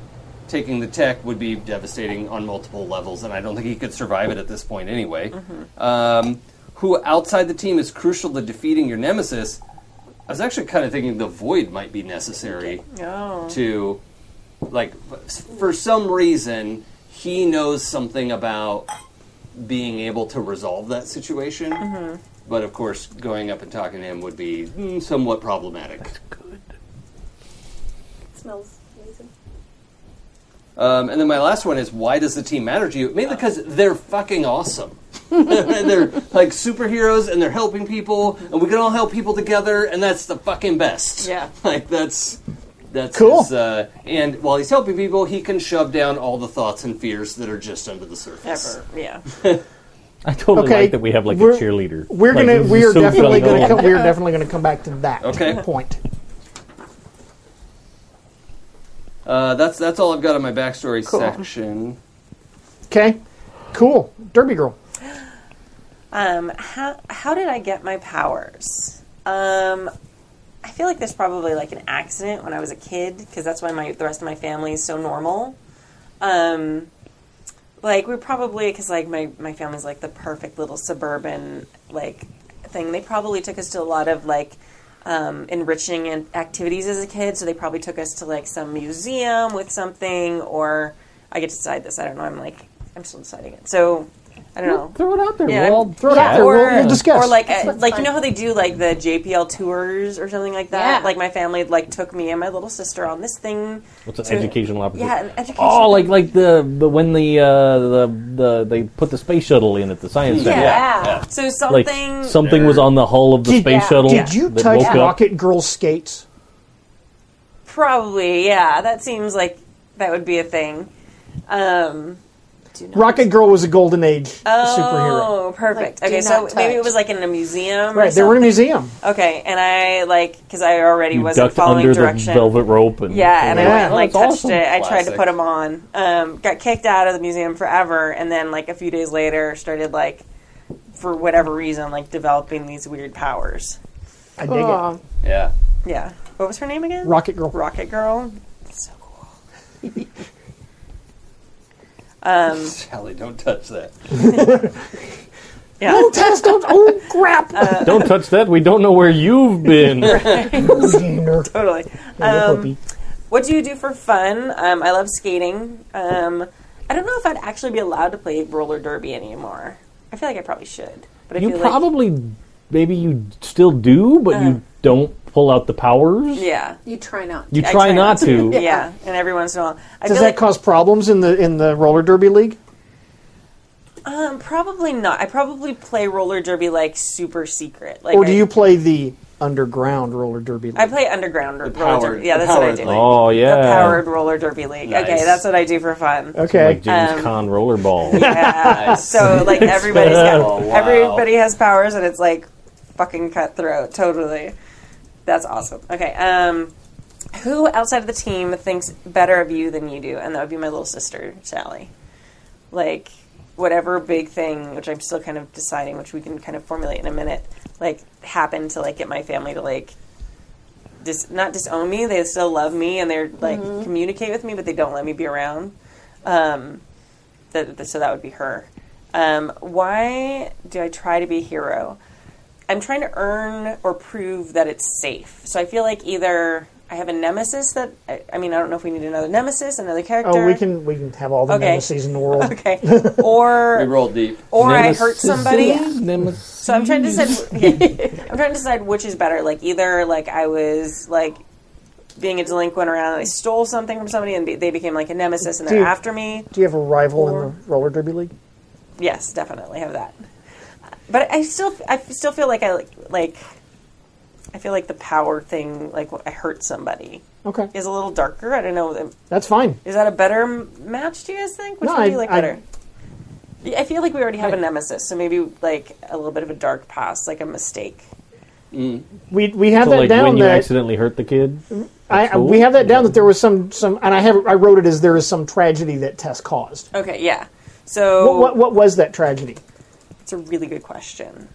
taking the tech would be devastating on multiple levels, and I don't think he could survive it at this point anyway. Um, who outside the team is crucial to defeating your nemesis? I was actually kind of thinking the void might be necessary
Oh.
to like f- for some reason he knows something about being able to resolve that situation but of course going up and talking to him would be mm, somewhat problematic
smells amazing.
um, and then my last one is why does the team matter to you mainly because they're fucking awesome and they're like superheroes and they're helping people and we can all help people together and that's the fucking best
Yeah.
like that's that's
Cool.
his, uh, and while he's helping people he can shove down all the thoughts and fears that are just under the surface
Ever. Yeah.
I totally
Okay,
like that we have like a
we're-
cheerleader.
We're
Like,
gonna
this
we
is
are
so
definitely
fundamental.
gonna come, we are definitely gonna come back to that
Okay.
point.
Uh, that's that's all I've got on my backstory section.
Okay, cool. Derby girl.
Um, how how did I get my powers? Um, I feel like there's probably like an accident when I was a kid because that's why my the rest of my family is so normal. Um, like we probably because like my my family's like the perfect little suburban like thing. They probably took us to a lot of like um, enriching and activities as a kid, so they probably took us to like some museum with something. Or I get to decide this. I don't know. I'm like I'm still deciding it. So I don't know.
Throw it out there.
Yeah,
we'll
I'm-
all
Throw it out
chat.
there.
Or,
We'll, we'll discuss.
or like uh, like you know how they do like the JPL tours or something like that.
Yeah.
Like my family like took me and my little sister on this thing.
What's
to-
an educational opportunity?
Yeah, an education.
Oh, like like the, the when the, uh, the the they put the space shuttle in at the science
yeah.
center.
So
Like
something.
something was on the hull of the
Did-
space shuttle.
Did you
that
touch
woke up.
Rocket Girl skates?
probably yeah. That seems like that would be a thing. Um,
Rocket Girl was a golden age superhero.
oh, perfect.
Like, do
okay, so
not
maybe it
touch.
was like in a museum. or
Right, they were in a
something.
museum.
Okay, and I like because I already
You
wasn't
ducked
following
under
direction.
the velvet rope and
Yeah, and I
Yeah.
went and, like
That's
touched
awesome.
it. I tried to
Classic.
put them on. Um, got kicked out of the museum forever, and then like a few days later, started like for whatever reason like developing these weird powers.
I dig
Oh,
Yeah.
Yeah. What was her name again?
it. Rocket Girl.
Rocket Girl. So cool.
Sally, don't touch that.
Yeah.
Tess, don't. Oh crap!
Uh,
Don't touch that. We don't know where you've been.
Nerd.
Totally. Um, what do you do for fun? Um, I love skating. Um, I don't know if I'd actually be allowed to play roller derby anymore. I feel like I probably should, but I
You
feel like Uh.
probably, maybe you still do, but you don't pull out the powers.
yeah.
you try not.
You
I
try not to.
Yeah. and every once in a while, I
Does
feel
that
like,
cause problems in the in the roller derby league?
Um, probably not. I probably play roller derby like super secret. Like,
Or Oh, do
I-
you play the underground roller derby league.
I play underground roller
powered-
derby. Yeah,
the
that's what I
powered
do.
league. Oh,
the
yeah.
powered roller derby league. Okay,
Nice.
that's what I do for fun.
Like James
Um,
Con rollerball.
Yeah. So like everybody's got
Oh, wow.
everybody has powers and it's like fucking cutthroat. Totally. That's awesome. Okay. Um who outside of the team thinks better of you than you do? And that would be my little sister, Sally. Like whatever big thing, which I'm still kind of deciding, which we can kind of formulate in a minute, like happened to like get my family to like dis- not disown me. They still love me and they're like
Mm-hmm.
communicate with me, but they don't let me be around. Um, that that- so that would be her. Um, why do I try to be a hero? I'm trying to earn or prove that it's safe. So I feel like either I have a nemesis that I, I mean I don't know if we need another nemesis, another character.
Oh, we can we can have all the
Okay.
nemesis in the world.
Okay. Or
roll deep.
or I hurt somebody.
Nemesis.
So I'm trying to decide. I'm trying to decide which is better. Like either like I was like being a delinquent around and I stole something from somebody and be- they became like a nemesis and they're
Do you-
after me.
Do you have a rival in the roller derby league?
Yes, definitely have that. But I still, I still feel like I like, like, I feel like the power thing, like I hurt somebody,
Okay,
is a little darker. I don't know.
that's fine.
Is that a better m- match? Do you guys think? Which
No,
one do
I-
you like
I-
better? I feel like we already have a nemesis, so maybe like a little bit of a dark past, like a mistake.
We we have
So,
that
like
down
when you
that
accidentally hurt the kid.
I, I- we have that down that there was some some and I have I wrote it as there is some tragedy that Tess caused.
Okay, yeah. So
What, what what was that tragedy?
it's a really good question.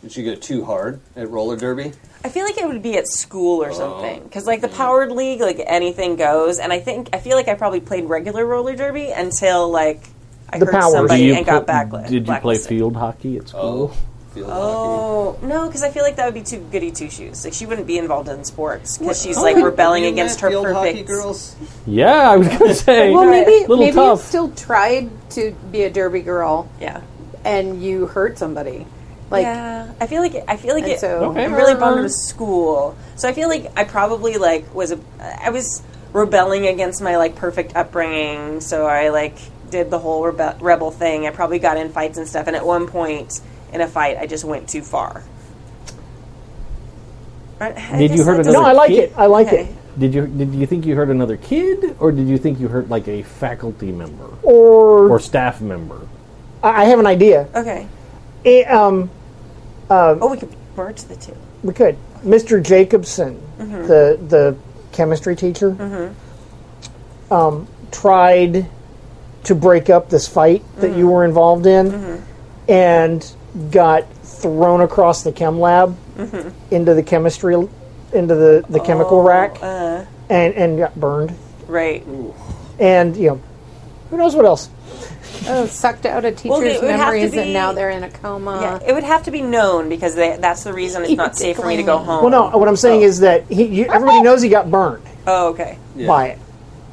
Did she go too hard at roller derby?
I feel like it would be at school
Oh.
or something because like the powered league, like anything goes. And I think I feel like I probably played regular roller derby until like I
The
hurt
powers.
Do
somebody
you
and
pl-
got backlit.
Did you play
blacklisted.
field hockey at school?
Feel
Oh no, because I feel like that would be too goody two shoes. Like she wouldn't be involved in sports because she's
Oh,
like
were
rebelling
you in
against
that
her
field hockey
perfect.
girls.
Yeah, I was gonna say.
Well, maybe
little
maybe
tough.
you still tried to be a derby girl
Yeah,
and you hurt somebody. Like
yeah. I feel like it, I feel like
And
it.
so- Okay.
I'm really bummed with school, so I feel like I probably like was a I was rebelling against my like perfect upbringing. So I like did the whole rebe- rebel thing. I probably got in fights and stuff, and at one point in a fight, I just went too far. I- I
Did you hurt
guess that
another
doesn't-
No, I like
kid?
it. I like
Okay.
it.
Did you did you think you hurt another kid, or did you think you hurt like a faculty member
Or,
or staff member?
I I have an idea.
Okay.
Eh, um, uh,
Oh, we could merge the two.
we could. Mr. Jacobson, the the chemistry teacher, um, tried to break up this fight that you were involved in, and got thrown across the chem lab into the chemistry into the, the chemical rack, and and got burned.
Right.
And you know, who knows what else?
oh, sucked out a teacher's
it would have to
memories and
be-
now they're in a coma.
Yeah, it would have to be known because they, that's the reason it's not safe for me to go home.
Well, no. What I'm saying is that he, you, everybody knows he got burned
Oh, okay.
by it,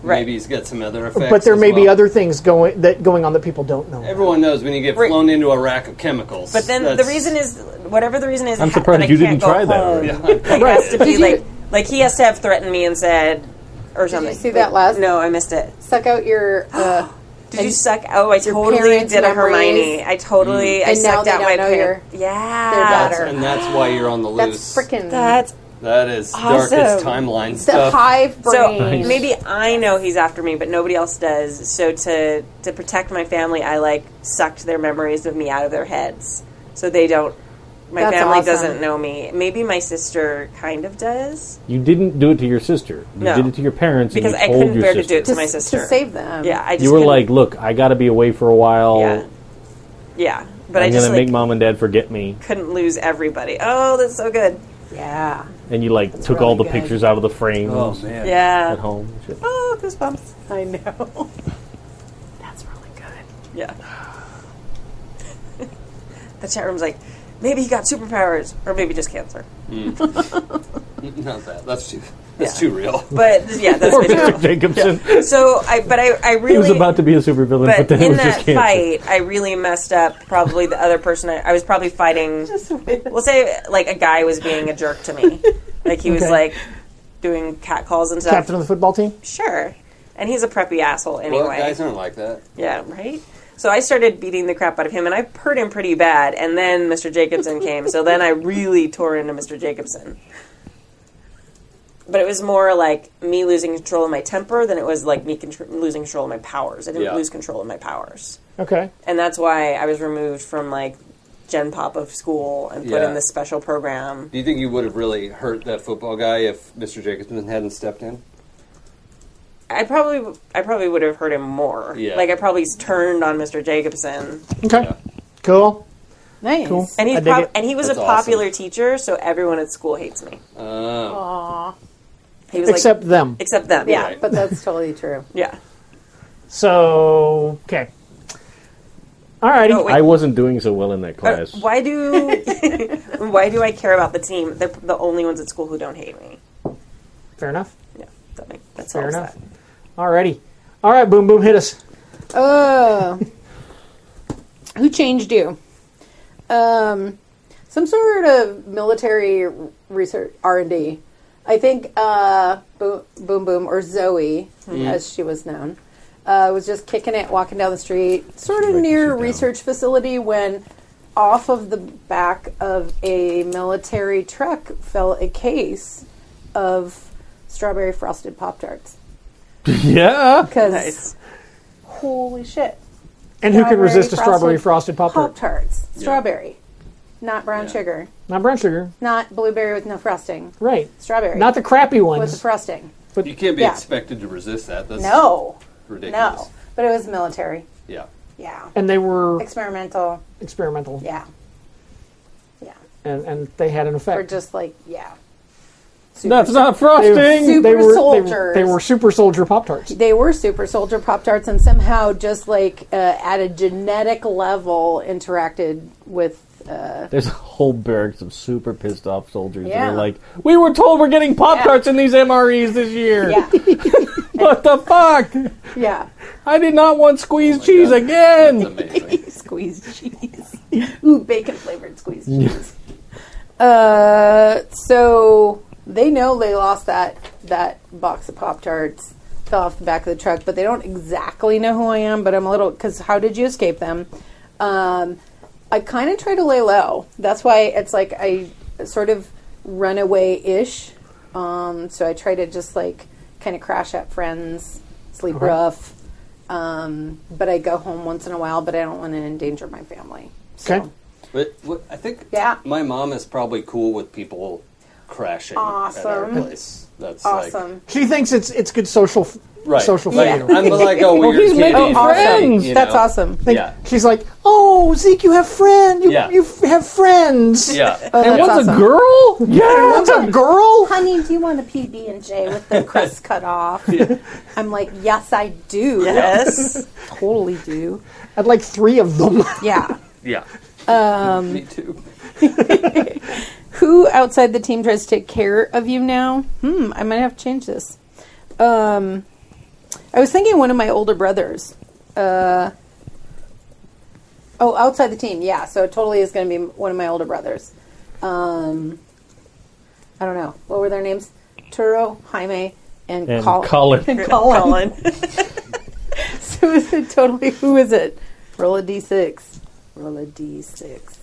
Right.
Maybe he's got some other effects.
but there
as
may be
well.
other things going that going on that people don't know.
Everyone knows when you get
Right.
flown into a rack of chemicals.
But then the
that's-
reason is whatever the reason is.
I'm
ha-
surprised
that I
you
can't
didn't
go
try that
home.
already.
Like, it has to be
Did you-
like like he has to have threatened me and said or something.
see that last-
No, I missed it.
Suck out your uh,
Did you suck? Oh, I totally
parents'
did a
memories. Mm.
Hermione. I totally. I
And now
sucked
they
out
don't
my
know
par-
your-
Yeah.
daughter.
and that's why you're on the loose.
that's freaking
That's
that is darkest
awesome.
timeline
the
stuff.
hive
So
brain.
maybe I know he's after me, but nobody else does. So to to protect my family, I like sucked their memories of me out of their heads, so they don't. My
That's
family
awesome.
doesn't know me. Maybe my sister kind of does
You didn't do it to your sister. You
No.
did it to your parents
because
and
I
you told
couldn't
your
bear to
sister.
do it to,
to,
my
s-
sister.
to save them.
yeah, I just
You were
couldn't-
like, "Look, I got to be away for a while.
yeah, yeah, but
I'm
I just
gonna
like,
make mom and dad forget me."
couldn't lose everybody. Oh, that's so good.
yeah.
And you like took all the
really good.
pictures out of the frame
Oh man.
at
Yeah.
home. and shit.
Oh, goosebumps.
I know. That's really good.
Yeah. the chat room's like, maybe he got superpowers, or maybe just cancer.
Not that. That's too. That's
Yeah.
too real.
But yeah, that's
Poor
been-
Mr. Jacobson.
So I, but I, I really
He was about to be a supervillain, but,
But
then it
in
was just
that
cancer.
fight, I really messed up. Probably the other person. I, I was probably fighting. We'll say like a guy was being a jerk to me. Like he was
Okay.
like doing cat calls and stuff.
Captain of the football team.
Sure, and he's a preppy asshole anyway.
Well, guys aren't like that.
yeah, right. So I started beating the crap out of him, and I hurt him pretty bad. And then Mr. Jacobson came, so then I really tore into Mr. Jacobson. But it was more like me losing control of my temper than it was like me contr- losing control of my powers. I didn't
Yeah.
lose control of my powers,
Okay.
and that's why I was removed from like Gen Pop of school and put
Yeah.
in this special program.
Do you think you would have really hurt that football guy if Mr. Jacobson hadn't stepped in?
I probably I probably would have hurt him more.
Yeah.
Like I probably turned on Mr. Jacobson.
Okay. Cool.
Nice.
Cool.
And he
I dig
prob-
it.
and he was a popular teacher, so everyone at school hates me.
Oh.
Aw.
He was like-
Except them.
Except them.
Yeah,
Yeah.
but that's totally true.
Yeah.
So okay. Alrighty.
No, wait.
I wasn't doing so well in that
Uh,
class.
why do why do I care about the team? They're the only ones at school who don't hate me.
Fair enough.
Yeah. That makes that
Fair
solves
enough.
that.
Alrighty. All right. Boom. Boom. Hit us.
Oh. Who changed you? Um, some sort of military research R and D. I think uh, Bo- Boom Boom or Zoe,
Mhm.
as she was known, uh, was just kicking it, walking down the street, sort of near a research facility when off of the back of a military truck fell a case of strawberry frosted pop tarts.
yeah.
Because holy shit!
And who can
Strawberry
resist a
frosted
strawberry frosted pop
Pop
tart?
tarts,
Yeah.
strawberry, not brown sugar,
Not brown sugar.
not blueberry with no frosting,
Right.
strawberry,
Not the crappy
with the
ones.
frosting.
But
you can't be
Yeah.
expected to resist that. That's
no,
ridiculous.
no, but it was military.
Yeah.
Yeah,
And they were
experimental.
experimental.
Yeah,
And and they had an effect.
or just like yeah,
That's not frosting.
They,
Super
they were, they, were,
soldiers.
they were super soldier pop tarts.
they were super soldier pop tarts, and somehow just like uh, at a genetic level interacted with. Uh,
There's a whole barracks of super pissed off soldiers
Yeah.
that are like, "We were told we're getting Pop Tarts in these MREs this year.
Yeah.
what the fuck?
yeah,
I did not want squeezed cheese again."
squeezed cheese. Ooh, bacon flavored squeezed cheese. Uh, so they know they lost that that box of pop tarts fell off the back of the truck, but they don't exactly know who I am. But I'm a little because how did you escape them? Um, I kind of try to lay low. That's why it's like I sort of runaway ish. Um, so I try to just like kind of crash at friends, sleep
Okay.
rough. Um, but I go home once in a while, but I don't want to endanger my family. So,
Okay. But what, I think
Yeah.
my mom is probably cool with people crashing at our
Awesome.
place. That's like
She thinks it's it's good social f-
Right.
social
Like,
theater.
I'm like
oh,
a weird kid who's like, you know,
Like,
Yeah.
She's like, oh Zeke, you have friend. You
Yeah.
you f- have friends.
Yeah.
Oh, that's awesome.
girl?
Yeah. One's a girl.
Honey, do you want a PB and J with the crust cut off? I'm like, yes, I do.
Yes.
totally do.
I'd like three of them.
Yeah.
Yeah.
Um,
Me too.
who outside the team tries to take care of you now? Hmm, I might have to change this. Um, I was thinking one of my older brothers. Uh, oh, outside the team, yeah. So it totally is going to be one of my older brothers. Um, I don't know what were their names: Turo, Jaime, and,
And
Col-
Colin.
And Colin. so is it totally? Who is it? Roll a d6. Roll a d6.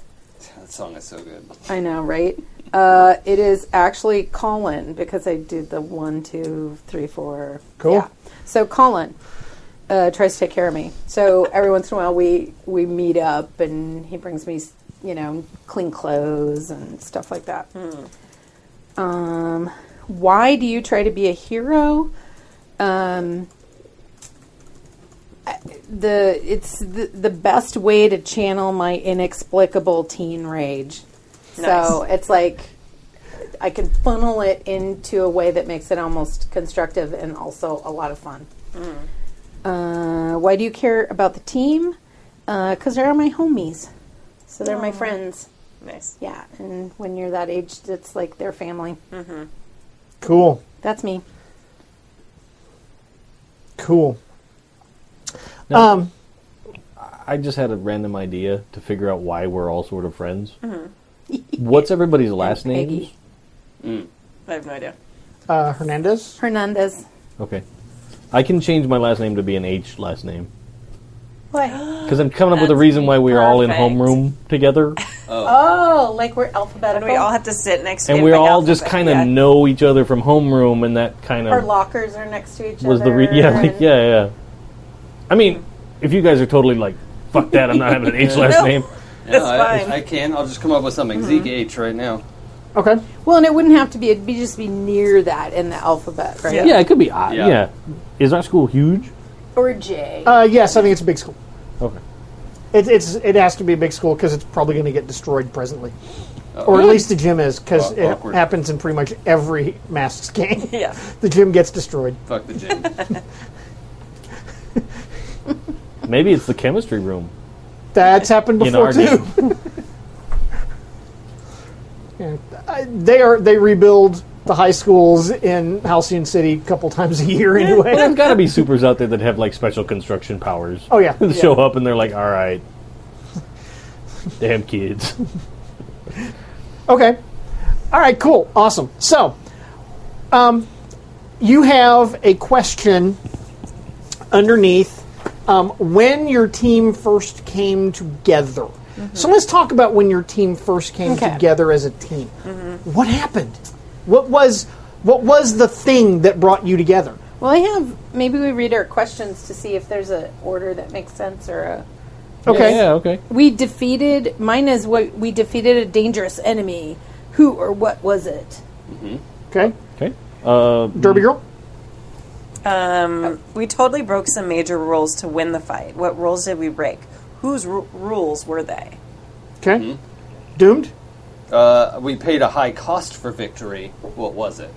That song is so good.
I know, right? Uh, it is actually Colin because I did the one, two, three, four.
Cool.
Yeah. So Colin uh, tries to take care of me. So every once in a while we we meet up and he brings me, you know, clean clothes and stuff like that. Um, why do you try to be a hero? Um, I- the it's the, the best way to channel my inexplicable teen rage. So
Nice.
it's like I can funnel it into a way that makes it almost constructive and also a lot of fun.
Mm.
Uh, why do you care about the team? Because they're my homies. So they're my
Aw.
friends.
Nice.
Yeah, and when you're that age, it's like their family. Mm-hmm.
Cool.
That's me.
Cool.
Now,
um,
I just had a random idea to figure out why we're all sort of friends.
Mhm.
What's everybody's last name?
Peggy.
I have no idea.
Uh, Hernandez.
Hernandez.
Okay. I can change my last name to be an H last name.
Why?
Because I'm coming up with a reason why we're all in homeroom together,
Oh, like we're alphabetical.
we all have to sit next to
and
him
we
by
all just
alphabet.
kind of know each other from homeroom, and that kind
Our
of
lockers are next to each
was
other.
the re- yeah, like,
and-
yeah, yeah. I mean, if you guys are totally like, fuck that, I'm not having an H last
No.
name.
That's
I,
fine.
I can. I'll just come up with
Mm-hmm.
something. Zeke H right now.
Okay.
Well, and it wouldn't have to be. It'd be just be near that in the alphabet, right?
Yeah. it could be odd.
Yeah.
Yeah. Is our school huge?
Or J.
Uh, yes, I think it's a big school.
Okay.
It, it's it has to be a big school because it's probably going to get destroyed presently, or at least the gym is because
Aw-
it
awkward.
happens in pretty much every masks game.
Yeah.
the gym gets destroyed.
Fuck the gym.
Maybe it's the chemistry room
That's happened
in
before
our
too.
game.
Yeah. I- They are they rebuild the high schools in Halcyon City a couple times a year
There's
anyway.
got to be supers out there that have like special construction powers.
Oh yeah,
They show up and they're like, all right, damn kids.
Okay. All right, cool. Awesome. So, um, you have a question underneath um, when your team first came together. So,
Mm-hmm.
let's talk about when your team first came
Okay.
together as a team.
Mm-hmm.
What happened? What was what was the thing that brought you together?
Well, I have. Maybe we read our questions to see if there's an order that makes sense or a.
Okay.
Yeah, okay.
We defeated. Mine is what we defeated a dangerous enemy. Who or what was it?
Okay.
Okay. Uh,
Derby girl?
Um, we totally broke some major rules to win the fight. What rules did we break? Whose ru- rules were they?
Okay. Doomed?
Uh, we paid a high cost for victory. What was it?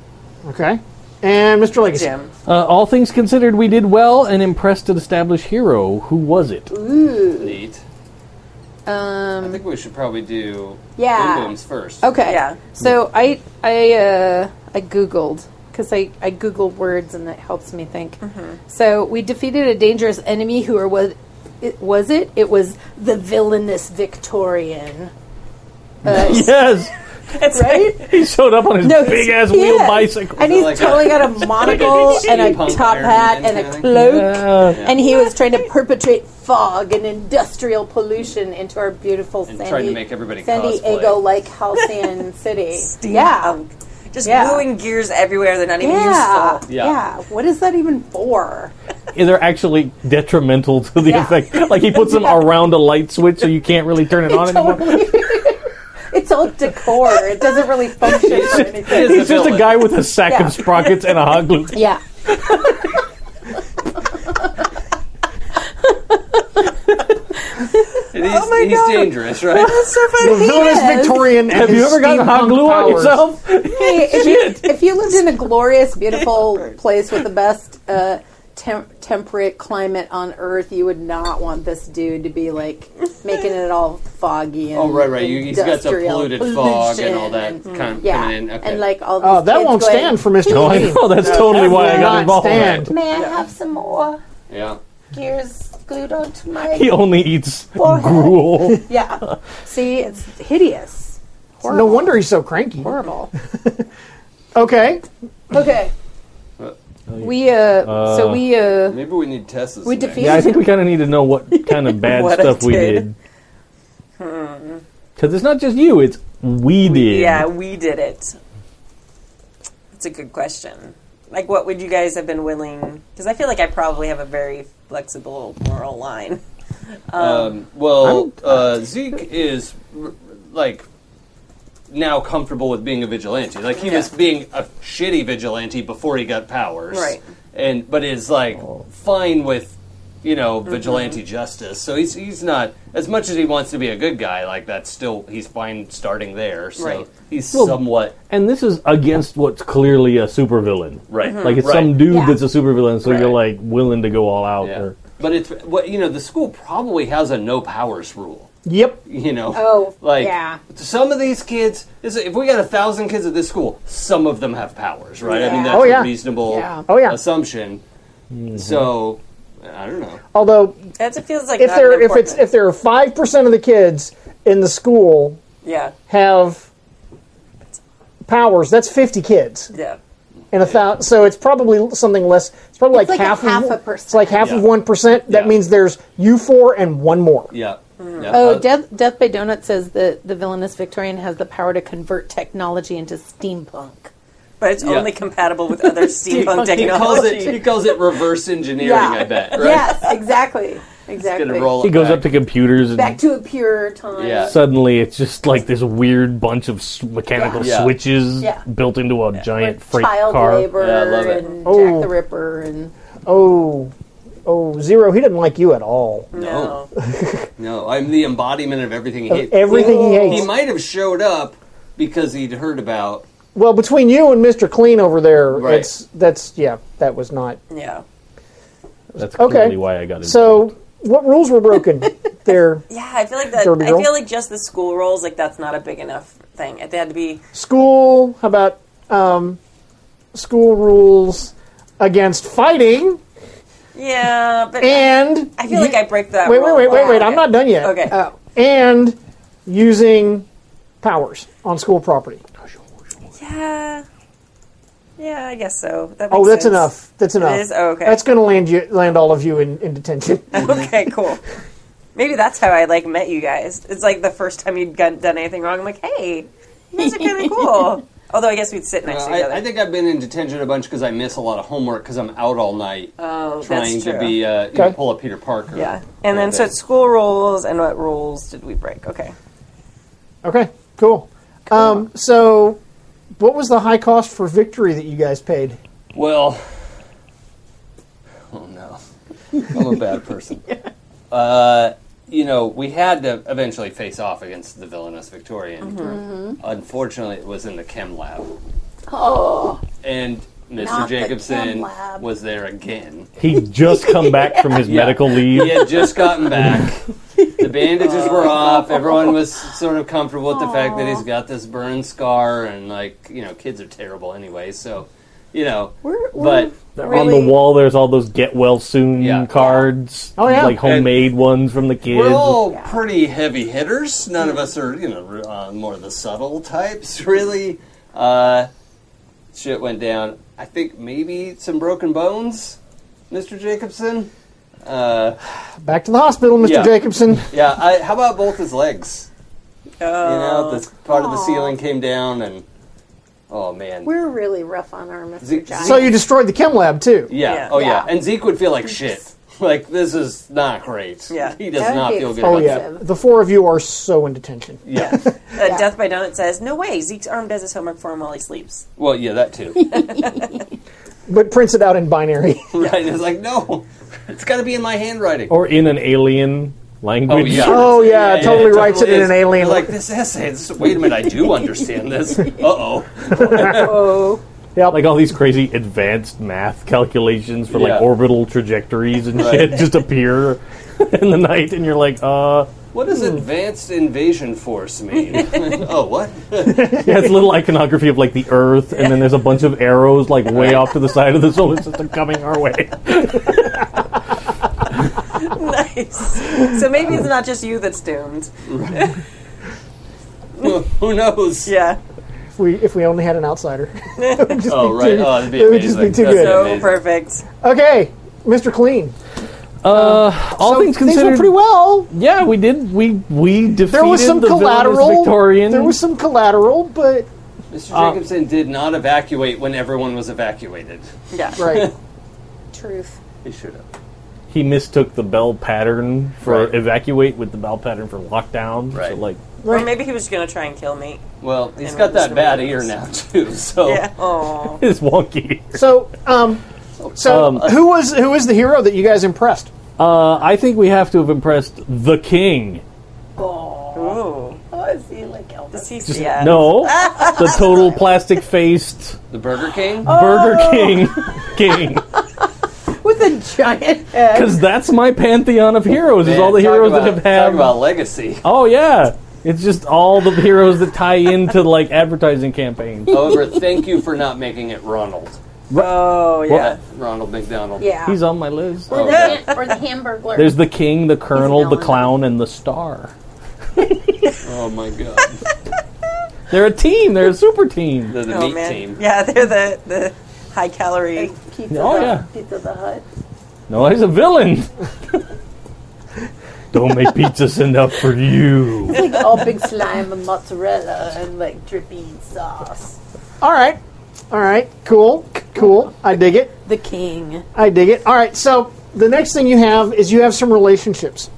Okay. And Mr. Legacy.
Jim.
uh, all things considered, we did well and impressed an established hero. Who was it?
Neat. I
Um.
think we should probably do
Yeah.
boom booms first.
Okay.
Yeah.
So I I uh, I googled because I I google words and that helps me think.
Mm-hmm.
So we defeated a dangerous enemy who or was it was it? It was the villainous Victorian. Uh,
Yes,
right?
he showed up on his
No,
big ass
he
wheel
is.
bicycle.
And he's
Like a-
totally got a monocle and a
steampunk
top
Iron
hat
Man
and
kind
a
of
cloak.
Yeah.
And he was trying to perpetrate fog and industrial pollution into our beautiful
And
San
trying to
Di-
make everybody
San
cosplay.
Diego like Halcyon City.
Steam
Yeah.
punk. Just
Yeah.
gluing gears everywhere. They're not even
Yeah.
useful.
Yeah.
yeah. What is that even for?
They're actually detrimental to the
Yeah.
effect. Like he puts them around a light switch, so you can't really turn it on anymore.
It's all decor. It doesn't really function for anything.
He's just a
villain.
guy with a sack
Yeah.
of sprockets and a hot glue.
Yeah.
And
Oh
he's, he's dangerous, right?
That's so
The
funny.
villainous
is.
Victorian. and
Have you
his
ever gotten hot
steampunk
glue on
powers.
yourself?
Hey, if you, if you lived in a glorious, beautiful place with the best uh, tem- temperate climate on Earth, you would not want this dude to be like making it all foggy and
Oh, right, right. You, he's got the
industrial
polluted fog and all that
pollution and-
kind of
yeah,
coming in. Okay.
and like all these
Oh, that
kids
won't
going,
stand for Mr.
No, I
Levine.
know. Oh, That's totally why I got
Not
involved.
stand.
May I have some more
yeah.
gears glued onto my
He only eats gruel.
Yeah, see, it's hideous,
No wonder he's so cranky.
horrible.
Okay.
Okay. We uh, so we uh,
Maybe we need Tessa's.
We
next.
defeat-
Yeah, I think we kind of need to know what kind of bad
What I
stuff we
did.
did.
Hmm.
Because it's not just you, it's we did.
Yeah, we did it. That's a good question. Like, what would you guys have been willing? Because I feel like I probably have a very flexible moral line.
Um, well, uh, Zeke is r- like now comfortable with being a vigilante. Like he was
Yeah.
being a shitty vigilante before he got powers,
Right.
And but is like fine with you know
Mm-hmm.
vigilante justice. So he's he's not as much as he wants to be a good guy. Like that's still he's fine starting there. So
Right.
he's
Well-
somewhat
And this is against what's clearly a supervillain.
right.
Like it's
right.
some dude
Mm-hmm. Yeah.
that's a supervillain, so you're
Right.
like willing to go all out.
Yeah.
Or,
But it's what you know. The school probably has a no powers rule.
Yep.
you know.
Oh,
like
yeah.
some of these kids. This, if we got a thousand kids at this school, some of them have powers, right? I mean, that's
Oh, yeah.
a reasonable
Yeah.
Oh, yeah.
assumption. So I don't know.
Although
That feels like
if
not
there
an
if it's
important-
if there are five percent of the kids in the school
yeah
have powers, that's fifty kids.
yeah
and a thousand. So it's probably something less. It's probably
It's
like,
like a
half,
half
of,
a
It's like half of
Yeah.
one percent. That
Yeah.
means there's you four and one more.
Yeah. yeah.
Oh,
Uh,
Death, Death by Donut says that the villainous Victorian has the power to convert technology into steampunk.
But it's only compatible with other steampunk
he calls
technology.
it he calls it reverse engineering. I bet. Right?
Yes, exactly. Exactly.
Gonna roll it
He goes
back.
up to computers and
Back to a pure time.
Yeah.
suddenly it's just like this weird bunch of s- mechanical
Yeah.
switches
Yeah.
built into a giant freight
Child
car.
labor
Yeah, I love it.
and
Oh.
Jack the Ripper and
Oh, oh, zero. He didn't like you at all.
No. no, I'm the embodiment of everything he
Of
hates.
everything he hates.
He might have showed up because he'd heard about.
Well, between you and Mister Clean over there,
Right.
it's that's yeah. That was not
Yeah.
That's
Okay.
clearly why I got it.
so. What rules were broken there?
Yeah, I feel like that.
Derby
I
girl?
feel like just the school roles, like that's not a big enough thing. It had to be
School. How about um, school rules against fighting?
yeah, but
And
I feel like I break that.
wait, wait,
rule
wait,
a
wait,
lot.
wait. I'm
Okay.
not done yet. Uh,
Okay.
oh,
and using powers on school property.
Oh, yeah. Uh, Yeah, I guess so. That
Oh,
makes
that's
sense.
enough. That's enough.
is? Oh, okay.
That's going to land you, land all of you in, in detention.
okay, cool. Maybe that's how I like met you guys. It's like the first time you'd gun- done anything wrong. I'm like, hey, you guys are kind of cool. Although I guess we'd sit next to each other.
I, I think I've been in detention a bunch because I miss a lot of homework because I'm out all night
oh,
trying
that's true.
to be uh, you know,
Okay.
pull up Peter Parker.
yeah, and then
Yeah,
so
they-
it's school rules and what rules did we break? Okay.
Okay, cool. Um, so, what was the high cost for victory that you guys paid?
Well, oh no, I'm a bad person. uh, you know, we had to eventually face off against the villainous Victorian.
Mm-hmm.
Unfortunately, it was in the chem lab. Oh, and Mr.
Not the
Jacobson
chem lab.
was there again.
He'd just come back from his medical leave.
He had just gotten back. The bandages were off. Everyone was sort of comfortable with the fact that he's got this burn scar, and like you know, kids are terrible anyway. So, you know,
we're, we're
but
On the wall, there's all those get well soon
Yeah.
cards,
Oh, yeah.
like homemade ones from the kids.
We're all pretty heavy hitters. None of us are, you know, re- uh, more the subtle types, really. Uh, shit went down. I think maybe some broken bones, Mr. Jacobson. Uh,
Back to the hospital, Mr.
Yeah.
Jacobson.
yeah, I, how about both his legs? You know,
Oh,
the part of the ceiling came down, and oh man,
we're really rough on our
Ze-
Mr.
Ze-
Giant.
So you destroyed the chem lab too.
yeah,
Yeah.
oh yeah.
Yeah.
and Zeke would feel like shit. Like this is not great.
Yeah.
he does
That would
not
be
feel good.
Oh
about
yeah, the four of you are so in detention.
yeah.
uh, Death by Donut says, no way. Zeke's arm does his homework for him while he sleeps.
Well, yeah, that too.
But prints it out in binary.
right? It's like, no, it's got to be in my handwriting.
or in an alien language.
Oh, yeah, totally writes it in
is.
an alien.
Like this essay. This, wait a minute, I do understand this. Uh oh.
oh,
yep.
Like all these crazy advanced math calculations for
Yeah.
like orbital trajectories and shit
Right.
just appear in the night, and you're like, uh,
What does advanced invasion force mean? oh, what?
yeah, it's a little iconography of like the Earth, and then there's a bunch of arrows like way off to the side of the solar system coming our way.
nice. So maybe it's not just you that's doomed.
Who knows?
Yeah.
if we if we only had an outsider.
Oh, right. Oh, that'd be
It
amazing.
would just be too
That'd
good.
So
amazing.
perfect.
okay, Mr. Clean.
Uh, all
So
things considered,
went pretty well.
yeah, we did. We we defeated
There was some
the villainous
collateral.
Victorian.
There was some collateral, but
Mr. Jacobson did not evacuate when everyone was evacuated.
Yeah.
right.
truth.
He should have.
he mistook the bell pattern for
Right.
evacuate with the bell pattern for lockdown. So
Right.
like,
Or maybe he was going to try and kill me.
Well, he's
And
got
we're
that
just
bad
gonna-
ear now too. So
Yeah. Oh.
it's wonky.
So, um, so
Um,
who was who was the hero that you guys impressed?
Uh, I think we have to have impressed the king.
Ooh.
Oh, is he like Elvis?
Is he- yeah.
No, the total plastic faced
the Burger King.
Oh.
Burger
Oh.
King king.
With a giant head.
Because that's my pantheon of heroes. is
Man,
all the
talk
heroes
about,
that have had.
talk about legacy.
Oh yeah, it's just all the heroes that tie into like advertising campaigns.
However, thank you for not making it Ronald.
Oh, yeah.
Well,
Ronald McDonald. Oh,
Yeah.
He's on my list.
Or, the,
Okay.
ham- or the hamburger?
There's the king, the colonel, the
villain.
clown, and the star.
Oh my god.
They're a team. They're a super team.
They're the
oh,
meat
man.
team.
Yeah, they're the, the high calorie.
Pizza
Oh,
Hut-
yeah.
Pizza the Hut.
No, he's a villain. Don't make pizza send up for you.
It's like all big slime and mozzarella and like drippy sauce.
All right. All right. Cool. c- Cool. I dig it.
The king.
I dig it. All right. So the next thing you have is you have some relationships,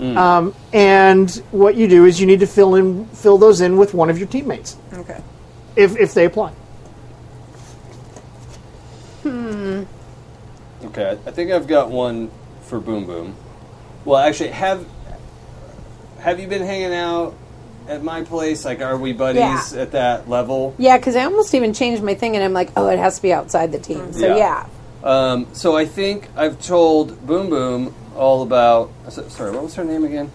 um, and what you do is you need to fill in fill those in with one of your teammates
Okay.
if if they apply.
Okay, I think I've got one for Boom Boom. Well, actually, have have you been hanging out at my place? Like, are we buddies at that level?
Yeah, because I almost even changed my thing, and I'm like, oh, it has to be outside the team. So
Yeah.
yeah,
Um, so I think I've told Boom Boom all about. so- Sorry, what was her name again?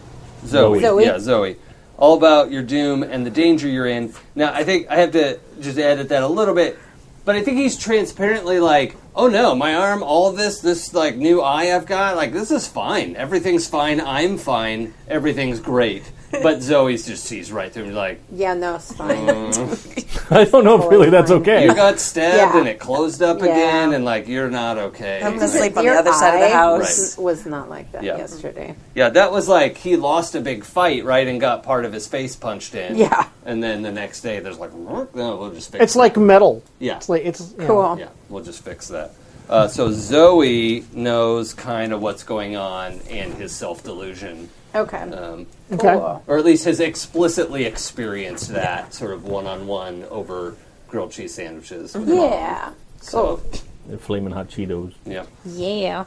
Zoe.
Zoe.
Yeah, Zoe. All about your doom and the danger you're in. Now, I think I have to just edit that a little bit, but I think he's transparently like, "Oh no, my arm, all this, this like new eye I've got, like this is fine. Everything's fine. I'm fine. Everything's great." But Zoe's just sees right through him. Like,
yeah, no, it's fine.
I don't know if really that's okay.
you got stabbed
Yeah.
and it closed up
Yeah.
again, and like you're not okay.
I'm
Like-
just sleep on the
Your
other side of the
eye
house.
Was not like that
Yeah.
yesterday.
Yeah, that was like he lost a big fight, right, and got part of his face punched in.
Yeah.
And then the next day, there's like, no, we'll just fix.
It's
it."
like metal.
yeah,
It's like it's yeah.
Cool.
yeah, we'll just fix that. Uh, so Zoe knows kind of what's going on and his self delusion,
Okay.
Uh,
um,
Okay.
or at least has explicitly experienced that sort of one on one over grilled cheese sandwiches. with mom.
Yeah.
So
They're flaming hot Cheetos.
yeah,
Yeah.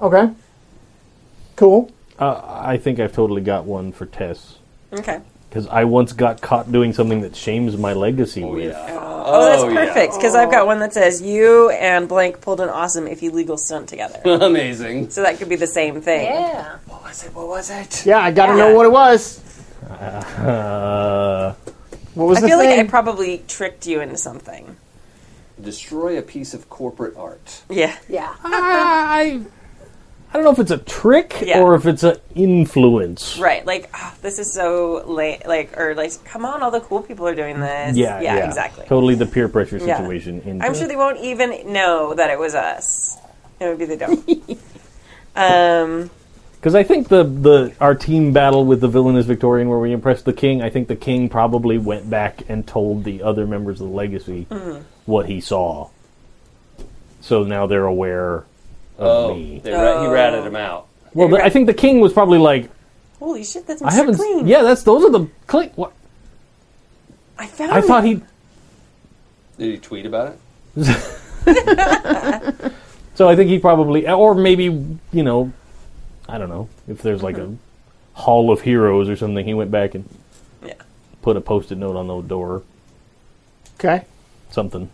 Okay. Cool.
Uh, I think I've totally got one for Tess.
Okay.
Because I once got caught doing something that shames my legacy
oh
with.
yeah, oh,
Oh, that's
yeah.
perfect because I've got one that says you and blank pulled an awesome if you legal stunt together.
amazing.
so that could be the same thing.
Yeah.
What was it? What was it?
Yeah, I got to know what it was.
Uh,
What was
I
the
feel
thing?
like I probably tricked you into something.
Destroy a piece of corporate art.
Yeah.
Yeah.
I, I don't know if it's a trick
Yeah.
or if it's an influence.
Right. Like ah, this is so late. Like or like, come on, all the cool people are doing this.
Yeah,
Yeah.
yeah,
Exactly.
Totally the peer pressure
Yeah.
situation. In
I'm sure they won't even know that it was us. It would be the dumb. um.
Because I think the, the our team battle with the villainous Victorian, where we impressed the king, I think the king probably went back and told the other members of the legacy
Mm.
what he saw. So now they're aware of
Oh,
me.
they ra- he ratted him out.
well, the, I think the king was probably like,
Holy shit! That's Mr.
I haven't.
Clean.
Yeah, that's those are the clean. What?
I found.
I thought he.
Did he tweet about it?
So I think he probably, or maybe you know, I don't know if there's like
Mm-hmm.
a hall of heroes or something. He went back and
Yeah.
put a post-it note on the door,
okay.
something.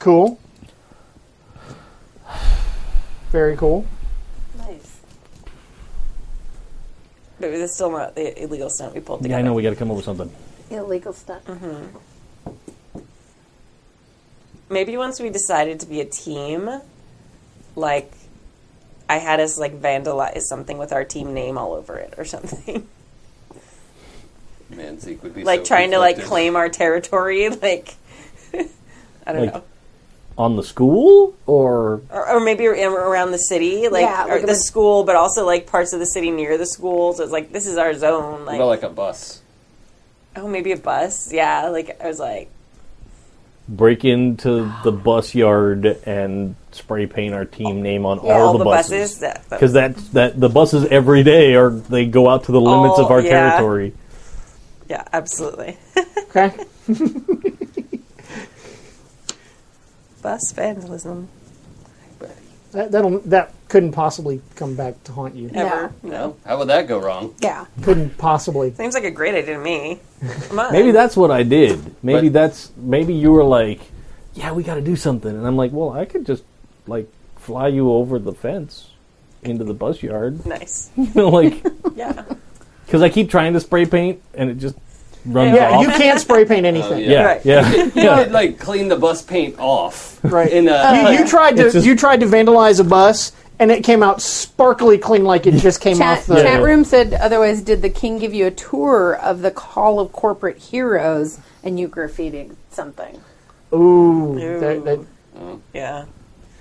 Cool. Very cool.
Nice.
But this is still not the illegal stunt we pulled
Yeah,
together.
I know we got to come up with something.
Illegal stuff.
maybe once we decided to be a team, like I had us like vandalize something with our team name all over it or something.
Man, Zeke would be
like
so
trying to like
conflicted.
claim our territory, like I don't
Like-
know.
On the school or
Or, or maybe in- around the city, like,
Yeah,
or
like a
the
bunch-
school, but also like parts of the city near the school. So it's like this is our zone.
What
Like,
about like a bus?
oh, maybe a bus. Yeah, like I was like,
break into the bus yard and spray paint our team name on
yeah,
all,
all
the, buses.
That, that-
Because that that the buses every day are they go out to the limits
All-
of our
yeah.
territory.
yeah, absolutely.
Okay.
bus vandalism.
That that'll, that couldn't possibly come back to haunt you.
Ever? No.
How would that go wrong?
Yeah.
Couldn't possibly.
Seems like a great idea to me. Come on.
Maybe that's what I did. Maybe
But-
that's maybe you were like, "Yeah, we got to do something," and I'm like, "Well, I could just like fly you over the fence into the bus yard,
nice.
you know, like
Yeah.
because I keep trying to spray paint and it just runs
Yeah,
off."
you can't spray paint anything.
yeah.
yeah,
Right.
yeah,
You could like clean the bus paint off.
Right.
In uh, a,
Uh,
you, you tried to
It's just-
you tried to vandalize a bus, and it came out sparkly clean, like it just came
Chat,
off the.
chat room said otherwise. Did the king give you a tour of the Call of Corporate Heroes and you graffitied something?
Ooh, that, that-
Yeah.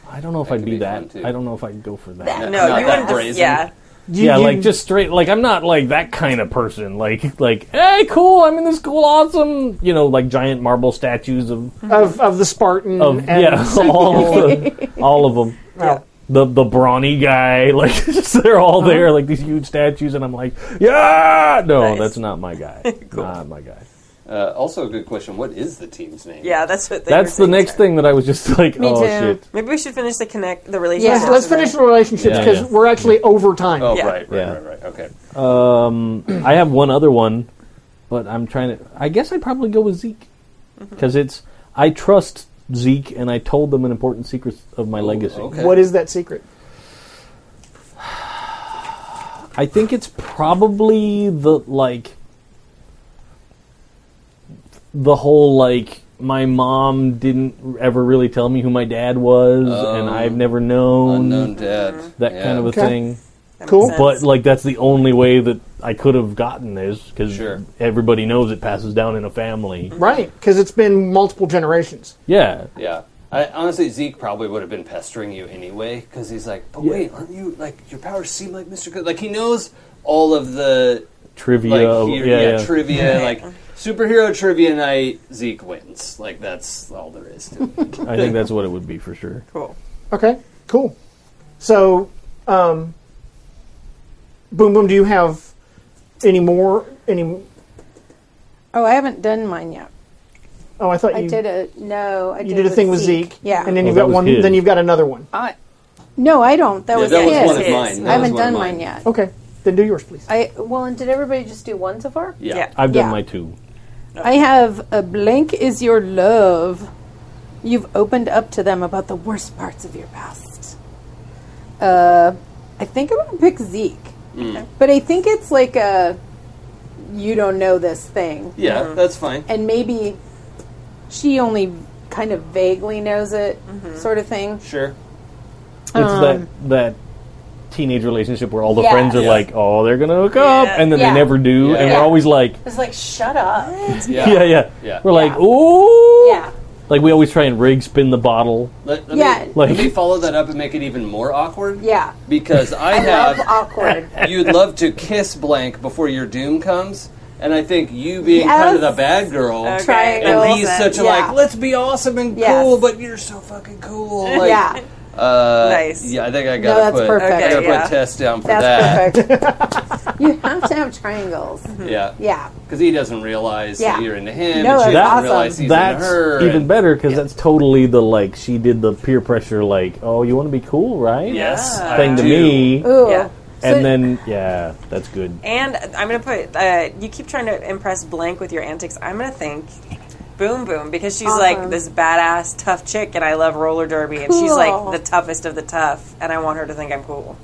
I don't know if I'd be that. I don't know if I'd go for that.
That- No, Not you that wouldn't just- brazen. yeah. You-
yeah,
you-
like just straight. Like I'm not like that kind of person. Like like hey, cool. I'm in this cool, awesome. You know, like giant marble statues of
of of the Spartan
of
and
yeah, all of, the, all of them.
Yeah.
The the brawny guy, like just, they're all
Uh-huh.
there, like these huge statues, and I'm like, yeah, no, that's not my guy. Not my guy.
Uh, also, a good question. What is the team's name?
Yeah, that's what. They
that's
were
the next thing that I was just like, oh shit.
Maybe we should finish the connect the
Yeah,
relationship.
let's finish the relationships
Yeah,
because
yeah.
we're actually over time.
Oh,
Yeah.
right, right, Yeah. right,
right. Okay.
Um, I have one other one, but I'm trying to. I guess I'd probably go with Zeke because it's I trust Zeke, and I told them an important secret of my legacy.
What is that secret?
I think it's probably the like the whole like my mom didn't ever really tell me who my dad was, and
Oh.
I've never known
Unknown
Mm-hmm.
dad.
That
Yeah.
kind of a
Okay.
thing.
That Cool. makes
but
sense.
like that's the only way that I could have gotten this because everybody knows it passes down in a family.
Mm-hmm.
Right, because it's been multiple generations.
Yeah,
Yeah. I, honestly, Zeke probably would have been pestering you anyway because he's like, but
Yeah.
wait, aren't you like your powers seem like Mr. Good? Like he knows all of the
trivia. oh,
like, here,
yeah,
yeah,
yeah.
trivia, like superhero trivia night. Zeke wins. Like that's all there is to it.
I think that's what it would be for sure.
Cool.
Okay, cool. So, um, boom, boom. Do you have any more? Any?
Oh, I haven't done mine yet.
Oh, I thought
I
you
did a no. I
you did a thing with Zeke.
Yeah,
and then
Oh,
you've got one. Then you've got another one.
I, no, I don't. Oh, That
Yeah,
was
that was
his.
one of His. mine. That
I haven't
was one
done
of
mine.
mine.
yet.
Okay, then do yours, please.
I well, and did everybody just do one so far?
I've done
Yeah.
my two.
I have a blank is your love. You've opened up to them about the worst parts of your past. Uh, I think I'm gonna pick Zeke,
Mm.
but I think it's like a you don't know this thing.
Yeah, that's fine.
Mm-hmm. and maybe she only kind of vaguely knows it, sort of thing.
Sure.
It's
Um,
that that teenage relationship where all the
Yes.
friends are
Yes.
like, "Oh, they're gonna hook up," and then
Yeah.
they never do, and
Yeah.
we're always like,
It's like shut up.
"Yeah, yeah." We're like, "Ooh." Yeah. Like we always try and rig spin the bottle.
Let, let
Yeah.
Me,
Like-
let me follow that up and make it even more awkward.
Yeah.
Because I,
love
have
awkward.
You'd love to kiss blank before your doom comes. And I think you being kind of
Yes.
the bad girl,
Okay.
and
Triangle.
he's such a
Yeah.
like, let's be awesome and
Yes.
cool, but you're so fucking cool. Like,
yeah.
Uh,
Nice.
Yeah, I think I
No,
gotta
that's
put
perfect.
I gotta
Okay,
put
yeah.
a test down for
That's
that.
You have to have triangles.
Yeah.
Yeah.
Because he doesn't realize
Yeah.
that you're into him,
No,
and
that's
she doesn't
awesome.
realize he's
that's
into her.
even
and-
better because that's totally the like she did the peer pressure like oh you want to be cool right
Yes, I
thing to
do.
me
Ooh. Yeah.
and
So-
then yeah that's good
And I'm gonna put. Uh, you keep trying to impress blank with your antics. I'm gonna think. Boom Boom because she's like
Awesome.
this badass tough chick and I love roller derby and she's
Cool.
like the toughest of the tough and I want her to think I'm cool.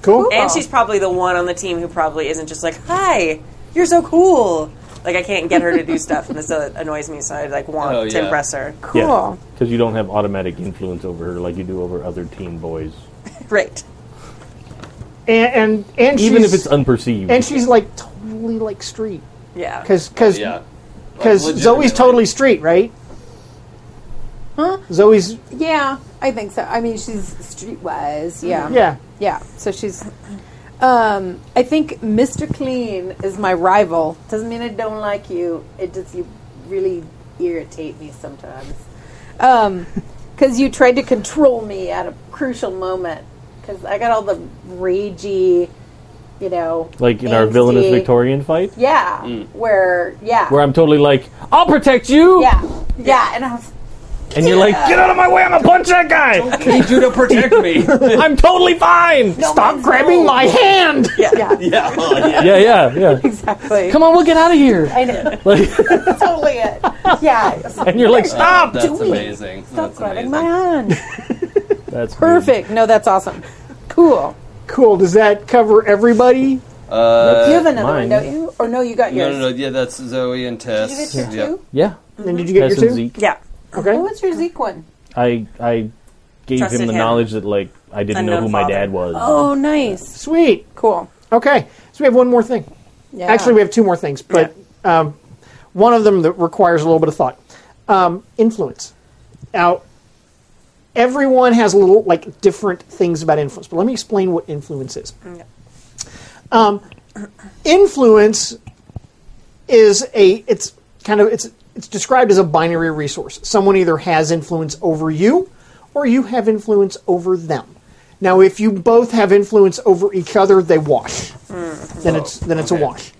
Cool.
And she's probably the one on the team who probably isn't just like, "Hi, you're so cool." Like I can't get her to do stuff and this uh, annoys me so I like want
Oh,
to
yeah.
impress her.
because you don't have automatic influence over her like you do over other teen boys
Right.
And and, and
even if
she's-
it's unperceived
and she's like totally like street
Yeah.
because because
Yeah.
because
Like,
Zoe's totally street, right?
Huh?
Zoe's
Yeah, I think so. I mean, she's streetwise. Yeah.
Yeah.
Yeah. So she's. Um, I think Mr. Clean is my rival. Doesn't mean I don't like you. It just you really irritate me sometimes. Um, because you tried to control me at a crucial moment. Because I got all the ragey, you know,
like in our
angsty-
villainous victorian fight
Yeah.
Mm.
Where yeah.
where i'm totally like i'll protect you
yeah. Yeah. And I was.
and you're like get out of my way i'm gonna punch that guy i
need you to protect me
i'm totally fine
stop grabbing my hand.
Yeah.
Yeah.
Yeah.
yeah yeah yeah
Exactly.
come on we'll get out of here
I know.
like
That's totally it. Yeah.
And you're like, stop!
That's
doing it.
amazing.
Stop
That's
grabbing
amazing.
my hand.
That's
Perfect. No, that's awesome. Cool.
Cool. Does that cover everybody?
Uh,
you have another one, don't you? Or no, you got
No,
yours.
no, no. Yeah, that's Zoe and Tess.
Did you get your
yeah.
two? Oh,
yeah
And did you get
Tess
your
and
two?
Zeke.
Yeah.
Okay.
What's your Zeke one?
I I gave
Trusted
him the
him.
knowledge that like I didn't know
Unknown
who my
father.
dad was.
Oh, nice.
Sweet.
Cool.
Okay. So we have one more thing.
Yeah.
Actually, we have two more things, but um, one of them that requires a little bit of thought. Um, influence. Now, everyone has little like different things about influence. But let me explain what influence is. Um, influence is a it's kind of it's it's described as a binary resource. Someone either has influence over you or you have influence over them. Now, if you both have influence over each other, they wash. Then it's then it's a wash.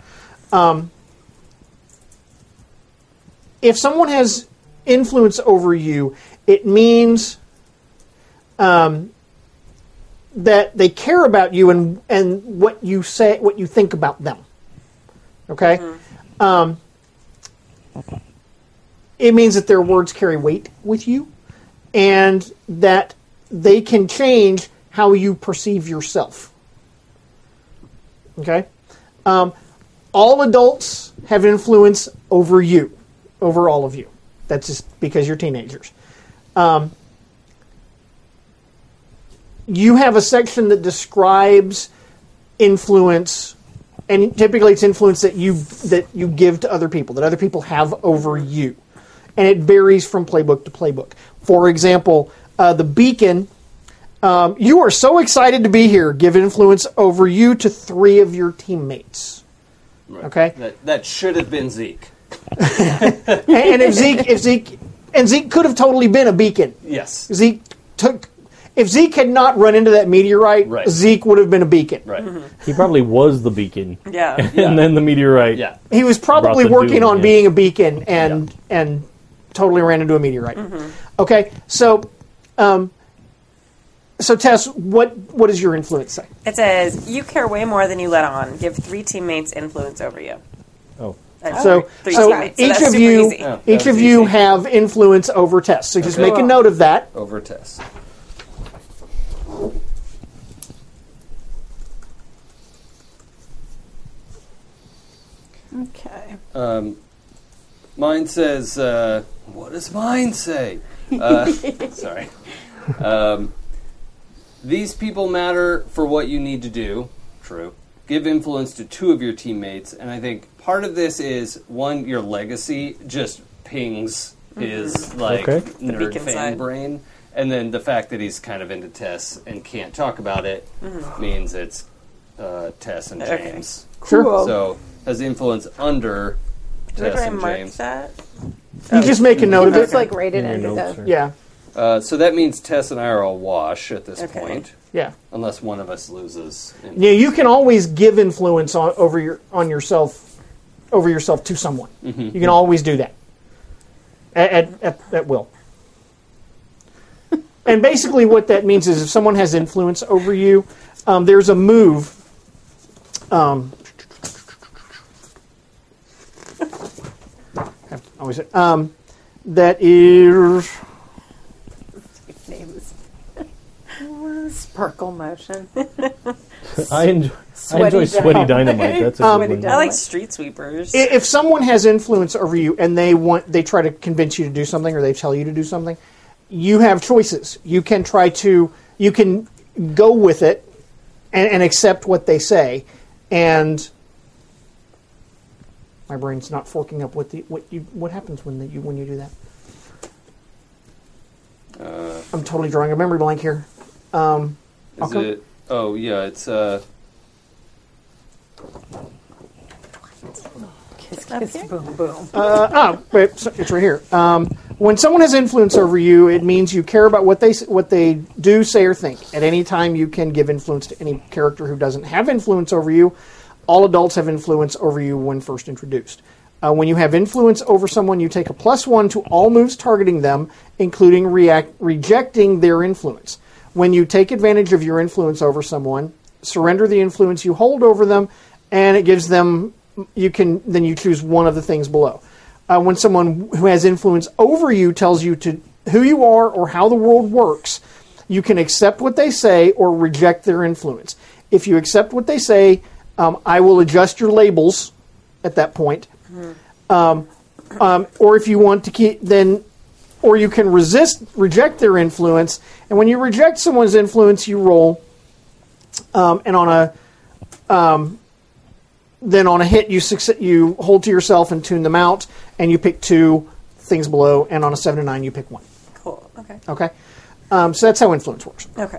Um, if someone has influence over you, it means um, that they care about you and and what you say, what you think about them. Okay, um, it means that their words carry weight with you, and that they can change how you perceive yourself. Okay, um, all adults have influence over you, over all of you. That's just because you're teenagers. Um, you have a section that describes influence, and typically it's influence that you that you give to other people that other people have over you, and it varies from playbook to playbook. For example, uh, the beacon. Um, you are so excited to be here. Give influence over you to three of your teammates. Okay,
That, that should have been Zeke.
and, and if Zeke, if Zeke, and Zeke could have totally been a beacon.
Yes.
Zeke took. If Zeke had not run into that meteorite,
Right.
Zeke would have been a beacon.
Right.
Mm-hmm.
He probably was the beacon.
Yeah.
and then the meteorite. Yeah.
He was probably
Brought the
working
doom,
on
yeah.
being a beacon and and totally ran into a meteorite.
Mm-hmm.
Okay, so um, so Tess, what what does your influence say?
It says, You care way more than you let on. Give three teammates influence over you.
Oh.
That's
So,
three
so
teammates, so
each
that's
of
super
you,
easy. Oh,
each
that
of
was
you
easy.
have influence over Tess. So just
Okay.
make a note of that.
Over Tess.
Okay.
Um, mine says, uh, what does mine say? Uh, sorry. Um, these people matter for what you need to do. True. Give influence to two of your teammates, and I think part of this is one, your legacy just pings his
Mhm.
like
Okay. The
nerd
beacon
fan
side.
brain, and then the fact that he's kind of into Tess and can't talk about it
Mhm.
means it's uh, Tess and
Okay.
James.
Sure. Cool.
So has influence under
Did
Tess
I
and
mark
James.
that?
You just make a note of it.
Just, like, write it In your under notes, the- sure.
Yeah.
Uh, so that means Tess and I are all wash at this
Okay.
point.
Yeah.
Unless one of us loses. in-
Yeah, you can always give influence on over your on yourself over yourself to someone.
Mhm.
You can always do that at at, at, at will. and basically, what that means is if someone has influence over you, um, there's a move. Um, have to always um, that is
Names. Sparkle motion.
I enjoy, I enjoy sweaty dynamite. That's a good one.
I like street sweepers.
I- If someone has influence over you and they want, they try to convince you to do something or they tell you to do something, you have choices. You can try to, you can go with it and, and accept what they say. And my brain's not forking up what the what you what happens when the, you when you do that.
Uh,
I'm totally drawing a memory blank here. Um, I'll
is
come-
it? Oh yeah, it's. Uh,
Kiss, boom, boom.
Uh, oh, wait, so- it's right here. Um, when someone has influence over you, it means you care about what they s- what they do, say, or think. At any time, you can give influence to any character who doesn't have influence over you. All adults have influence over you when first introduced. Uh, when you have influence over someone, you take a plus one to all moves targeting them, including react, rejecting their influence. When you take advantage of your influence over someone, surrender the influence you hold over them, and it gives them you can then you choose one of the things below. Uh, when someone who has influence over you tells you to who you are or how the world works, you can accept what they say or reject their influence. If you accept what they say, um, I will adjust your labels at that point. Um, um, or if you want to keep, then, or you can resist, reject their influence. And when you reject someone's influence, you roll, um, and on a, um, then on a hit, you succe- you hold to yourself and tune them out, and you pick two things below. And on a seven to nine, you pick one.
Cool. Okay.
Okay. Um, so that's how influence works.
Okay.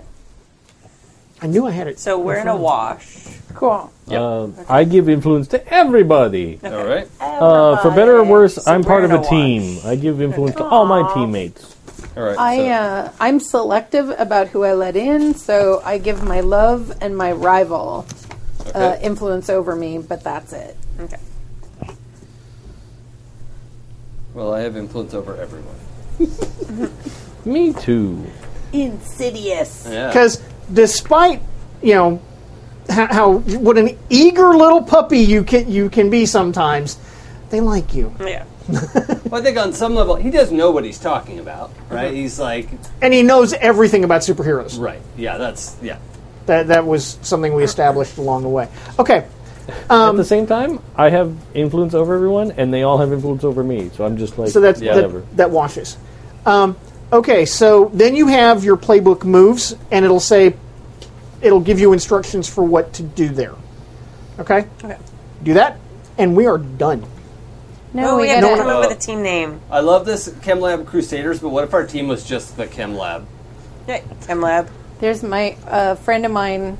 I knew I had it.
So we're in a wash.
Cool.
Um, I give influence to everybody.
All right.
Uh, for better or worse, I'm part of
we're
a
in a
team. I give influence to all my teammates.
All right.
I
so-
uh, I'm selective about who I let in, so I give my love and my rival uh,
Okay.
influence over me, but that's it.
Okay.
well, I have influence over everyone.
Me too.
Insidious.
Yeah.
Because despite you know how, how what an eager little puppy you can you can be sometimes, they like you.
Yeah.
Well, I think on some level, he does know what he's talking about, right? He's like,
and he knows everything about superheroes.
right. Yeah, that's, yeah.
That that was something we established along the way. Okay,
At
Um,
the same time, I have influence over everyone, and they all have influence over me. So I'm just like,
so that's
yeah, whatever.
that, that washes. Um, okay, so then you have your playbook moves, and it'll say it'll give you instructions for what to do there. Okay,
Okay.
do that, and we are done.
No,
Oh, we
we
had
gotta,
to come up with a team name.
I love this Chem Lab Crusaders, but what if our team was just the Chem Lab?
Yeah. Chem Lab.
There's my uh, friend of mine.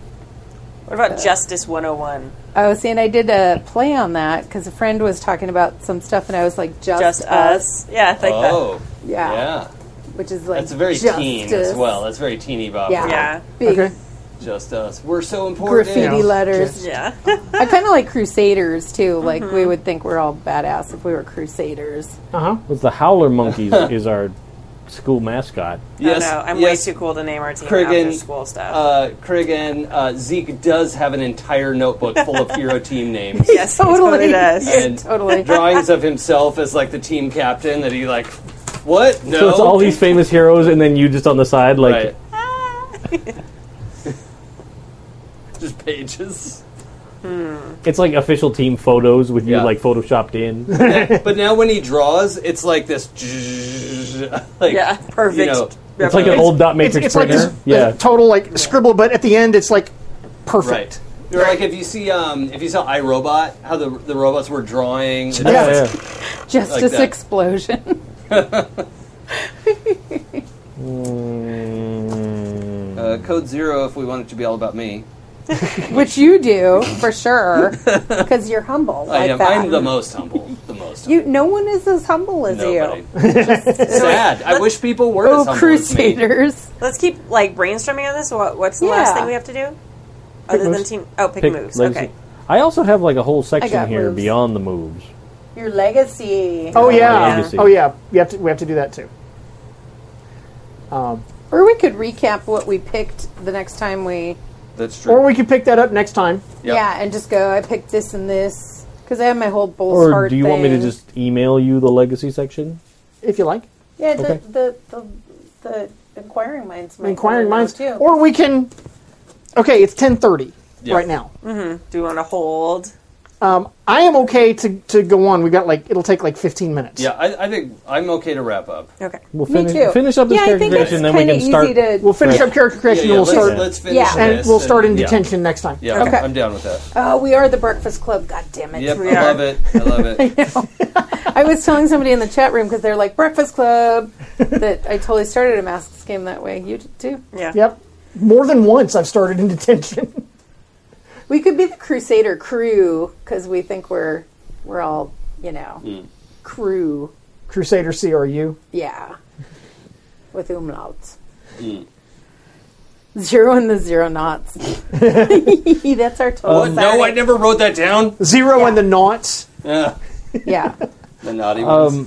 What about Justice 101?
I was saying Oh, I did a play on that because a friend was talking about some stuff, and I was like, just,
Just us. Yeah, I think
Oh,
Yeah.
yeah.
which is like
That's very teen as
justice.
well. That's very teeny bop.
Yeah.
that. Yeah.
Big
Okay.
Just us. We're so important.
graffiti letters.
Yeah.
I kind of like crusaders
Mm-hmm.
too. Like we would think we're all badass if we were crusaders.
Uh huh.
With the Howler Monkeys is our school mascot.
Yes,
I don't know. I'm
yes.
way too cool to name our team
Kurgan,
after school stuff.
Uh, Krigan, uh, Zeke does have an entire notebook full of hero team names.
yes, he totally does.
And
Totally.
drawings of himself as like the team captain that he like, what? No.
So it's all these famous heroes, and then you just on the side, like,
Right. Just pages.
it's like official team photos with
Yeah.
you like photoshopped in.
but now when he draws, it's like this. Like,
Yeah, perfect.
You know,
It's like an old dot
It's,
matrix
it's like
printer.
this
yeah.
total like scribble, but at the end it's like perfect.
right. Or like if you see, um, if you saw iRobot, how the the robots were drawing. the
Yeah.
yeah.
Justice
that.
explosion.
Mm.
Uh, code zero if we want it to be all about me.
Which you do for sure because you're humble.
I
like
am.
that.
I'm the most humble. The most.
You, no one is as humble as
Nobody.
you.
Sad. I wish people were as
Oh,
humble as me.
crusaders!
Let's keep like brainstorming on this. What, what's the last
Yeah.
thing we have to do? Other than
moves.
team. Oh, pick,
Pick
moves.
legs-
Okay.
I also have like a whole
got
section here
moves.
beyond the moves.
Your legacy.
Oh yeah.
Legacy.
Oh yeah. We have to we have to do that too.
Or we could recap what we picked the next time we.
That's true.
Or we can pick that up next time.
Yep.
Yeah, and just go. I picked this and this because I have my whole bull's
Or
heart
do you want me to
thing.
just email you the legacy section?
if you like.
Yeah, the,
Okay.
the, the, the inquiring minds. might
Inquiring
wanna know,
minds,
too.
or we can. Okay, it's ten thirty
Yeah.
right now.
Do we want to hold?
I am okay to, to go on. We've got like it'll take like fifteen minutes.
Yeah, I, I think I'm okay to wrap up.
Okay.
We'll
Me
finish,
too.
finish up this
yeah, I
character
think it's
creation, then we
kinda
can start.
easy to-
We'll finish up character
Yeah,
creation
yeah,
and
let's,
we'll start
let's finish
Yeah.
and
this
we'll start in
yeah.
detention next time.
Yeah,
Okay.
I'm down with that.
Oh, we are the Breakfast Club. God damn it!
Yep, I
are.
love it. I love it.
I was telling somebody in the chat room because they're like Breakfast Club that I totally started a masks game that way. You did too.
Yeah.
Yep. More than once I've started in detention.
We could be the Crusader crew because we think we're we're all you know
Hmm.
crew.
Crusader CRU.
Yeah, with umlauts.
Mm.
Zero and the zero knots. That's our
Oh,
total.
What? No, I never wrote that down.
Zero and the knots.
Yeah.
Yeah.
The naughty ones.
Um,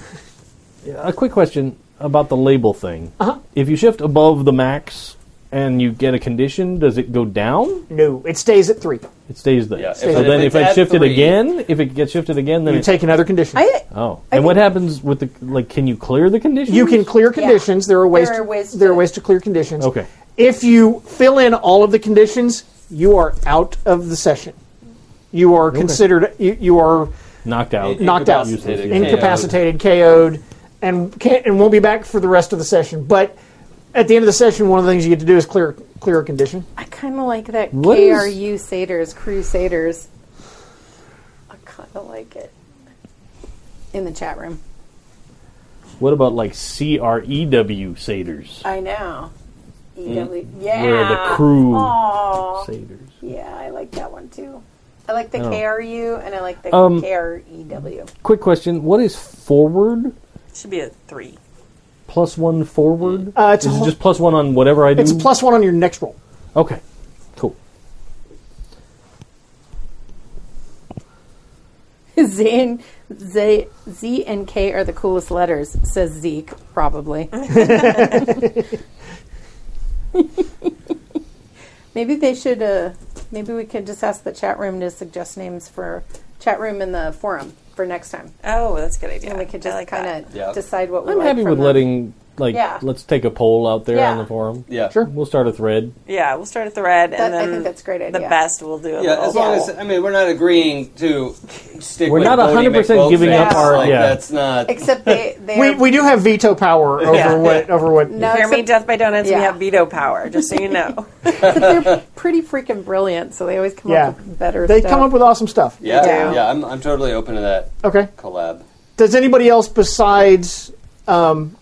A quick question about the label thing. Uh-huh. If you shift above the max and you get a condition, does it go down?
No, it stays at three.
It stays there.
Yeah, if
so
it-
then
if
if
it's
I
at
shift it
three-
again, if it gets shifted again, then
You
it,
take another condition.
I,
oh. And what happens with the like? Can you clear the condition?
you can clear conditions. There are ways.
There are
to,
ways
there are
to-
ways to clear conditions.
Okay.
If you fill in all of the conditions, you are out of the session. You are considered. You, you are
knocked out.
knocked out,
Incapacitated,
KO'd.
incapacitated, KO'd, and can't, and won't be back for the rest of the session. But at the end of the session, one of the things you get to do is clear clear a condition.
I kind of like that
What is-
KRU Satyrs, Crusaders. I kind of like it. In the chat room.
What about like C R E W satyrs?
I know.
E W.
Mm.
Yeah.
Where the crew
Oh.
Aw.
satyrs.
Yeah, I like that one too. I like the
Oh.
KRU and I like the E
Um,
KREW.
Quick question: What is forward
Should be a three.
plus one forward?
Uh, it's
is
a
it
whole-
just plus one on whatever I do?
It's a plus one on your next roll.
Okay, cool.
Z and, Z, Z and K are the coolest letters, says Zeke, probably. maybe they should, uh, maybe we can just ask the chat room to suggest names for chat room in the forum for next time.
Oh, that's a good idea.
And we could
I
just
like
kind
that.
of
Yeah.
decide what we
I'm
like
happy
from
with
them.
letting like
Yeah.
let's take a poll out there
Yeah.
on the forum.
Yeah.
sure. We'll start a thread.
Yeah, we'll start a thread,
That-
and
I
then
think that's a great
The
idea.
best we'll do. A
Yeah,
little
as long
poll.
as I mean, we're not agreeing to stick.
We're
with
not
Bodie
100%
McBoatface.
giving
up our-
Like,
yeah.
That's not.
Except they, they
We,
are-
we do have veto power over
Yeah.
what over what.
no,
Hear me,
except,
Death by Donuts.
Yeah.
We have veto power, just so you know.
except they're pretty freaking brilliant, so they always come
Yeah.
up with better
They
stuff.
come up with awesome stuff.
Yeah,
Yeah.
yeah, I'm, I'm totally open to that
Okay.
collab.
Does anybody else besides um,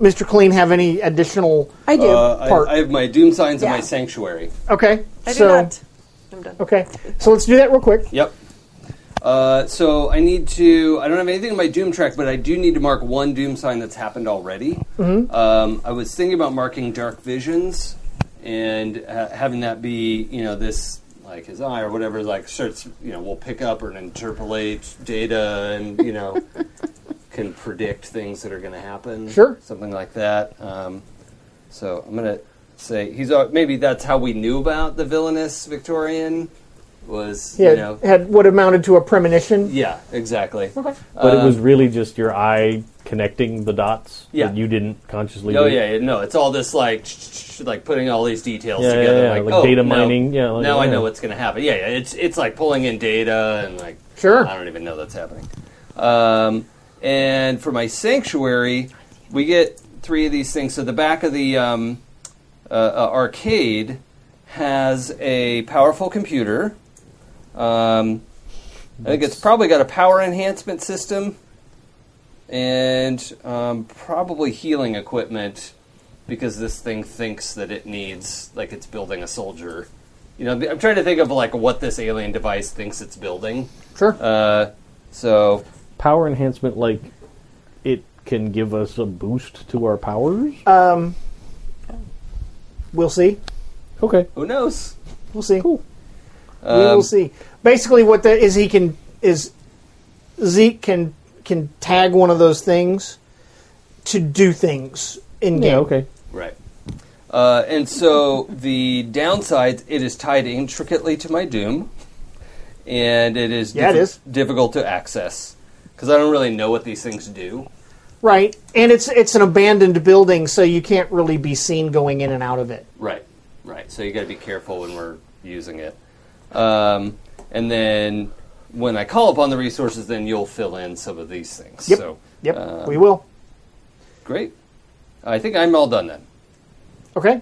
Mr. Clean have any additional?
I do.
Uh,
Part.
I, I have my doom signs
Yeah.
and my sanctuary.
Okay.
I do
so
not. I'm done.
okay. So let's do that real quick.
Yep. Uh, so I need to. I don't have anything in my doom track, but I do need to mark one doom sign that's happened already.
Mm-hmm.
Um, I was thinking about marking dark visions and ha- having that be, you know, this like his eye or whatever. Like starts, you know, will pick up or interpolate data, and you know, can predict things that are going to happen.
Sure.
something like that. Um, so I'm gonna say he's al- maybe that's how we knew about the villainous Victorian was
Yeah.
you know
Had what amounted to a premonition.
yeah, exactly.
But
Uh,
it was really just your eye connecting the dots
Yeah.
that you didn't consciously
Oh
do.
yeah, yeah, no, it's all this like sh- sh- sh- like putting all these details
Yeah,
together,
yeah, yeah,
like,
like
oh,
data
now-
mining, yeah, like-
now I
yeah.
know what's going to happen. Yeah, yeah, it's it's like pulling in data and like
Sure.
I don't even know that's happening. Um, and for my sanctuary, we get three of these things. So the back of the um, uh, uh, arcade has a powerful computer. Um, I think it's probably got a power enhancement system and um, probably healing equipment because this thing thinks that it needs, like, it's building a soldier. You know, I'm trying to think of like what this alien device thinks it's building.
Sure.
Uh, so
Power enhancement, like it can give us a boost to our powers.
Uh, we'll see.
okay,
who knows?
We'll see.
cool.
we will see. Basically, what that is, he can is Zeke can can tag one of those things to do things in game.
Yeah, okay.
Right. Uh, and so the downside, it is tied intricately to my Doom, and it is,
Yeah, it
diffi-
is.
difficult to access because I don't really know what these things do.
Right, and it's it's an abandoned building, so you can't really be seen going in and out of it.
Right, right. So you got to be careful when we're using it. Um, and then when I call upon the resources, then you'll fill in some of these things.
Yep.
So
Yep,
uh,
we will.
great. I think I'm all done then.
Okay,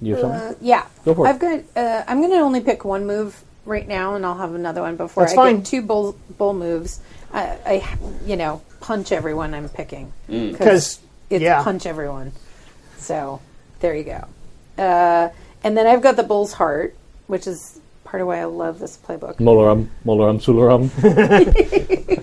You have something?
Yeah,
Go for it.
I've got. Uh, I'm going to only pick one move right now, and I'll have another one before
That's
I
fine.
get two bull bull moves. I, I you know, punch everyone I'm picking
'Cause,
it's
yeah.
punch everyone. So there you go. Uh, and then I've got the bull's heart, which is part of why I love this playbook.
Molaram, Molaram, Sularam.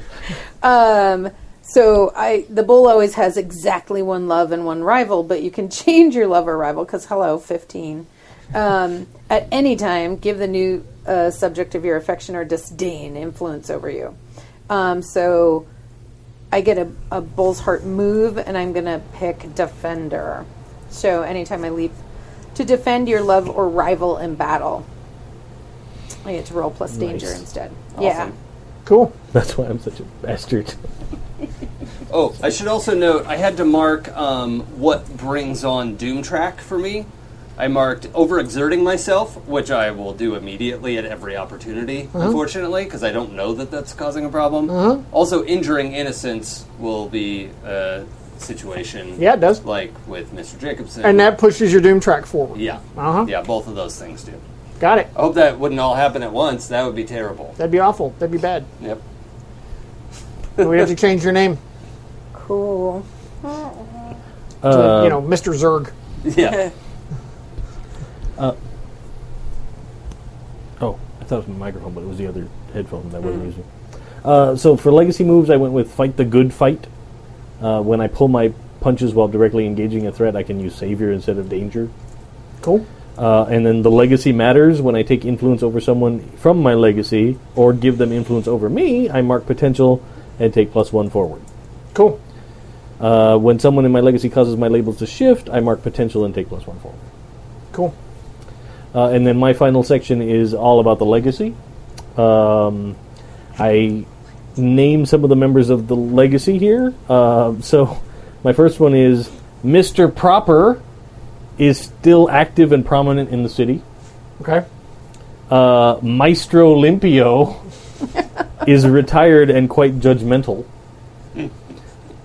Um, so I the bull always has exactly one love and one rival, but you can change your love or rival because hello, fifteen. Um, at any time, give the new uh, subject of your affection or disdain influence over you. Um, so I get a, a bull's heart move, and I'm gonna pick defender. So anytime I leap to defend your love or rival in battle, I get to roll plus danger instead. Yeah.
cool.
That's why I'm such a bastard.
Oh, I should also note I had to mark um, what brings on Doom Track for me. I marked overexerting myself, which I will do immediately at every opportunity,
Uh-huh.
unfortunately, because I don't know that that's causing a problem. Also, injuring innocence will be a situation.
Yeah, it does.
Like with Mr. Jacobson.
And that pushes your doom track forward.
Yeah.
Uh-huh.
Yeah, both of those things do.
Got it.
I hope that wouldn't all happen at once. That would be terrible.
That'd be awful. That'd be bad.
Yep.
we have to change your name
Cool.
to you know Mr. Zerg.
Yeah.
Uh, oh, I thought it was my microphone, but it was the other headphone that I wasn't using. Uh, so for legacy moves, I went with fight the good fight. Uh, when I pull my punches while directly engaging a threat, I can use savior instead of danger.
Cool.
Uh, and then the legacy matters. When I take influence over someone from my legacy or give them influence over me, I mark potential and take plus one forward.
Cool.
Uh, when someone in my legacy causes my labels to shift, I mark potential and take plus one forward.
Cool.
Uh, and then my final section is all about the legacy. Um, I name some of the members of the legacy here. Um so my first one is Mr. Proper is still active and prominent in the city.
Okay.
Uh, Maestro Limpio is retired and quite judgmental.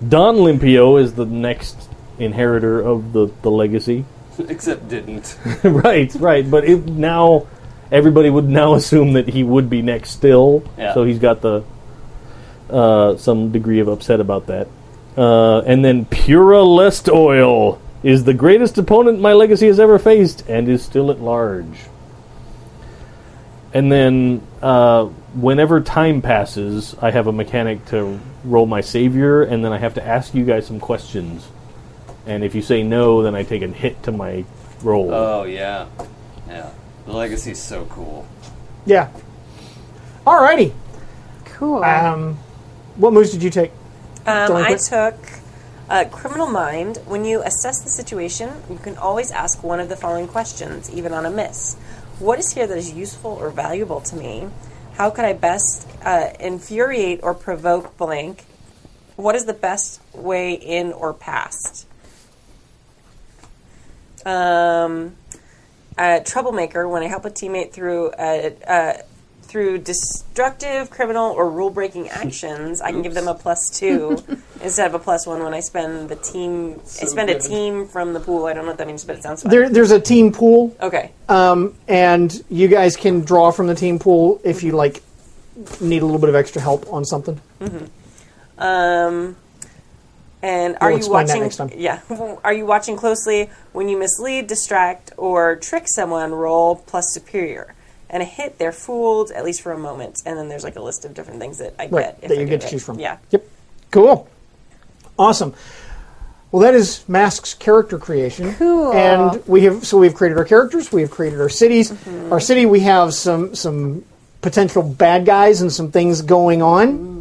Don Limpio is the next inheritor of the, the legacy.
Except didn't.
right, right. But it, now everybody would now assume that he would be next still.
Yeah.
So he's got the uh, some degree of upset about that. Uh, and then Pura Lest Oil is the greatest opponent my legacy has ever faced and is still at large. And then uh, whenever time passes, I have a mechanic to roll my savior, and then I have to ask you guys some questions. And if you say no, then I take a hit to my roll.
Oh yeah, yeah. The legacy's so cool.
Yeah. Alrighty.
Cool.
Um, what moves did you take?
Um,
Don't
I
quit.
took uh, Criminal Mind. When you assess the situation, you can always ask one of the following questions, even on a miss. What is here that is useful or valuable to me? How could I best uh, infuriate or provoke blank? What is the best way in or past? Um, uh, troublemaker. When I help a teammate through uh, uh, through destructive, criminal, or rule breaking actions, I can give them a plus two instead of a plus one when I spend the team. I spend a
good.
team from the pool. I don't know what that means, but it sounds fun.
There, there's a team pool,
okay.
um, and you guys can draw from the team pool if you like need a little bit of extra help on something.
Um, and are
We'll
you
explain that
watching?
next time.
Yeah, are you watching closely when you mislead, distract, or trick someone? Roll plus superior. And a hit, they're fooled at least for a moment, and then there's like a list of different things that I
Right,
get if
that
I
you
get
get to
it.
choose from.
Yeah,
Yep. Cool. Awesome. Well, that is Mask's character creation.
Cool.
And we have so we've created our characters, we have created our cities.
Mm-hmm.
Our city, we have some some potential bad guys and some things going on.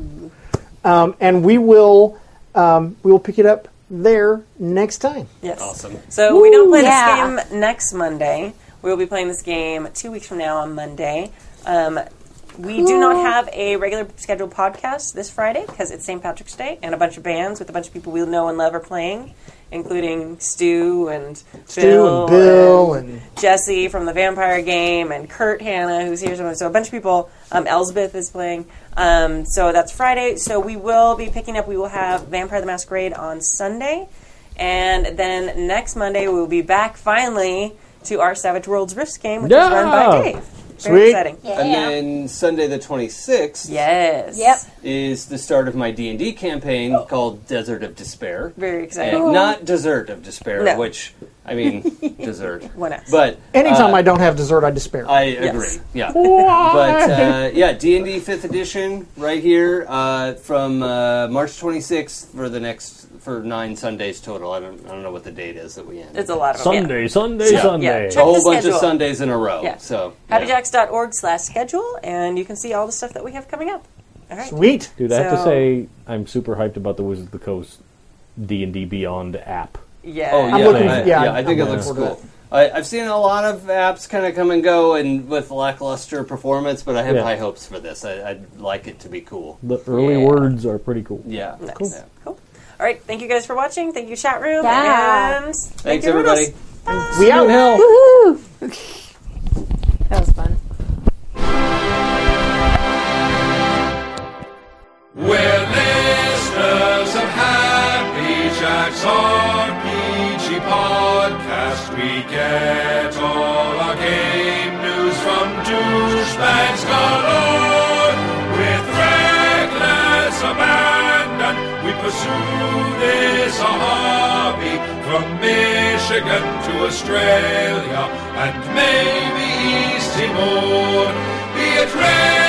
Mm.
Um, and we will um, we will pick it up there next time.
yes.
Awesome.
So we don't play
yeah.
this game next Monday. We will be playing this game two weeks from now on Monday. Um, we do not have a regular scheduled podcast this Friday because it's St. Patrick's Day, and a bunch of bands with a bunch of people we know and love are playing, including Stu and
Stu
Bill
and Bill and
Jesse from the Vampire Game and Kurt Hanna, who's here somewhere. So a bunch of people. Um, Elsbeth is playing. Um, so that's Friday. So we will be picking up. We will have Vampire the Masquerade on Sunday, and then next Monday we will be back finally to our Savage Worlds Rifts game, which is run by
Yeah.
Dave. Very
Sweet.
exciting.
And then Sunday the 26th
Yes.
Yep.
is the start of my D&D campaign called Desert of Despair.
Oh. Very
And
exciting.
not Desert of Despair,
No.
which, I mean, Desert.
One S.
But
anytime
uh,
I don't have dessert, I despair.
I
Yes.
agree. Yeah. but uh, yeah, D and D fifth edition right here uh, from uh, March 26th for the next for nine Sundays total. I don't I don't know what the date is that we end.
It's a lot of them, Oh, yeah.
Sunday, Sunday, Sunday.
check
a whole
the
bunch
schedule.
of Sundays in a row.
Yeah.
So yeah.
happyjacks.org slash schedule and you can see all the stuff that we have coming up all right
Sweet.
Dude, I have to
So-
say, I'm super hyped about the Wizards of the Coast D and D Beyond app.
yeah
Oh, yeah,
I'm looking-
I,
yeah,
yeah, I think
I'm
it looks
looking forward
cool. I, I've seen a lot of apps kind of come and go and with lackluster performance, but I have
Yeah.
high hopes for this. I, I'd like it to be cool.
The early words are pretty cool.
Yeah.
nice.
Yeah.
cool. all right thank you guys for watching thank you chat room
Yeah.
and thank
Thanks,
you, Rudolph.
everybody.
We out.
Woohoo! that was fun.
We're listeners of Happy Jack's RPG podcast. We get all our game news from douchebags galore. With reckless abandon, we pursue this our hobby from mission Michigan to Australia and maybe East Timor. Be a trail.